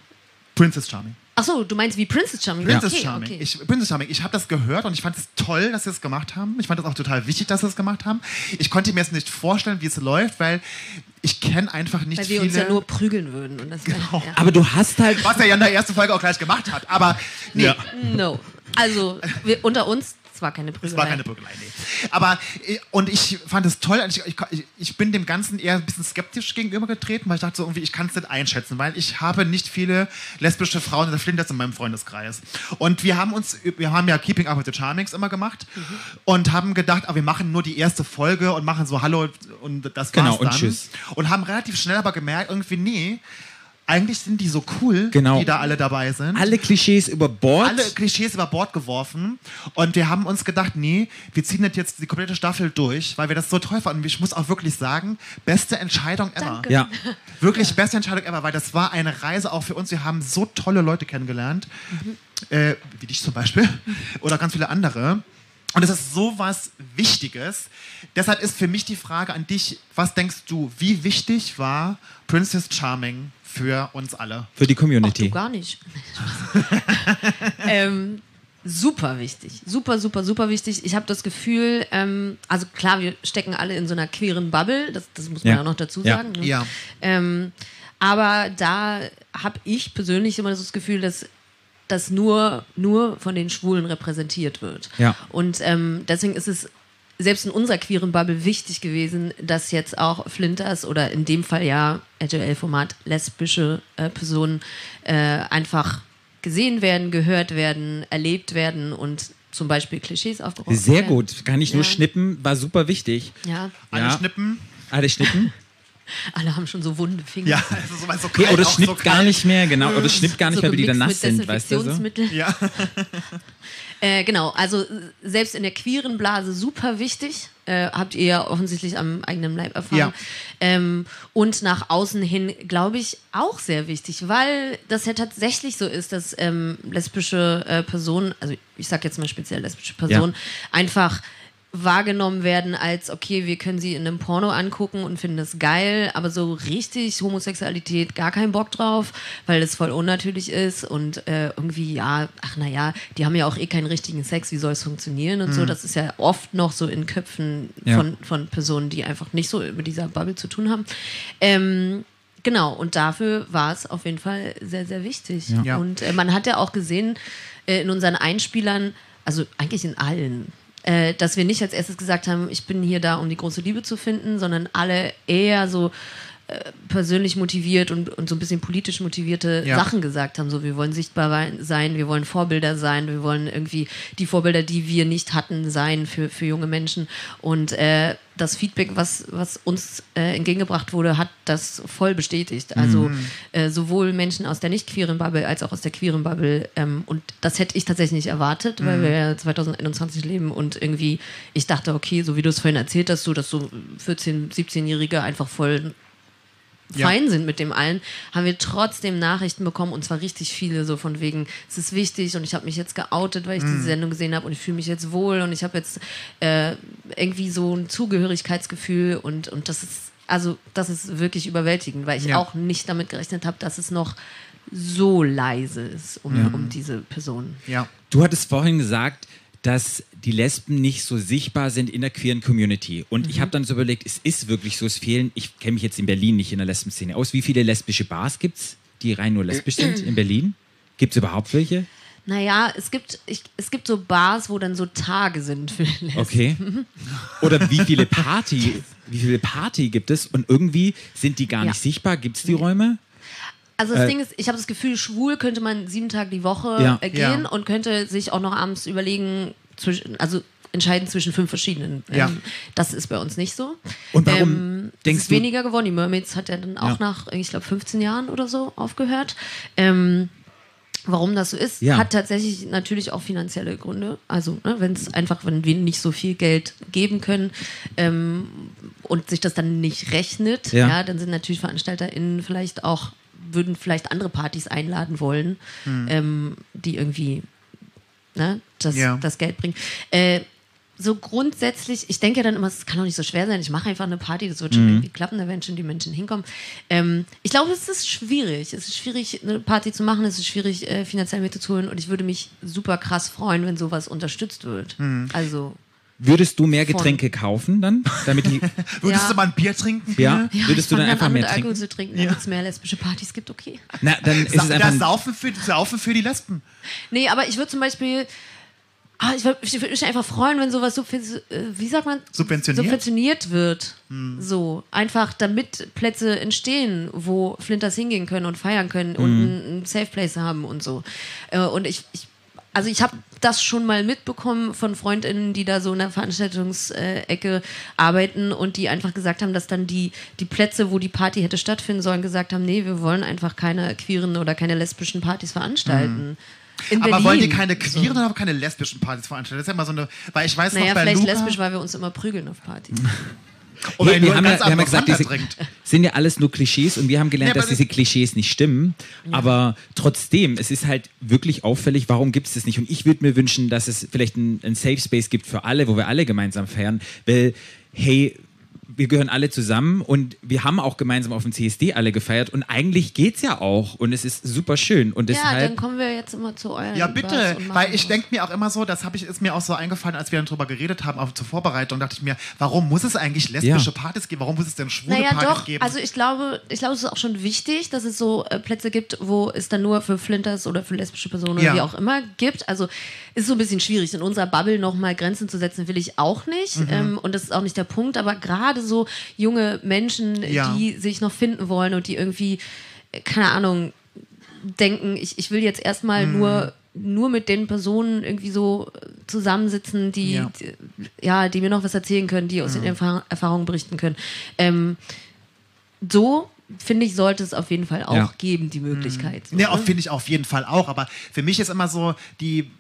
S2: Princess Charming.
S4: Ach so, du meinst wie Princess Charming?
S2: Princess
S4: okay,
S2: Charming.
S4: okay.
S2: Ich, Princess Charming. Ich habe das gehört und ich fand es toll, dass sie es gemacht haben. Ich fand es auch total wichtig, dass sie es gemacht haben. Ich konnte mir es nicht vorstellen, wie es läuft, weil ich kenne einfach nicht
S4: weil
S2: viele.
S4: wir uns ja nur prügeln würden. Und das genau. ja.
S3: Aber du hast halt.
S2: was er ja in der ersten Folge auch gleich gemacht hat. Aber nee,
S3: Ja.
S4: No. Also, wir, unter uns, es war keine Prügelei.
S2: Es war keine Bürgerei, nee. Aber, äh, und ich fand es toll, ich, ich, ich bin dem Ganzen eher ein bisschen skeptisch gegenübergetreten, weil ich dachte so irgendwie, ich kann es nicht einschätzen, weil ich habe nicht viele lesbische Frauen in der Flinters in meinem Freundeskreis. Und wir haben uns, wir haben ja Keeping Up with the Charmings immer gemacht
S3: Mhm.
S2: und haben gedacht, ah, wir machen nur die erste Folge und machen so Hallo und das
S3: Genau,
S2: war's
S3: und
S2: dann.
S3: tschüss.
S2: Und haben relativ schnell aber gemerkt, irgendwie, nee, eigentlich sind die so cool,
S3: Genau.
S2: die da alle dabei sind
S3: Alle Klischees über Bord.
S2: alle Klischees über Bord geworfen und wir haben uns gedacht, nee, wir ziehen das jetzt die komplette Staffel durch, weil wir das so toll fanden. Und Ich muss auch wirklich sagen, beste Entscheidung ever.
S3: (laughs)
S4: Danke.
S3: ja.
S2: Wirklich beste Entscheidung ever, weil das war eine Reise auch für uns. Wir haben so tolle Leute kennengelernt, äh, wie dich zum Beispiel (laughs) oder ganz viele andere. Und es ist so was Wichtiges. Deshalb ist für mich die Frage an dich, was denkst du, wie wichtig war Princess Charming für uns alle?
S3: Für die
S4: Ach, du
S3: Community.
S4: gar nicht. (laughs) ähm, super wichtig. Super, super, super wichtig. Ich habe das Gefühl, ähm, also klar, wir stecken alle in so einer queeren Bubble. Das, das muss man
S3: Ja.
S4: ja, auch noch dazu
S3: Ja.
S4: sagen. Ne?
S2: Ja.
S4: Ähm, aber da habe ich persönlich immer so das Gefühl, dass das nur, nur von den Schwulen repräsentiert wird.
S3: Ja.
S4: Und ähm, deswegen ist es selbst in unserer queeren Bubble wichtig gewesen, dass jetzt auch Flinters oder in dem Fall ja RTL-Format lesbische äh, Personen äh, einfach gesehen werden, gehört werden, erlebt werden und zum Beispiel Klischees aufgeräumt
S3: Sehr
S4: werden.
S3: gut. Kann ich nur
S4: Ja.
S3: schnippen, war super wichtig.
S4: Ja,
S2: Alle
S3: Ja.
S2: schnippen.
S3: Alle
S4: (laughs)
S3: schnippen?
S4: alle haben schon so wunde Finger.
S2: (laughs) Ja, also so, weil so
S3: Okay,
S2: kalt,
S3: oder
S2: auch so
S3: schnippt gar
S2: kalt.
S3: nicht mehr, genau.
S4: (laughs)
S3: Oder schnippt gar nicht
S4: so
S3: mehr, weil die dann
S4: gemixt
S3: nass
S4: mit
S3: sind, weißt du so?
S4: Desinfektionsmittel.
S2: Ja.
S4: (laughs) Äh, genau, also äh, selbst in der queeren Blase super wichtig. Äh, habt ihr ja offensichtlich am eigenen Leib erfahren.
S2: Ja.
S4: Ähm, und nach außen hin, glaube ich, auch sehr wichtig, weil das ja tatsächlich so ist, dass ähm, lesbische äh, Personen, also ich sage jetzt mal speziell lesbische Personen, einfach wahrgenommen werden als, okay, wir können sie in einem Porno angucken und finden das geil, aber so richtig Homosexualität gar keinen Bock drauf, weil das voll unnatürlich ist und äh, irgendwie, ja, ach naja, die haben ja auch eh keinen richtigen Sex, wie soll es funktionieren und so. Das ist ja oft noch so in Köpfen
S3: Ja.
S4: von, von Personen, die einfach nicht so mit dieser Bubble zu tun haben. Ähm, genau, und dafür war es auf jeden Fall sehr, sehr wichtig.
S2: Ja.
S4: Und äh, man hat ja auch gesehen äh, in unseren Einspielern, also eigentlich in allen, äh, dass wir nicht als erstes gesagt haben, ich bin hier da, um die große Liebe zu finden, sondern alle eher so äh, persönlich motiviert und, und so ein bisschen politisch motivierte
S2: Ja.
S4: Sachen gesagt haben. So, wir wollen sichtbar wei- sein, wir wollen Vorbilder sein, wir wollen irgendwie die Vorbilder, die wir nicht hatten, sein für, für junge Menschen. Und äh, das Feedback, was, was uns äh, entgegengebracht wurde, hat das voll bestätigt. Also äh, sowohl Menschen aus der nicht-queeren Bubble als auch aus der queeren Bubble. Ähm, und das hätte ich tatsächlich nicht erwartet, weil wir ja 2021 leben und irgendwie, ich dachte, okay, so wie du es vorhin erzählt hast, so, dass so 14-, 17-Jährige einfach voll
S2: Ja.
S4: fein sind mit dem allen, haben wir trotzdem Nachrichten bekommen und zwar richtig viele, so von wegen, es ist wichtig und ich habe mich jetzt geoutet, weil ich
S2: Mhm.
S4: diese Sendung gesehen habe und ich fühle mich jetzt wohl und ich habe jetzt äh, irgendwie so ein Zugehörigkeitsgefühl und, und das ist, also das ist wirklich überwältigend, weil ich
S2: Ja.
S4: auch nicht damit gerechnet habe, dass es noch so leise ist um, um diese Person.
S2: Ja.
S3: Du hattest vorhin gesagt, dass die Lesben nicht so sichtbar sind in der queeren Community. Und
S4: Mhm.
S3: ich habe dann so überlegt, es ist wirklich so, es fehlen, ich kenne mich jetzt in Berlin nicht in der Lesben-Szene aus. Wie viele lesbische Bars gibt es, die rein nur
S4: (clears throat)
S3: lesbisch sind in Berlin? Gibt es überhaupt welche?
S4: Naja, es gibt, ich, es gibt so Bars, wo dann so Tage sind für Lesben.
S3: Okay. (laughs) Oder wie viele Party, wie viele Party gibt es? Und irgendwie sind die gar
S4: Ja.
S3: nicht sichtbar. Gibt es die Räume?
S4: Also das Ding ist, ich habe das Gefühl, schwul könnte man sieben Tage die Woche
S3: Äh, Ja.
S4: äh, gehen
S2: Ja.
S4: und könnte sich auch noch abends überlegen, zwischen, also entscheiden zwischen fünf verschiedenen.
S2: Ja.
S4: Ähm, das ist bei uns nicht so. Ähm,
S3: Und warum
S4: es
S3: denkst
S4: ist
S3: du-
S4: weniger geworden. Die Mermaids hat ja dann
S3: Ja.
S4: auch nach, ich glaube, 15 Jahren oder so aufgehört. Ähm, Warum das so ist,
S3: Ja.
S4: hat tatsächlich natürlich auch finanzielle Gründe. Also, ne, wenn es einfach, wenn wir nicht so viel Geld geben können ähm, und sich das dann nicht rechnet,
S3: Ja.
S4: ja. dann sind natürlich VeranstalterInnen vielleicht auch, würden vielleicht andere Partys einladen wollen, ähm, die irgendwie ne, das,
S2: Ja.
S4: das Geld bringen. Äh, so grundsätzlich, ich denke dann immer, es kann doch nicht so schwer sein, ich mache einfach eine Party, das wird schon irgendwie klappen, da werden schon die Menschen hinkommen. Ähm, ich glaube, es ist schwierig. Es ist schwierig, eine Party zu machen, es ist schwierig, äh, finanziell Mittel zu holen und ich würde mich super krass freuen, wenn sowas unterstützt wird. Also,
S3: Würdest du mehr
S4: Von-
S3: Getränke kaufen dann, damit
S4: (laughs)
S3: die
S2: Würdest
S4: Ja.
S2: du mal ein Bier trinken?
S3: ja,
S2: Biene?
S4: ja, ich
S3: würdest du
S4: fang
S3: dann einfach
S4: an,
S3: mehr
S4: mit Alkohol
S3: trinken?
S4: zu trinken, damit es mehr lesbische Partys gibt, okay.
S3: Na, dann ist
S2: Sa
S3: es
S2: das
S3: einfach
S2: Saufen für, Saufen für die Lesben.
S4: Nee, aber ich würde zum Beispiel. Ah, ich würde ich würd mich einfach freuen, wenn sowas subven- äh, wie sagt man?
S2: Subventioniert?
S4: subventioniert wird. So. Einfach damit Plätze entstehen, wo Flinters hingehen können und feiern können und einen- einen Safe Place haben und so. Äh, und ich. ich also ich habe das schon mal mitbekommen von Freundinnen, die da so in der Veranstaltungsecke arbeiten und die einfach gesagt haben, dass dann die, die Plätze, wo die Party hätte stattfinden sollen, gesagt haben, nee, wir wollen einfach keine queeren oder keine lesbischen Partys veranstalten. In
S2: Aber
S4: Berlin.
S2: wollen die keine queeren oder keine lesbischen Partys veranstalten? Das ist ja immer so eine. Weil ich weiß
S4: Naja,
S2: noch, bei
S4: vielleicht
S2: Luca
S4: lesbisch, weil wir uns immer prügeln auf Partys.
S2: oder
S3: Hey,
S2: nur
S3: wir haben, ja,
S2: ganz
S3: wir haben ja
S2: einfach
S3: gesagt,
S2: Fanta
S3: diese,
S2: trinkt.
S3: sind ja alles nur Klischees und wir haben gelernt,
S2: Nee, aber
S3: dass diese Klischees nicht stimmen. Aber trotzdem, es ist halt wirklich auffällig, warum gibt es das nicht? Und ich würde mir wünschen, dass es vielleicht einen einen Safe Space gibt für alle, wo wir alle gemeinsam feiern, weil, hey, wir gehören alle zusammen und wir haben auch gemeinsam auf dem CSD alle gefeiert und eigentlich geht's ja auch und es ist super schön und
S4: Ja, dann
S3: deshalb
S4: kommen wir jetzt immer zu euren.
S2: Ja,
S4: Bars
S2: bitte,
S4: und machen
S2: weil ich
S4: was.
S2: denke mir auch immer so, das hab ich, ist mir auch so eingefallen, als wir dann drüber geredet haben, auch zur Vorbereitung, dachte ich mir, warum muss es eigentlich lesbische Partys geben? Warum muss es denn schwule
S4: Naja,
S2: Partys
S4: doch.
S2: geben?
S4: Also ich glaube, ich glaube, es ist auch schon wichtig, dass es so äh, Plätze gibt, wo es dann nur für Flinters oder für lesbische Personen
S2: Ja.
S4: oder wie auch immer gibt. Also ist so ein bisschen schwierig. In unserer Bubble nochmal Grenzen zu setzen, will ich auch nicht.
S2: Mhm.
S4: Ähm, und das ist auch nicht der Punkt. Aber gerade so junge Menschen,
S2: Ja.
S4: die sich noch finden
S2: Mhm.
S4: wollen und die irgendwie, äh, keine Ahnung, denken, ich, ich will jetzt erstmal nur nur mit den Personen irgendwie so zusammensitzen, die
S2: Ja. Mhm.
S4: ja, die, ja, die mir noch was erzählen können, die aus den Erfahr Erfahrungen berichten können. Ähm, so finde ich, sollte es auf jeden Fall auch
S5: Ja.
S4: geben, die Möglichkeit. So,
S2: Ne,
S4: ne?
S2: auf- finde ich auf jeden Fall auch. Aber für mich ist immer so die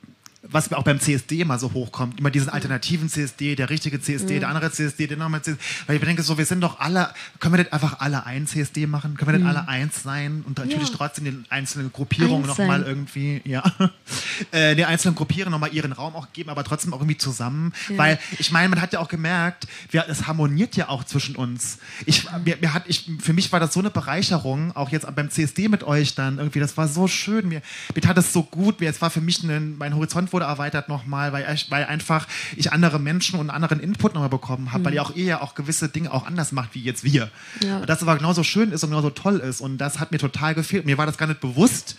S2: was auch beim CSD immer so hochkommt, immer
S4: Mhm.
S2: diesen alternativen CSD, der richtige CSD, der andere CSD, der normale CSD, weil ich mir denke so, wir sind doch alle, können wir nicht einfach alle ein CSD machen? Können wir nicht alle eins sein? Und natürlich
S4: Mhm. Ja.
S2: trotzdem den einzelnen Gruppierungen
S4: Eins
S2: nochmal
S4: sein.
S2: irgendwie, ja, (laughs) äh, den einzelnen Gruppierungen nochmal ihren Raum auch geben, aber trotzdem auch irgendwie zusammen, weil ich meine, man hat ja auch gemerkt, wir, es harmoniert ja auch zwischen uns. Ich, mir, mir hat, ich, für mich war das so eine Bereicherung, auch jetzt beim CSD mit euch dann irgendwie, das war so schön, mir, mir tat es so gut, mir, es war für mich, ein, mein Horizont wurde erweitert nochmal, weil, ich- weil einfach ich andere Menschen und anderen Input nochmal bekommen habe, weil ja auch ihr ja auch gewisse Dinge auch anders macht, wie jetzt wir.
S4: Ja.
S2: Und das aber genauso schön ist und genauso toll ist und das hat mir total gefehlt. Mir war das gar nicht bewusst,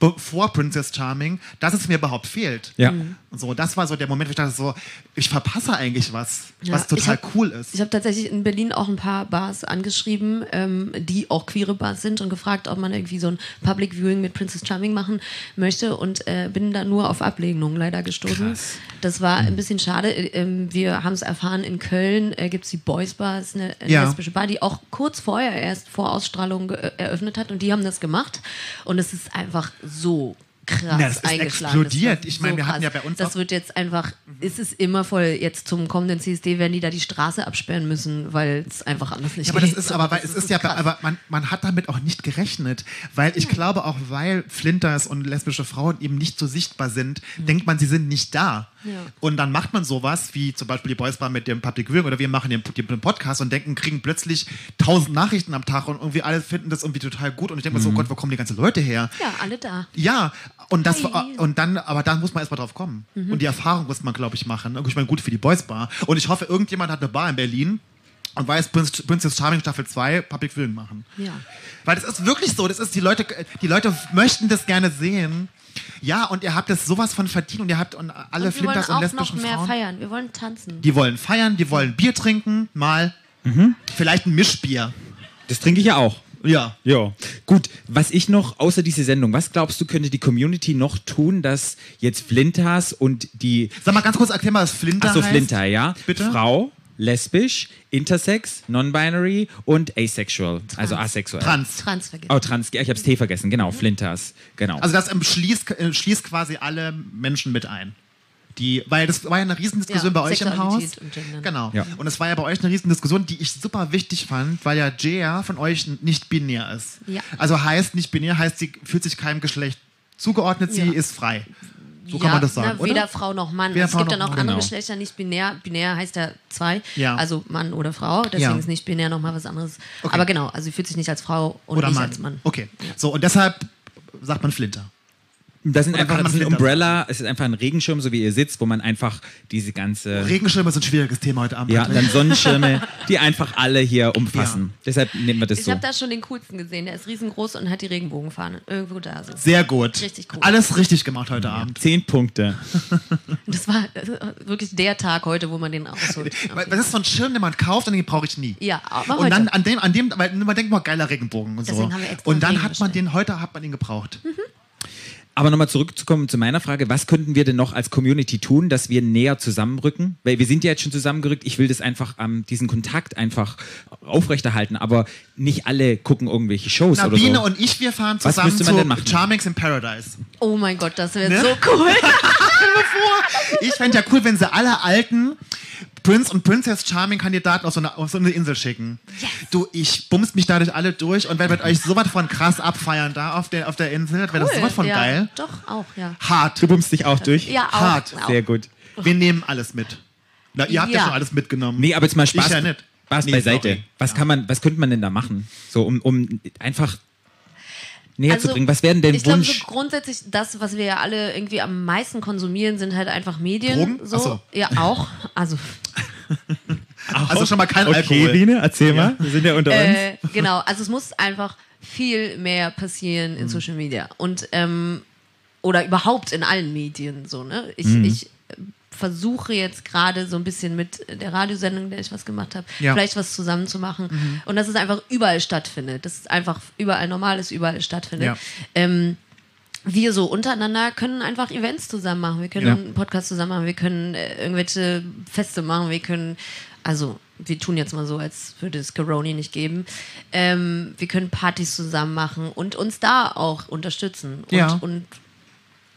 S2: be- vor Princess Charming, dass es mir überhaupt fehlt.
S5: Ja. Mhm.
S2: So, das war so der Moment, wo ich dachte so, ich verpasse eigentlich was,
S4: Ja,
S2: was total
S4: ich hab-
S2: cool ist.
S4: Ich habe tatsächlich in Berlin auch ein paar Bars angeschrieben, ähm, die auch queere Bars sind und gefragt, ob man irgendwie so ein Public Viewing mit Princess Charming machen möchte und äh, bin da nur auf Ablehnung leider gestoßen. Das war
S2: Mhm.
S4: ein bisschen schade. Äh, Ähm, wir haben es erfahren, in Köln äh, gibt es die Boys Bar, ist eine äh,
S2: Ja.
S4: lesbische Bar, die auch kurz vorher erst vor Ausstrahlung ge- äh, eröffnet hat und die haben das gemacht und es ist einfach so krass
S2: Na, es ist
S4: eingeschlagen. Das
S2: explodiert.
S4: war
S2: Ich meine,
S4: so
S2: wir hatten
S4: krass.
S2: ja bei uns
S4: das
S2: auch-
S4: wird jetzt einfach, es ist immer voll, jetzt zum kommenden CSD werden die da die Straße absperren müssen, weil es einfach anders nicht
S2: Ja, aber das
S4: geht.
S2: ist aber, weil es ist ja,
S4: krass.
S2: aber man, man hat damit auch nicht gerechnet, weil ich glaube auch, weil Flinters und lesbische Frauen eben nicht so sichtbar sind, denkt man, sie sind nicht da. Und dann macht man sowas wie zum Beispiel die Boys Bar mit dem Public Viewing oder wir machen den, den Podcast und denken, kriegen plötzlich tausend Nachrichten am Tag und irgendwie alle finden das irgendwie total gut und ich denke mir so, Gott, wo kommen die ganzen Leute her?
S4: Ja, alle da.
S2: Ja, und das
S4: Hi.
S2: war- und dann, aber da muss man erstmal drauf kommen.
S4: Mhm.
S2: Und die Erfahrung muss man, glaube ich, machen. Ich meine, gut für die Boys Bar. Und ich hoffe, irgendjemand hat eine Bar in Berlin und weiß, Prince- Princess Charming Staffel 2 Public Viewing machen.
S4: Ja.
S2: Weil das ist wirklich so. Das ist, die Leute, die Leute möchten das gerne sehen. Ja, und ihr habt das sowas von verdient und ihr habt und alle
S4: Und wir wollen
S2: Flinters und
S4: auch noch
S2: lesbischen
S4: mehr
S2: Frauen.
S4: feiern. Wir wollen tanzen.
S2: Die wollen feiern, die wollen Bier trinken, mal. Vielleicht ein Mischbier.
S5: Das trinke ich ja auch.
S2: Ja.
S5: Ja. Gut, was ich noch, außer diese Sendung, was glaubst du, könnte die Community noch tun, dass jetzt Flintas und die
S2: Sag mal ganz kurz, erklär mal, was Flinter
S5: Achso,
S2: heißt.
S5: Flinter, ja.
S2: Bitte?
S5: Frau, lesbisch, intersex, non-binary und asexual. Also asexuell.
S2: Trans.
S4: Trans vergessen.
S2: Ah,
S5: Oh, trans. Ich hab's T vergessen, genau. Flinters. Genau.
S2: Also das ähm, schließt, äh, schließt quasi alle Menschen mit ein. Die, weil das war ja eine Riesendiskussion
S4: Ja,
S2: bei euch im Haus.
S4: Sexualität und Gendern.
S2: Genau.
S5: Ja.
S2: Und es war ja bei euch eine Riesendiskussion, die ich super wichtig fand, weil ja Jaya von euch n- nicht binär ist.
S4: Ja.
S2: Also heißt nicht binär, heißt sie fühlt sich keinem Geschlecht zugeordnet, sie
S4: Ja.
S2: ist frei. So
S4: ja,
S2: kann man das sagen,
S4: na, weder
S2: oder?
S4: Frau noch Mann.
S2: Weder
S4: es
S2: Frau
S4: gibt
S2: noch
S4: dann auch
S2: Mann.
S4: andere
S5: Genau.
S4: Geschlechter, nicht binär. Binär heißt ja zwei,
S2: Ja.
S4: also Mann oder Frau. Deswegen
S2: Ja.
S4: ist nicht binär nochmal was anderes.
S2: Okay.
S4: Aber genau, also sie fühlt sich nicht als Frau und
S2: Oder
S4: nicht
S2: Mann.
S4: als Mann.
S2: Okay. So, und deshalb sagt man Flinter.
S5: das sind
S2: Oder
S5: einfach
S2: kann man
S5: das ist ein
S2: Flinter
S5: Umbrella, es ist einfach ein Regenschirm, so wie ihr sitzt, wo man einfach diese ganze.
S2: Regenschirm ist ein schwieriges Thema heute Abend.
S5: ja,
S2: Patrick.
S5: dann Sonnenschirme, die einfach alle hier umfassen. Deshalb nehmen wir das
S4: Ich
S5: so.
S4: habe da schon den coolsten gesehen. Der ist riesengroß und hat die Regenbogenfahne irgendwo da. So.
S2: Sehr gut.
S4: Richtig cool.
S2: Alles richtig gemacht heute Abend.
S5: Zehn Punkte.
S4: Das war äh, wirklich der Tag heute, wo man den rausholt.
S2: (laughs) Weil Das ist so ein Schirm, den man kauft und den brauche ich nie.
S4: Ja, aber
S2: Und dann
S4: heute.
S2: an dem, an dem, weil man denkt mal, geiler Regenbogen und so.
S4: Deswegen haben wir extra Hm.
S2: Und dann
S4: Regen
S2: hat man
S4: bestellt.
S2: den, heute hat man ihn gebraucht.
S5: Aber nochmal zurückzukommen zu meiner Frage, was könnten wir denn noch als Community tun, dass wir näher zusammenrücken? Weil wir sind ja jetzt schon zusammengerückt, ich will das einfach, ähm, diesen Kontakt einfach aufrechterhalten, aber nicht alle gucken irgendwelche Shows
S2: Na,
S5: oder
S2: Biene
S5: so.
S2: und ich, wir fahren
S5: Was
S2: zusammen
S5: müsste man denn
S2: zu
S5: machen?
S2: Charmix in Paradise.
S4: oh mein Gott, das wäre
S2: Ne?
S4: so cool.
S2: Ich fände ja cool, wenn sie alle alten Prince und Princess Charming Kandidaten auf so eine, auf so eine Insel schicken. Du, ich bums mich dadurch alle durch und werde
S5: Mhm.
S2: mit euch sowas von krass abfeiern da auf der, auf der Insel. Wäre (laughs) das sowas von
S4: ja.
S2: geil.
S4: Doch, auch, ja.
S2: Hart.
S5: Du bummst dich auch durch?
S4: Ja, genau. auch.
S2: Hart.
S4: auch.
S5: Sehr gut.
S2: Wir nehmen alles mit. Na, ihr habt ja,
S4: Ja.
S2: schon alles mitgenommen.
S5: Nee, aber jetzt mal Spaß,
S2: Ich ja nicht.
S5: Spaß
S2: Nee,
S5: beiseite.
S2: sorry.
S5: Was kann man, was könnte man denn da machen? So, um, um einfach näher
S4: Also,
S5: zu bringen. Was wären denn
S4: Ich glaube, so
S5: Wunsch?
S4: grundsätzlich das, was wir ja alle irgendwie am meisten konsumieren, sind halt einfach Medien.
S2: Drogen?
S4: So.
S2: Ach so.
S4: Ja, auch. Also,
S2: Also schon mal kein Alkohol.
S5: erzähl mal. Wir sind ja unter
S4: äh, genau. Also, es muss einfach viel mehr passieren in Social Media. Und, ähm, oder überhaupt in allen Medien, so, ne? Ich, ich äh, versuche jetzt gerade so ein bisschen mit der Radiosendung, der ich was gemacht habe,
S2: Ja.
S4: vielleicht was zusammen zu machen. Und dass es einfach überall stattfindet. Dass es einfach überall normal ist, überall stattfindet.
S2: Ja.
S4: Ähm, wir so untereinander können einfach Events zusammen machen, wir können
S3: Ja.
S4: einen Podcast zusammen machen, wir können äh, irgendwelche Feste machen, wir können, also wir tun jetzt mal so, als würde es Corona nicht geben, ähm, wir können Partys zusammen machen und uns da auch unterstützen und,
S2: Ja.
S4: und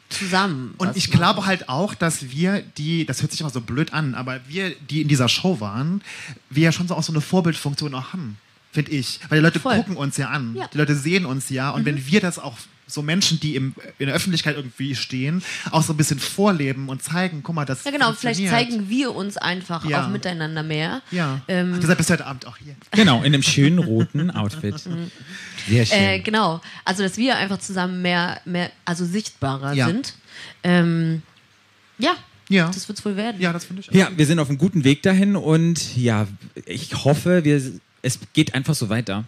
S4: zusammen.
S2: Und
S4: was
S2: ich
S4: machen.
S2: glaube halt auch, dass wir, die, das hört sich immer so blöd an, aber wir, die in dieser Show waren, wir ja schon so auch so eine Vorbildfunktion auch haben, finde ich. Weil die Leute
S4: Voll.
S2: gucken uns ja an,
S4: Ja. Mhm.
S2: die Leute sehen uns ja. Und wenn wir das auch so Menschen, die im, in der Öffentlichkeit irgendwie stehen, auch so ein bisschen vorleben und zeigen, guck mal, das
S4: Ja genau, vielleicht
S2: funktioniert.
S4: zeigen wir uns einfach
S2: Ja.
S4: auch miteinander mehr.
S2: Ja, Also
S4: Ähm,
S2: deshalb bist du heute Abend auch hier.
S3: Genau, in einem schönen roten Outfit.
S4: (laughs)
S3: Sehr schön.
S4: Äh, genau. Also, dass wir einfach zusammen mehr, mehr also sichtbarer
S2: Ja.
S4: sind. Ähm, ja.
S2: Ja.
S4: Das wird es wohl werden.
S2: Ja, das finde ich auch.
S3: Ja, wir sind auf einem guten Weg dahin und ja, ich hoffe, wir, es geht einfach so weiter.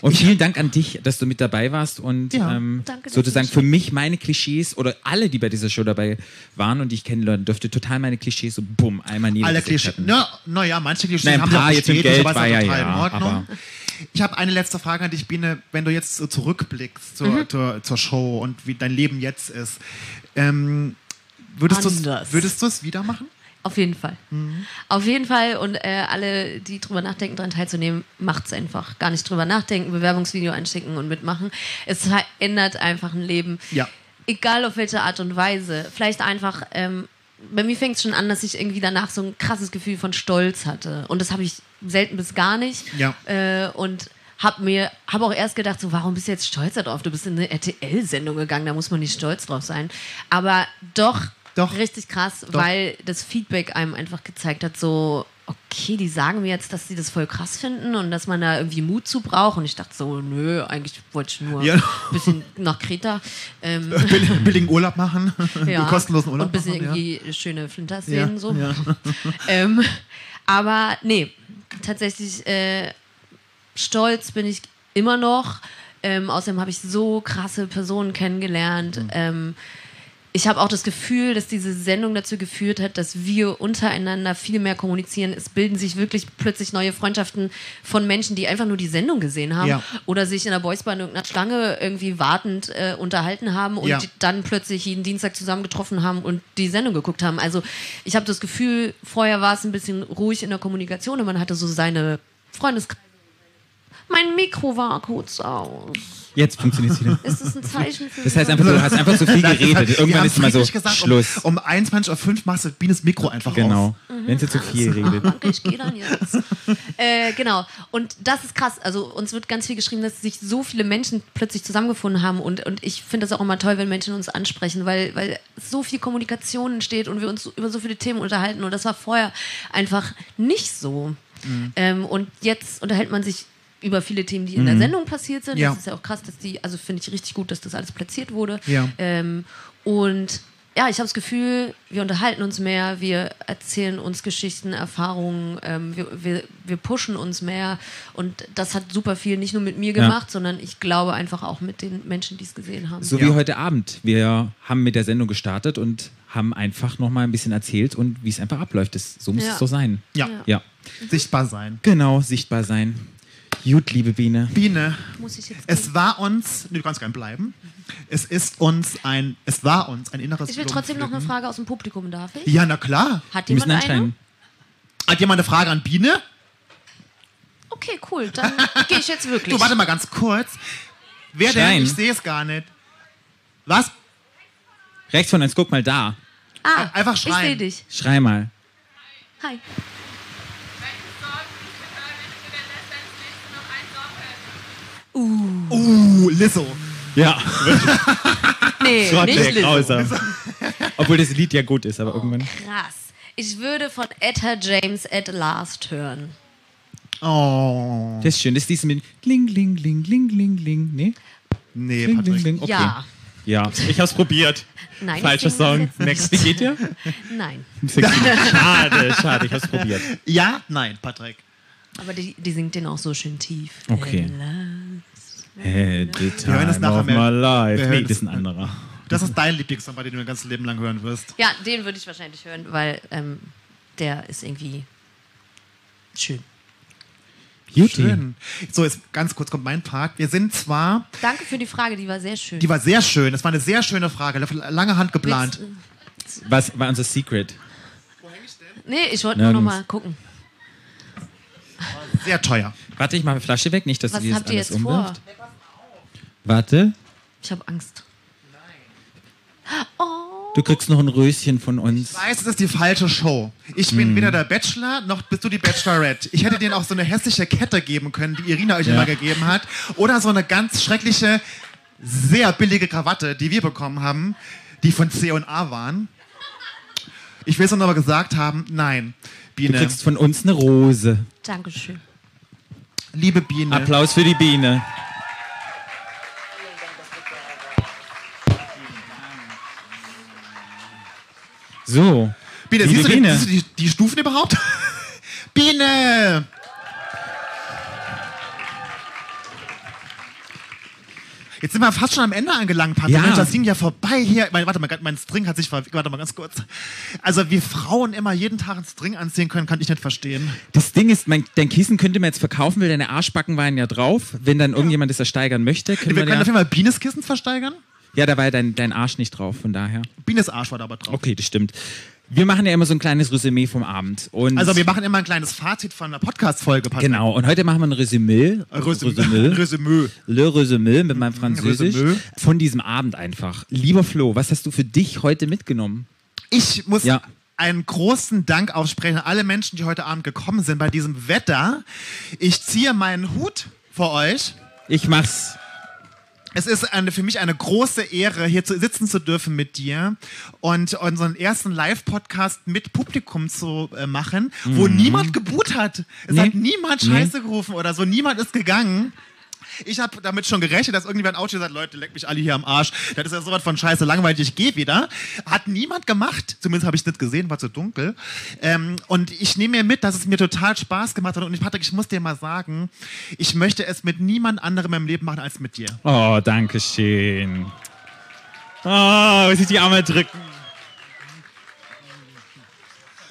S3: Und vielen Dank an dich, dass du mit dabei warst und
S2: Mhm. Ja.
S3: ähm,
S4: Danke, dass
S3: sozusagen
S4: du
S3: für mich meine Klischees oder alle, die bei dieser Show dabei waren und die ich kennenlernen dürfte, total meine Klischees so bumm, einmal nieder.
S2: Alle Klischees. Na, na ja, manche Klischees
S3: Nein, ein
S2: haben
S3: paar
S2: wir
S3: jetzt mit
S2: bestätigt,
S3: Geld
S2: aber
S3: war
S2: ist
S3: ja,
S2: total
S3: ja,
S2: in Ordnung.
S3: aber-
S2: Ich habe eine letzte Frage an dich, Biene. Wenn du jetzt so zurückblickst zur,
S4: Mhm.
S2: zur, zur Show und wie dein Leben jetzt ist, ähm, würdest du
S4: Anders.
S2: es würdest du's wieder machen? (laughs)
S4: Auf jeden Fall. Auf jeden Fall. Und äh, alle, die drüber nachdenken, daran teilzunehmen, macht's einfach. Gar nicht drüber nachdenken, Bewerbungsvideo einschicken und mitmachen. Es verändert einfach ein Leben.
S2: Ja.
S4: Egal auf welche Art und Weise. Vielleicht einfach, ähm, bei mir fängt es schon an, dass ich irgendwie danach so ein krasses Gefühl von Stolz hatte. Und das habe ich selten bis gar nicht.
S2: Ja.
S4: Äh, und habe mir, habe auch erst gedacht, so, warum bist du jetzt stolz darauf? Du bist in eine RTL-Sendung gegangen, da muss man nicht stolz drauf sein. Aber doch,
S2: Doch.
S4: richtig krass, weil das Feedback einem einfach gezeigt hat, so, okay, die sagen mir jetzt, dass sie das voll krass finden und dass man da irgendwie Mut zu braucht. Und ich dachte so, nö, eigentlich wollte ich nur
S2: Ja.
S4: ein bisschen nach Kreta.
S2: (laughs)
S4: Ähm,
S2: Bill- Billigen Urlaub machen?
S4: ja.
S2: Einen kostenlosen Urlaub
S4: Und ein bisschen
S2: machen?
S4: irgendwie schöne
S2: ja.
S4: Flinterszenen so.
S2: Ja.
S4: (laughs) Ähm, aber nee, tatsächlich äh, stolz bin ich immer noch. Ähm, außerdem habe ich so krasse Personen kennengelernt.
S2: Mhm.
S4: Ähm, ich habe auch das Gefühl, dass diese Sendung dazu geführt hat, dass wir untereinander viel mehr kommunizieren. Es bilden sich wirklich plötzlich neue Freundschaften von Menschen, die einfach nur die Sendung gesehen haben
S2: Ja.
S4: oder sich in der Boysbar in irgendeiner Schlange irgendwie wartend äh, unterhalten haben und
S2: Ja.
S4: die dann plötzlich jeden Dienstag zusammen getroffen haben und die Sendung geguckt haben. Also ich habe das Gefühl, vorher war es ein bisschen ruhig in der Kommunikation und man hatte so seine Freundeskreise. Mein Mikro war kurz aus.
S3: Jetzt funktioniert es wieder.
S4: Ist das ein Zeichen für
S2: (laughs)
S3: Das heißt einfach, du hast einfach zu viel geredet.
S2: Wir
S3: Irgendwann
S2: haben
S3: ist mal so
S2: friedlich gesagt,
S3: Schluss.
S2: Um, um 21.05 Uhr machst du Bienes Mikro einfach aus.
S3: genau. Wenn sie zu
S2: um-
S3: viel redet.
S4: Danke, ich gehe dann jetzt. äh, genau. Und das ist krass. Also uns wird ganz viel geschrieben, dass sich so viele Menschen plötzlich zusammengefunden haben. Und, und ich finde das auch immer toll, wenn Menschen uns ansprechen, weil, weil so viel Kommunikation entsteht und wir uns so- über so viele Themen unterhalten. Und das war vorher einfach nicht so.
S2: Mhm.
S4: Ähm, und jetzt unterhält man sich über viele Themen, die in der Sendung passiert sind.
S2: Mhm. Ja.
S4: Das ist ja auch krass, dass die, also finde ich richtig gut, dass das alles platziert wurde.
S2: Ja.
S4: Ähm, und ja, ich habe das Gefühl, wir unterhalten uns mehr, wir erzählen uns Geschichten, Erfahrungen, ähm, wir, wir, wir pushen uns mehr. Und das hat super viel nicht nur mit mir
S3: Ja.
S4: gemacht, sondern ich glaube einfach auch mit den Menschen, die es gesehen haben.
S3: So wie heute Abend. Wir haben mit der Sendung gestartet und haben einfach nochmal ein bisschen erzählt und wie es einfach abläuft. Das, so muss
S4: Ja.
S3: es so sein.
S2: Ja.
S3: Ja.
S2: Sichtbar sein.
S3: Genau, sichtbar sein. Gut, liebe Biene.
S2: Biene,
S4: Muss ich jetzt
S2: Es war uns, nee, du kannst gern bleiben. Es ist uns ein, es war uns ein inneres
S4: ich will trotzdem noch eine
S2: Blumenpflücken.
S4: Frage aus dem Publikum, darf ich?
S2: Ja, na klar.
S4: Hat
S3: Wir
S4: jemand
S3: müssen
S4: eine?
S3: anschreiben.
S2: Hat jemand eine Frage an Biene?
S4: Okay, cool, dann gehe ich jetzt wirklich.
S2: Du, warte mal ganz kurz. Wer
S3: Stein.
S2: denn? Ich sehe es gar nicht. Was?
S3: Rechts von uns, guck mal da.
S4: ah,
S2: Einfach
S4: ich
S2: schreien.
S4: sehe dich.
S3: Schrei mal.
S4: Hi.
S2: Uh, Lizzo.
S3: Ja,
S4: Nee, nicht Lizzo.
S3: (laughs) Obwohl das Lied ja gut ist, aber irgendwann.
S4: Krass. Ich würde von Etta James at last hören.
S2: Oh.
S3: Das ist schön. Das ist diese mit Ling, Ling, Ling, Ling, Ling, Ling. Nee?
S2: Nee,
S3: Ling, Ling,
S2: Patrick.
S3: Ling. Okay.
S4: Ja.
S3: Ja, ich hab's probiert.
S4: Nein,
S3: Falscher
S4: das Ding
S3: Song.
S4: ist
S3: Next. Wie geht der?
S4: (laughs) Nein.
S3: (laughs) Schade, schade, ich hab's probiert.
S2: Ja, nein, Patrick.
S4: Aber die, die singt den auch so schön tief.
S3: Okay. Hey, the time
S2: hören das nachher
S3: of
S2: mehr.
S3: my life.
S2: Wir
S3: Nee,
S2: hören
S3: das ist ein anderer.
S2: Das ist dein Lieblingssong, bei dem du dein ganzes Leben lang hören wirst.
S4: Ja, den würde ich wahrscheinlich hören, weil ähm, der ist irgendwie schön.
S2: Schön. So, jetzt ganz kurz kommt mein Part. Wir sind zwar,
S4: Danke für die Frage, die war sehr schön.
S2: die war sehr schön, das war eine sehr schöne Frage, lange Hand geplant.
S3: Was war unser Secret?
S4: nee, ich wollte nur noch
S3: Nirgends.
S4: mal gucken.
S2: Sehr teuer.
S3: Warte, ich mache die Flasche weg, nicht, dass
S4: Was
S3: sie das
S4: habt ihr
S3: alles
S4: jetzt vor?
S3: umwirft. Warte,
S4: Ich habe Angst.
S3: du kriegst noch ein Röschen von uns.
S2: Weiß, es ist die falsche Show. Ich
S3: Mhm.
S2: bin weder der Bachelor noch bist du die Bachelorette. Ich hätte denen auch so eine hässliche Kette geben können, die Irina euch immer gegeben hat. Oder so eine ganz schreckliche, sehr billige Krawatte, die wir bekommen haben, die von C&A waren. Ich will es nur aber gesagt haben, nein,
S3: Du
S2: Biene.
S3: kriegst von uns eine Rose.
S4: Dankeschön.
S2: Liebe Biene.
S3: Applaus für die Biene. So.
S2: Biene,
S3: Liebe
S2: siehst, du
S3: Biene.
S2: Die, siehst du die, die Stufen
S3: (laughs)
S2: überhaupt? Biene! Jetzt sind wir fast schon am Ende angelangt, Patrick.
S3: Ja.
S2: Mensch, Das ging ja vorbei hier. Mein, warte mal, mein String hat sich ver... Warte mal ganz kurz. Also, wie Frauen immer jeden Tag einen String anziehen können, kann ich nicht verstehen.
S3: Das Ding ist, mein, dein Kissen könnte man jetzt verkaufen, weil deine Arschbacken waren ja drauf. Wenn dann irgendjemand das ersteigern möchte, können
S2: Wir
S3: wir,
S2: können auf
S3: ja,
S2: jeden Fall Bienes Kissen versteigern.
S3: ja, da war ja dein, dein Arsch nicht drauf, von daher.
S2: Bienes Arsch war da aber drauf.
S3: Okay, das stimmt. Wir machen ja immer so ein kleines Resümee vom Abend. Und
S2: Also, wir machen immer ein kleines Fazit von einer Podcast-Folge, Patrick.
S3: Genau, und heute machen wir ein Resümee.
S2: Resümee. (laughs) Resümee.
S3: Le Resümee mit meinem Französisch.
S2: Resümee.
S3: Von diesem Abend einfach. Lieber Flo, was hast du für dich heute mitgenommen?
S2: Ich muss
S3: Ja.
S2: einen großen Dank aussprechen an alle Menschen, die heute Abend gekommen sind bei diesem Wetter. Ich ziehe meinen Hut vor euch.
S3: Ich mach's.
S2: Es ist eine, für mich eine große Ehre, hier zu sitzen zu dürfen mit dir und unseren ersten Live-Podcast mit Publikum zu äh, machen, wo niemand geboot hat. Es hat niemand Scheiße gerufen oder so, niemand ist gegangen. Ich habe damit schon gerechnet, dass irgendjemand Auto sagt, Leute, leckt mich alle hier am Arsch. Das ist ja sowas von scheiße langweilig, ich gehe wieder. Hat niemand gemacht. Zumindest habe ich es nicht gesehen, war zu dunkel. Ähm, und ich nehme mir mit, dass es mir total Spaß gemacht hat. Und ich, Patrick, ich muss dir mal sagen, ich möchte es mit niemand anderem im Leben machen als mit dir.
S3: Oh, danke schön. Oh, muss ich die Arme drücken.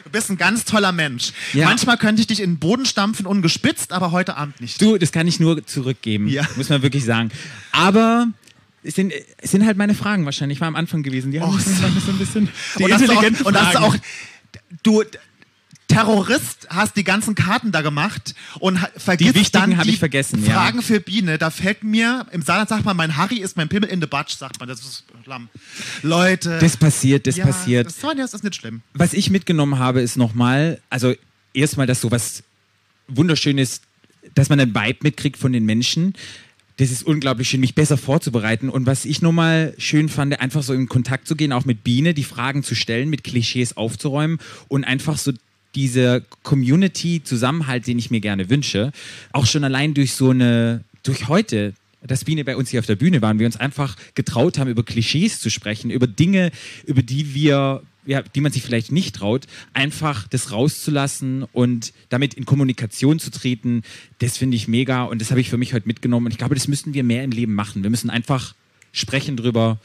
S2: Du bist ein ganz toller Mensch.
S3: Ja.
S2: Manchmal könnte ich dich in den Boden stampfen, ungespitzt, aber heute Abend nicht.
S3: Du, das kann ich nur zurückgeben,
S2: Ja.
S3: muss man wirklich sagen. Aber es sind, es sind halt meine Fragen wahrscheinlich, war am Anfang gewesen. Die haben
S2: Oh,
S3: mich
S2: so.
S3: so ein bisschen die
S2: hast du auch,
S3: intelligenten
S2: und hast du
S3: Fragen.
S2: auch, du Terrorist hast die ganzen Karten da gemacht und ha- vergisst
S3: wichtigen
S2: dann
S3: hab
S2: die
S3: ich vergessen, ja.
S2: Fragen für Biene. Da fällt mir, im Saarland sagt man, mein Harry ist mein Pimmel in the Batsch, sagt man. Das ist schlamm. Leute.
S3: Das passiert, das
S2: ja,
S3: passiert.
S2: Das, sorry, das ist nicht schlimm.
S3: Was ich mitgenommen habe, ist nochmal, also erstmal, dass sowas Wunderschönes, dass man einen Vibe mitkriegt von den Menschen. Das ist unglaublich schön, mich besser vorzubereiten. Und was ich nochmal schön fand, einfach so in Kontakt zu gehen, auch mit Biene, die Fragen zu stellen, mit Klischees aufzuräumen und einfach so dieser Community-Zusammenhalt, den ich mir gerne wünsche, auch schon allein durch so eine, durch heute, dass Biene bei uns hier auf der Bühne waren, wir uns einfach getraut haben, über Klischees zu sprechen, über Dinge, über die wir, ja, die man sich vielleicht nicht traut, einfach das rauszulassen und damit in Kommunikation zu treten, das finde ich mega und das habe ich für mich heute mitgenommen und ich glaube, das müssen wir mehr im Leben machen. Wir müssen einfach sprechen drüber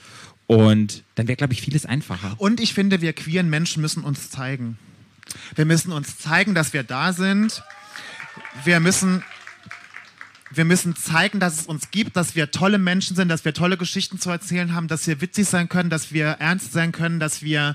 S3: und dann wäre, glaube ich, vieles einfacher.
S2: Und ich finde, wir queeren Menschen müssen uns zeigen. Wir müssen uns zeigen, dass wir da sind. Wir müssen, wir müssen zeigen, dass es uns gibt, dass wir tolle Menschen sind, dass wir tolle Geschichten zu erzählen haben, dass wir witzig sein können, dass wir ernst sein können, dass wir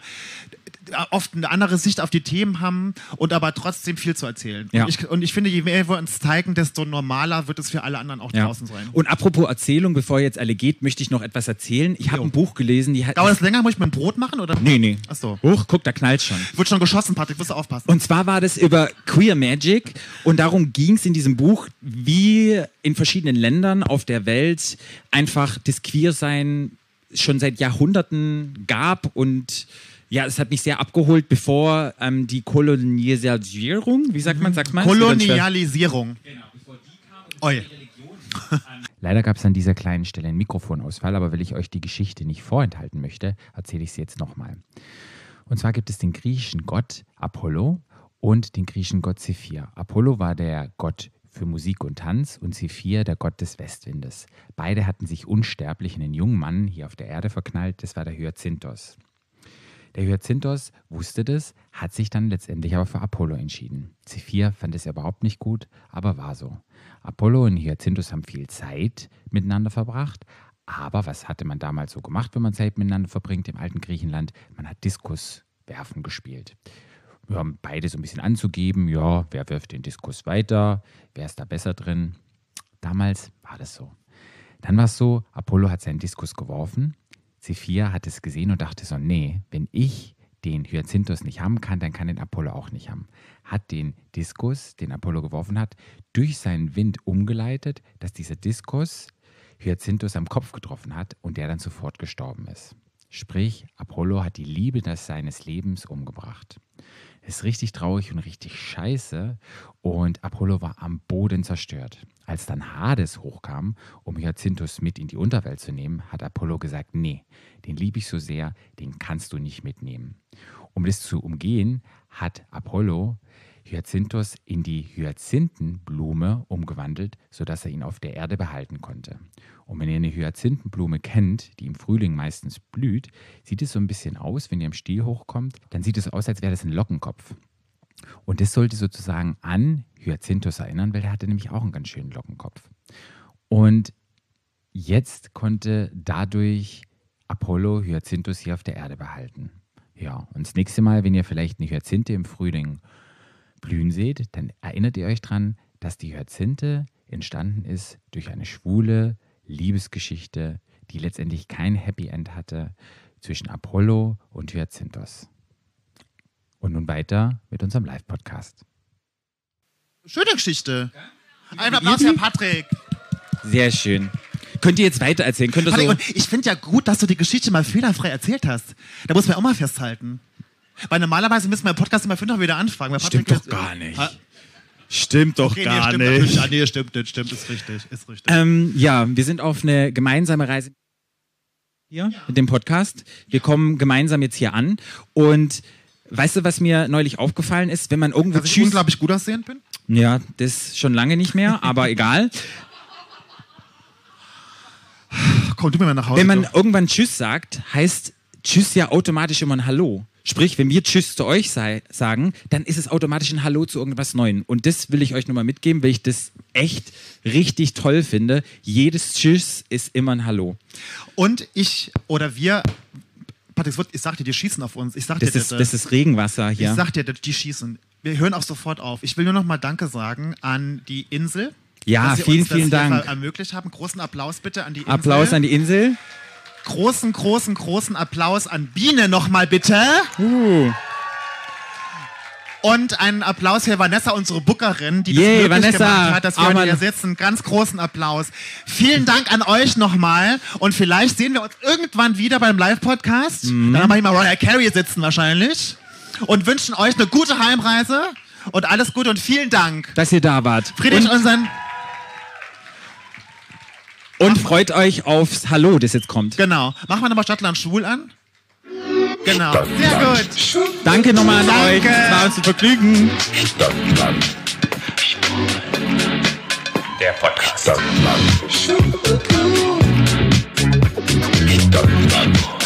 S2: oft eine andere Sicht auf die Themen haben und aber trotzdem viel zu erzählen.
S3: Ja.
S2: Und, ich, und ich finde, je mehr wir uns zeigen, desto normaler wird es für alle anderen auch
S3: Ja.
S2: draußen sein.
S3: Und apropos Erzählung, bevor ihr jetzt alle geht, möchte ich noch etwas erzählen. Ich habe ein Buch gelesen, die hat.
S2: Dauert es länger? Muss ich mein Brot machen? Oder?
S3: Nee, nee.
S2: Ach so.
S3: Huch, guck, da knallt schon.
S2: Wird schon geschossen, Patrick, musst du aufpassen.
S3: Und zwar war das über Queer Magic und darum ging es in diesem Buch, wie in verschiedenen Ländern auf der Welt einfach das Queersein schon seit Jahrhunderten gab und ja, es hat mich sehr abgeholt, bevor ähm, die Kolonialisierung, wie sagt man, sagt man?
S2: Kolonialisierung. Oi.
S6: Leider gab es an dieser kleinen Stelle einen Mikrofonausfall, aber weil ich euch die Geschichte nicht vorenthalten möchte, erzähle ich sie jetzt nochmal. Und zwar gibt es den griechischen Gott Apollo und den griechischen Gott Zephir. Apollo war der Gott für Musik und Tanz und Zephir der Gott des Westwindes. Beide hatten sich unsterblich in einen jungen Mann hier auf der Erde verknallt, das war der Hyazinthos.
S3: Der Hyacinthos wusste das, hat sich dann letztendlich aber für Apollo entschieden. C4 fand es überhaupt nicht gut, aber war so. Apollo und Hyacinthos haben viel Zeit miteinander verbracht, aber was hatte man damals so gemacht, wenn man Zeit miteinander verbringt im alten Griechenland? Man hat Diskuswerfen gespielt. Wir haben beide so ein bisschen anzugeben, ja, wer wirft den Diskus weiter, wer ist da besser drin. Damals war das so. Dann war es so, Apollo hat seinen Diskus geworfen, C4 hat es gesehen und dachte so, nee, wenn ich den Hyacinthus nicht haben kann, dann kann den Apollo auch nicht haben. Hat den Diskus, den Apollo geworfen hat, durch seinen Wind umgeleitet, dass dieser Diskus Hyacinthus am Kopf getroffen hat und der dann sofort gestorben ist. Sprich, Apollo hat die Liebe des seines Lebens umgebracht. Ist richtig traurig und richtig scheiße. Und Apollo war am Boden zerstört. Als dann Hades hochkam, um Hyacinthus mit in die Unterwelt zu nehmen, hat Apollo gesagt, nee, den liebe ich so sehr, den kannst du nicht mitnehmen. Um das zu umgehen, hat Apollo Hyacinthus in die Hyazinthenblume umgewandelt, sodass er ihn auf der Erde behalten konnte. Und wenn ihr eine Hyazinthenblume kennt, die im Frühling meistens blüht, sieht es so ein bisschen aus, wenn ihr im Stiel hochkommt, dann sieht es aus, als wäre das ein Lockenkopf. Und das sollte sozusagen an Hyacinthus erinnern, weil der hatte nämlich auch einen ganz schönen Lockenkopf. Und jetzt konnte dadurch Apollo Hyacinthus hier auf der Erde behalten. Ja, und das nächste Mal, wenn ihr vielleicht eine Hyazinthe im Frühling blühen seht, dann erinnert ihr euch dran, dass die Hyazinthe entstanden ist durch eine schwule Liebesgeschichte, die letztendlich kein Happy End hatte zwischen Apollo und Hyacinthos. Und nun weiter mit unserem Live-Podcast.
S2: Schöne Geschichte. Ein Applaus für Patrick.
S5: Sehr schön. Könnt ihr jetzt weiter erzählen? Könnt ihr
S2: Patrick,
S5: so
S2: und ich finde ja gut, dass du die Geschichte mal fehlerfrei erzählt hast. Da muss man auch mal festhalten. Weil normalerweise müssen wir im Podcast immer fünfmal wieder anfragen. weil Patrick
S5: Stimmt doch
S2: jetzt-
S5: gar nicht.
S2: Ah,
S5: Stimmt doch
S2: okay, nee,
S5: gar
S2: stimmt natürlich.
S5: nicht.
S2: Ah, nee, stimmt, nicht, stimmt, ist richtig, ist richtig.
S5: Ähm, ja, wir sind auf eine gemeinsame Reise hier mit dem Podcast. Wir kommen gemeinsam jetzt hier an und weißt du, was mir neulich aufgefallen ist, wenn man irgendwo
S2: Dass ich
S5: tschüss,
S2: unglaublich gut aussehend bin?
S5: ja, das schon lange nicht mehr, aber (laughs) egal.
S2: Komm du mir mal nach Hause.
S5: Wenn man
S2: du.
S5: irgendwann Tschüss sagt, heißt Tschüss ja automatisch immer ein Hallo. Sprich, wenn wir Tschüss zu euch sei, sagen, dann ist es automatisch ein Hallo zu irgendwas Neuem. Und das will ich euch nur mal mitgeben, weil ich das echt richtig toll finde. Jedes Tschüss ist immer ein Hallo.
S2: Und ich oder wir, Patrick, es wird- ich sag dir, die schießen auf uns. Ich sag
S5: Das
S2: dir
S5: ist, das ist Regenwasser hier.
S2: Ich sag dir, die schießen. Wir hören auch sofort auf. Ich will nur noch mal Danke sagen an die Insel.
S5: Ja,
S2: dass sie
S5: vielen,
S2: uns das
S5: vielen
S2: hier
S5: Dank.
S2: ver- Ermöglicht haben. Großen Applaus bitte an die Insel.
S5: Applaus an die Insel.
S2: Großen, großen, großen Applaus an Biene nochmal bitte.
S5: Uh.
S2: Und einen Applaus für Vanessa, unsere Bookerin, die
S5: Yay,
S2: das möglich
S5: Vanessa.
S2: gemacht hat, dass wir
S5: Aber-
S2: heute hier sitzen. Ganz großen Applaus. Vielen Dank an euch nochmal. Und vielleicht sehen wir uns irgendwann wieder beim Live-Podcast.
S5: Mhm.
S2: Dann haben wir hier mal Royal Carey sitzen wahrscheinlich. Und wünschen euch eine gute Heimreise und alles Gute und vielen Dank.
S5: dass ihr da wart.
S2: Friedrich, unseren...
S5: Und, und freut euch aufs Hallo, das jetzt kommt.
S2: Genau. Machen wir nochmal Stadtland Schwul an. Genau. Sehr gut.
S5: Danke nochmal an
S2: Danke.
S5: euch. Es war uns ein Vergnügen.
S1: Stadtland. Der Podcast. Stadtland. Stadtland.